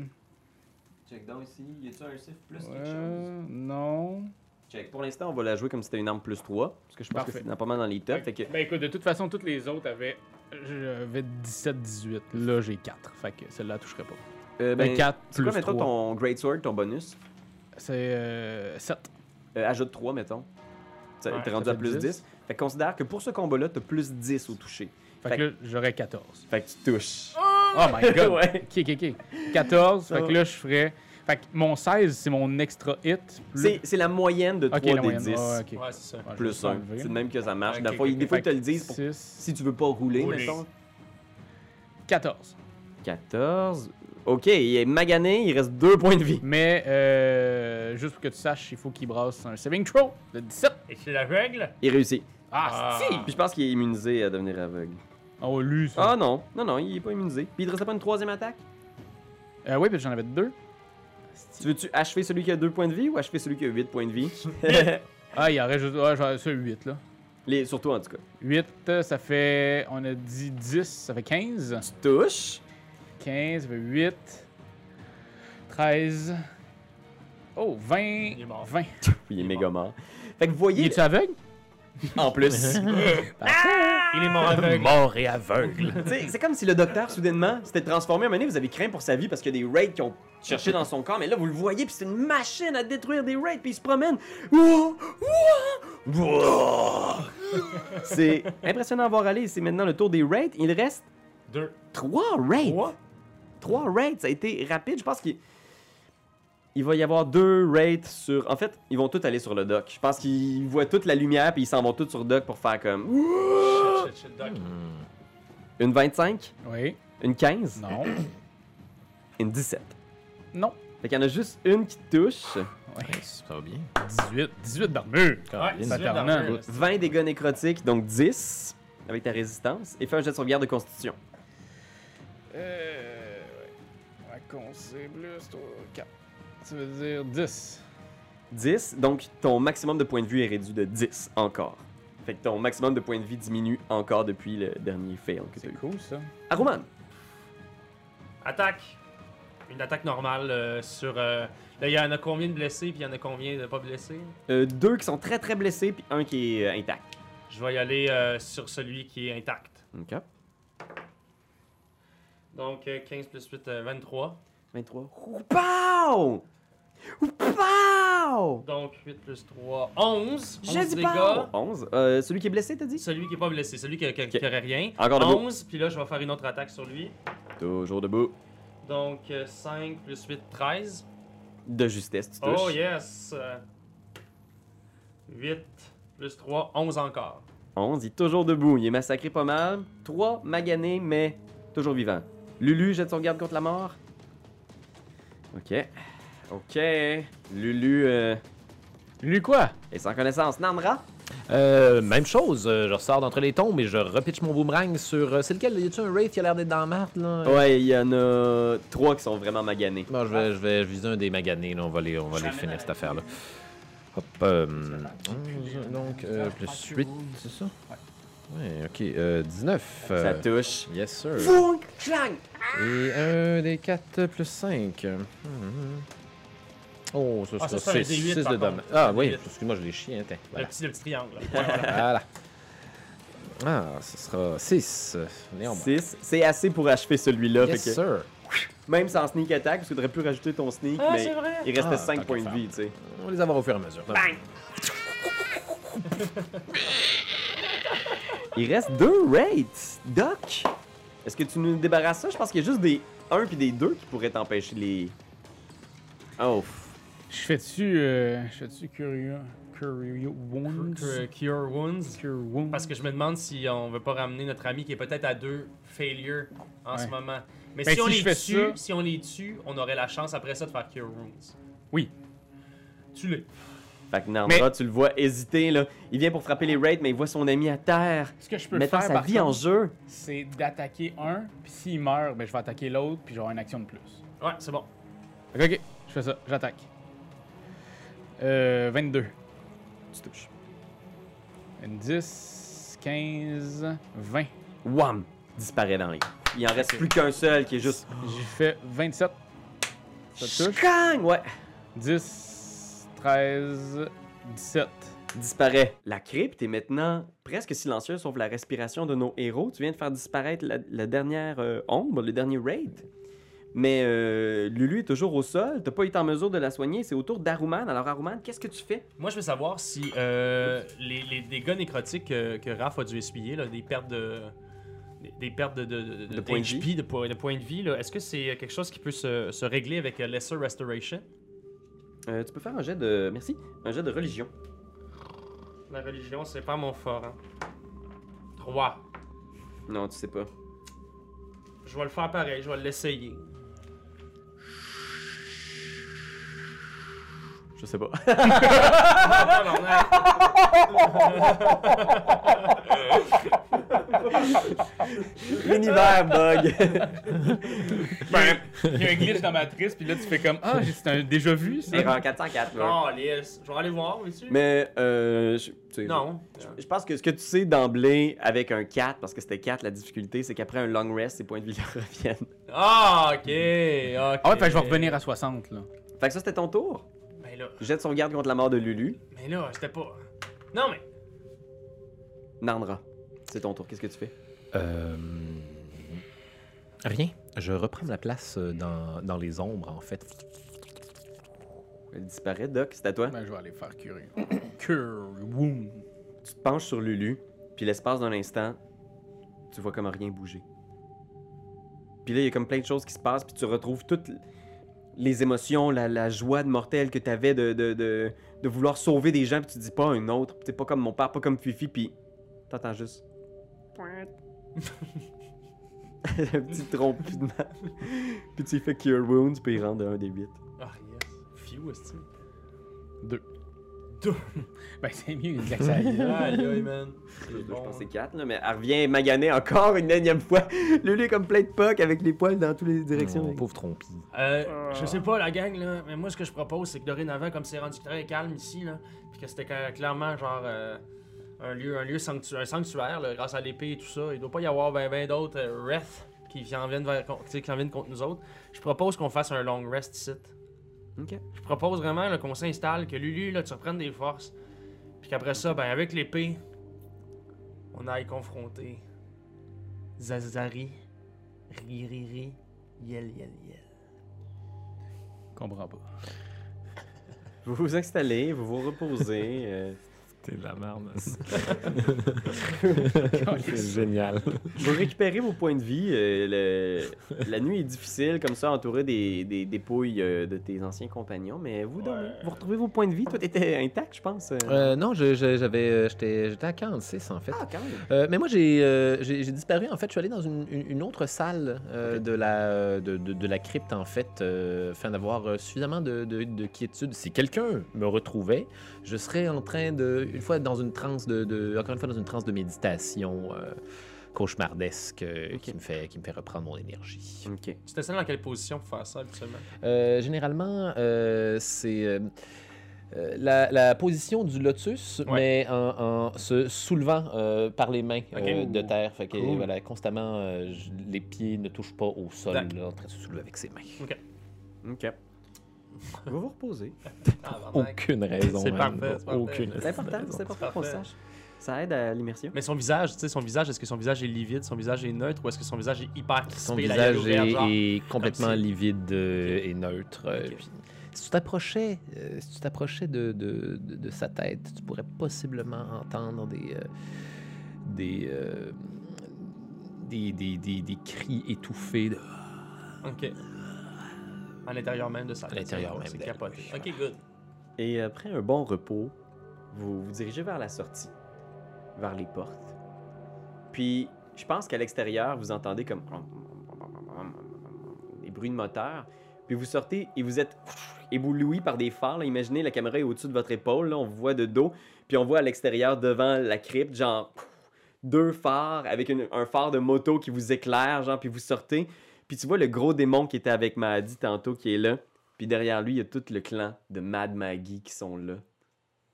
Speaker 1: Check down ici. Y a-tu un chiffre plus
Speaker 3: Euh, non.
Speaker 1: Check. Pour l'instant, on va la jouer comme si c'était une arme plus 3. Parce que je pense
Speaker 3: Parfait.
Speaker 1: que c'est dans- pas mal dans les tops. Fait que
Speaker 3: Ben écoute, de toute façon, toutes les autres avaient... J'avais 17-18. Là, j'ai 4. Fait que celle-là, elle toucherait pas.
Speaker 1: Euh,
Speaker 3: Ben,
Speaker 1: ben,
Speaker 3: 4
Speaker 1: c'est quoi,
Speaker 3: plus
Speaker 1: mettons,
Speaker 3: 3.
Speaker 1: ton Great Sword, ton bonus?
Speaker 3: C'est euh, 7.
Speaker 1: Euh, ajoute 3, mettons. Ça-
Speaker 2: Ouais,
Speaker 1: T'es
Speaker 3: ça
Speaker 1: rendu à
Speaker 3: fait
Speaker 1: plus 10.
Speaker 3: 10.
Speaker 1: Fait que considère que pour ce combat-là, t'as plus 10 au toucher.
Speaker 3: Fait,
Speaker 1: Fait-
Speaker 3: que là, j'aurais 14.
Speaker 1: Fait que tu touches.
Speaker 3: Oh
Speaker 1: <laughs>
Speaker 3: my god!
Speaker 1: ouais.
Speaker 3: Ok, ok, ok. 14, fait que là, je ferais... Fait que mon 16, c'est mon extra hit. plus-
Speaker 1: C'est c'est la moyenne de 3
Speaker 3: Ok,
Speaker 1: des
Speaker 3: la moyenne.
Speaker 1: 10.
Speaker 3: Ouais, ok.
Speaker 2: Ouais, c'est ça.
Speaker 3: Ouais, je vais
Speaker 1: Plus 1.
Speaker 3: enlever.
Speaker 1: C'est de même que ça marche.
Speaker 2: Ok,
Speaker 1: Des fois,
Speaker 2: ok,
Speaker 1: ils- des fois, ils te le disent pour...
Speaker 3: Six,
Speaker 1: si tu veux pas rouler,
Speaker 2: Rouler.
Speaker 1: mettons.
Speaker 3: 14.
Speaker 1: 14. Ok, il est magané, il reste 2 points de vie.
Speaker 3: Mais euh, juste pour que tu saches, il faut qu'il brasse un saving throw de 17.
Speaker 2: Et c'est la règle?
Speaker 1: Il réussit.
Speaker 3: Ah, si!
Speaker 1: Puis je pense qu'il est immunisé à devenir aveugle.
Speaker 3: Oh, lui, ça.
Speaker 1: Ah non, non, non, il est pas immunisé. Puis il te restait pas une troisième attaque?
Speaker 3: Euh, oui, puis j'en avais deux.
Speaker 1: Tu veux-tu achever celui qui a 2 points de vie ou achever celui qui a 8 points de vie?
Speaker 3: Ah, il en reste juste. Ouais, j'en ai ça, 8 là.
Speaker 1: Les, surtout en tout cas.
Speaker 3: 8, ça fait. On a dit 10, ça fait 15.
Speaker 1: Tu touches.
Speaker 3: 15, ça fait 8. 13. Oh, 20.
Speaker 2: est mort.
Speaker 3: 20.
Speaker 1: Puis il est méga mort. Fait que vous voyez,
Speaker 3: Il est-tu aveugle?
Speaker 1: en
Speaker 6: <laughs>
Speaker 1: plus,
Speaker 2: Il est mort aveugle.
Speaker 5: Mort et aveugle.
Speaker 1: Tu sais, c'est comme si le docteur, soudainement, s'était transformé. À un moment donné, vous avez craint pour sa vie parce qu'il y a des raids qui ont cherché dans son corps. Mais là, vous le voyez, puis c'est une machine à détruire des raids, puis il se promène. Ouah! Ouah! Ouah! C'est impressionnant à voir aller. C'est maintenant le tour des raids. Il reste
Speaker 2: Deux.
Speaker 1: trois raids.
Speaker 2: Trois?
Speaker 1: Trois raids. Ça a été rapide. Je pense qu'il il va y avoir deux raids sur. En fait, ils vont tous aller sur le dock. Je pense qu'ils voient toute la lumière, puis ils s'en vont tous sur le dock pour faire comme. Ouh!
Speaker 2: Shit, shit, shit, doc.
Speaker 1: Une 25,
Speaker 3: Oui.
Speaker 1: une 15, <coughs>
Speaker 3: Non.
Speaker 1: une 17.
Speaker 3: non.
Speaker 1: Fait qu'il y en a juste une qui touche.
Speaker 6: ça va bien.
Speaker 3: 18. 18 d'armure.
Speaker 2: Ouais,
Speaker 6: Caroline.
Speaker 2: 18
Speaker 3: Saturnin.
Speaker 2: d'armure.
Speaker 1: 20 dégâts nécrotiques, donc 10 avec ta résistance. Et fais un jet de sauvegarde de constitution.
Speaker 3: Euh. Ouais. Qu'on sait plus, 4. Ça veut dire 10.
Speaker 1: 10, donc ton maximum de points de vue est réduit de 10 encore. Fait que ton maximum de points de vie diminue encore depuis le dernier fail que t'as
Speaker 3: C'est
Speaker 1: eu. Ah,
Speaker 3: cool ça.
Speaker 1: Aruman,
Speaker 2: Attaque. Une attaque normale euh, sur. euh, Là, il y en a combien de blessés, puis il y en a combien de pas blessés.
Speaker 1: euh, deux qui sont très très blessés, puis un qui est euh, intact.
Speaker 2: Je vais y aller euh, sur celui qui est intact.
Speaker 1: Ok.
Speaker 2: Donc, euh, 15 plus 8, euh, 23.
Speaker 1: 23. Ouh, Pow! Ouh, Pow!
Speaker 2: Donc, 8 plus 3, 11. 11
Speaker 1: J'ai dit
Speaker 2: dégâts.
Speaker 1: pow! 11. Euh, celui qui est blessé, t'as dit?
Speaker 2: Celui qui est pas blessé, celui qui a- qui a- qui aurait rien.
Speaker 1: Ah, Encore debout.
Speaker 2: 11, puis là, je vais faire une autre attaque sur lui.
Speaker 1: Toujours debout.
Speaker 2: Donc, euh, 5 plus 8, 13.
Speaker 1: De justesse, tu touches.
Speaker 2: Oh yes! 8 plus 3, 11 encore.
Speaker 1: 11, il est toujours debout. Il est massacré pas mal. 3, magané, mais toujours vivant. Lulu jette son garde contre la mort. Ok. Ok. Lulu euh,
Speaker 3: Lui, quoi
Speaker 1: est sans connaissance. Namra,
Speaker 5: Euh, même chose, euh, je ressors d'entre les tombes et je repitche mon boomerang sur. euh, c'est lequel Y a-tu un Wraith qui a l'air d'être dans la marde, là
Speaker 1: ouais, il y en a trois qui sont vraiment maganés.
Speaker 5: Bon, je vais, je vais viser un des maganés, là, on va les, on va les finir cette affaire-là. Hop, euh, onze, donc, euh, plus 8, c'est ça Ouais, ok, euh, 19.
Speaker 1: Ça
Speaker 5: euh,
Speaker 1: touche.
Speaker 5: yes, sir.
Speaker 1: Fouang, clang.
Speaker 5: Et un des 4 plus 5. hmm. Oh, ça,
Speaker 2: Ah, ça,
Speaker 5: sera
Speaker 2: c'est un
Speaker 5: six,
Speaker 2: des huit,
Speaker 5: six
Speaker 2: par
Speaker 5: de
Speaker 2: contre.
Speaker 5: dommage. Ah
Speaker 2: Un des
Speaker 5: oui,
Speaker 2: huit.
Speaker 5: excuse-moi, je l'ai chié. hein, tiens, voilà.
Speaker 2: Le, petit, le petit triangle. là. Ouais, voilà.
Speaker 5: voilà. Ah, ce sera 6. Néanmoins.
Speaker 1: 6. C'est assez pour achever celui-là.
Speaker 5: Yes,
Speaker 1: fait que
Speaker 5: sir.
Speaker 1: même sans sneak attack, parce que tu aurais pu rajouter ton sneak,
Speaker 2: Ah,
Speaker 1: mais
Speaker 2: c'est vrai!
Speaker 1: il restait
Speaker 5: Ah,
Speaker 1: 5
Speaker 5: tant
Speaker 1: points de
Speaker 5: qu'à
Speaker 1: vie, tu sais.
Speaker 5: On va les avoir au fur et à mesure.
Speaker 2: Bah,
Speaker 1: Il reste deux rates. Doc, est-ce que tu nous débarrasses ça? Je pense qu'il y a juste des 1 puis des 2 qui pourraient t'empêcher les. Oh.
Speaker 3: Je fais-tu. euh, je fais-tu Curious. Curious Wounds
Speaker 2: Cure- Cure Wounds.
Speaker 3: Cure Wounds
Speaker 2: Parce que je me demande si on veut pas ramener notre ami qui est peut-être à deux failures en
Speaker 3: Ouais.
Speaker 2: ce moment. Mais
Speaker 3: Ben,
Speaker 2: si, on
Speaker 3: si je
Speaker 2: les
Speaker 3: fais
Speaker 2: tue,
Speaker 3: ça-
Speaker 2: si on les tue, on aurait la chance après ça de faire Cure Wounds.
Speaker 3: Oui.
Speaker 2: Tue-les.
Speaker 1: Fait que Nandra,
Speaker 3: Mais-
Speaker 1: tu le vois hésiter, là. Il vient pour frapper les raids, mais il voit son ami à terre,
Speaker 3: Ce que je peux
Speaker 1: mettant
Speaker 3: faire,
Speaker 1: sa
Speaker 3: par
Speaker 1: vie en
Speaker 3: contre,
Speaker 1: jeu.
Speaker 3: c'est d'attaquer un, puis s'il meurt, ben, je vais attaquer l'autre, puis j'aurai une action de plus.
Speaker 2: Ouais, c'est bon.
Speaker 3: Ok, ok, je fais ça, j'attaque. Euh, 22. Tu touches. 10, 15, 20.
Speaker 1: Wham! Disparaît dans les. Il en reste plus qu'un seul qui est juste.
Speaker 3: J'ai fait 27. Ça touche.
Speaker 1: Chang! Ouais.
Speaker 3: 10, 13, 17.
Speaker 1: disparaît. La crypte est maintenant presque silencieuse, sauf la respiration de nos héros. Tu viens de faire disparaître la, la dernière euh, ombre, le dernier raid. Mais euh, Lulu est toujours au sol. T'as pas été en mesure de la soigner. C'est au tour d'Aruman. Alors, Aruman, qu'est-ce que tu fais?
Speaker 2: Moi, je veux savoir si euh, les, les dégâts nécrotiques que, que Raph a dû essuyer, là, des pertes de. des- Des pertes de, de, de,
Speaker 1: De points de
Speaker 2: HP, de, po- de points de vie, là, est-ce que c'est quelque chose qui peut se, se régler avec euh, Lesser Restoration
Speaker 1: Euh, tu peux faire un jet de... Merci. Un jet de religion.
Speaker 2: La religion, c'est pas mon fort. hein. 3.
Speaker 1: Non, tu sais pas.
Speaker 2: Je vais le faire pareil, je vais <laughs> l'essayer.
Speaker 1: Je sais pas.
Speaker 2: Ah,
Speaker 1: L'univers bug.
Speaker 3: Il y a un glitch dans Matrice, puis là tu fais comme Ah, c'est un déjà vu ça.
Speaker 1: C'est en 404. ouais.
Speaker 2: Non, Alice, je vais aller voir, veux-tu?
Speaker 1: <laughs> Mais, euh, je- tu sais,
Speaker 2: Non.
Speaker 1: Je pense que ce que tu sais d'emblée avec un 4, parce que c'était 4 la difficulté, c'est qu'après un long rest, ses points de vie leur reviennent.
Speaker 2: Ah, ok, ok.
Speaker 3: Ah ouais, fait que je vais revenir à 60 là.
Speaker 1: Fait que ça, c'était ton tour.
Speaker 2: Mais là,
Speaker 1: Jette son garde contre la mort de Lulu.
Speaker 2: mais là, c'était pas. Non, mais.
Speaker 1: Nandra, c'est ton tour. Qu'est-ce que tu fais?
Speaker 5: Euh, Rien. Je reprends ma place euh, dans, dans les ombres, en fait.
Speaker 1: Elle disparaît, Doc. C'est à toi.
Speaker 3: Ben, je vais aller faire Curieux. Cure Wound.
Speaker 1: Tu te penches sur Lulu, puis l'espace d'un instant, tu vois comme rien bouger. Puis là, il y a comme plein de choses qui se passent, puis tu retrouves toutes les émotions, la, la joie de mortel que t'avais de, de, de, de vouloir sauver des gens, puis tu te dis pas un autre, puis t'es pas comme mon père, pas comme Fifi, puis t'entends juste. un petit trompement. puis tu fais Cure Wounds, puis il rentre un des huit.
Speaker 2: Ah, yes. Few, est-ce que.
Speaker 3: Ben, c'est mieux une claque ça.
Speaker 2: Aïe, aïe, man.
Speaker 1: Je
Speaker 2: C'est bon,
Speaker 1: pense que c'est
Speaker 2: hein.
Speaker 1: 4, mais elle revient maganer encore une dernière fois. <laughs> Lulu est comme plein de pocs avec les poils dans toutes les directions.
Speaker 5: Mon pauvre trompi.
Speaker 2: Euh, je sais pas, la gang, là, mais moi, ce que je propose, c'est que dorénavant, comme c'est rendu très calme ici, là, puis que c'était cla- clairement, genre, euh, un lieu, un lieu sanctu- un sanctuaire, là, grâce à l'épée et tout ça, il doit pas y avoir ben, ben d'autres euh, wraiths qui en viennent, vers, con- tu sais, qui en viennent contre nous autres. Je propose qu'on fasse un long rest ici.
Speaker 1: Ok.
Speaker 2: Je propose vraiment là, qu'on s'installe, que Lulu, là, tu reprennes des forces, puis qu'après ça, ben, avec l'épée, on aille confronter Zazari, Ririri, Yel Yel Yel.
Speaker 3: Comprends pas.
Speaker 1: Vous vous installez, vous vous reposez. euh,
Speaker 9: T'es de la merde. C'est génial.
Speaker 1: Vous récupérez vos points de vie. euh, le- La nuit est difficile, comme ça, entouré des, des dépouilles euh, de tes anciens compagnons. Mais vous dormez. Vous retrouvez vos points de vie. Tout était intact, je pense. euh.
Speaker 5: Euh, non, je- je- j'avais, euh, j'étais j'étais à 46 en fait.
Speaker 1: Ah, quand même.
Speaker 5: Euh, mais moi, j'ai euh, j'ai- j'ai disparu. En fait, je suis allé dans une, une- une autre salle euh, de, la, de, de- de la crypte, en fait, euh, afin d'avoir euh, suffisamment de, de- de quiétude. Si quelqu'un me retrouvait, je serais en train de, une fois dans une transe de, de- encore une fois dans une transe de méditation euh, cauchemardesque euh, qui me fait, qui me fait reprendre mon énergie.
Speaker 1: Ok.
Speaker 2: Tu t'essayes dans quelle position pour faire ça, habituellement
Speaker 5: Euh, généralement, euh, c'est euh, euh, la, la position du lotus,
Speaker 2: Ouais.
Speaker 5: mais en, en se soulevant euh, par les mains
Speaker 2: Ok.
Speaker 5: euh, de terre. Fait que,
Speaker 2: Cool.
Speaker 5: voilà, constamment, euh, j- les pieds ne touchent pas au sol,
Speaker 2: D'accord.
Speaker 5: là, en train de se soulever avec ses mains.
Speaker 1: Ok. Vous vous reposez.
Speaker 9: Aucune raison.
Speaker 2: Ah, C'est
Speaker 9: man.
Speaker 2: parfait, c'est parfait.
Speaker 9: Aucune.
Speaker 1: C'est important, c'est important qu'on le
Speaker 2: Parfait.
Speaker 1: sache. Ça aide à l'immersion.
Speaker 2: Mais son visage, tu sais, son visage, est-ce que son visage est livide, son visage est neutre ou est-ce que son visage est hyper crispé,
Speaker 5: Son
Speaker 2: la gueule
Speaker 5: visage
Speaker 2: ouverte,
Speaker 5: est,
Speaker 2: genre?
Speaker 5: est complètement
Speaker 2: comme si-
Speaker 5: livide euh, et neutre. euh,
Speaker 2: Ok.
Speaker 5: puis si tu t'approchais, euh, si tu t'approchais de, de- de- de sa tête, tu pourrais possiblement entendre des euh, des, euh, des, des, des- des cris étouffés de-
Speaker 2: Ok. À l'intérieur même de sa tête.
Speaker 5: l'intérieur
Speaker 2: c'est-
Speaker 5: même
Speaker 2: C'est
Speaker 5: d'elle,
Speaker 2: capoté.
Speaker 5: oui.
Speaker 2: Ok, good.
Speaker 1: Et après un bon repos, vous vous dirigez vers la sortie, vers les portes. Puis, je pense qu'à l'extérieur, vous entendez comme des bruits de moteur. Puis vous sortez et vous êtes ébloui par des phares. là. Imaginez, la caméra est au-dessus de votre épaule. là. on vous voit de dos. Puis on voit à l'extérieur, devant la crypte, genre deux phares avec une- un phare de moto qui vous éclaire. genre Puis vous sortez. Puis tu vois le gros démon qui était avec Mahadi tantôt qui est là. Puis derrière lui, il y a tout le clan de Mad Maggie qui sont là.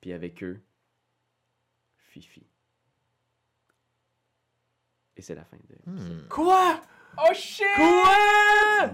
Speaker 1: Puis avec eux, Fifi. Et c'est la fin de.
Speaker 5: Hmm.
Speaker 2: Quoi Oh shit Quoi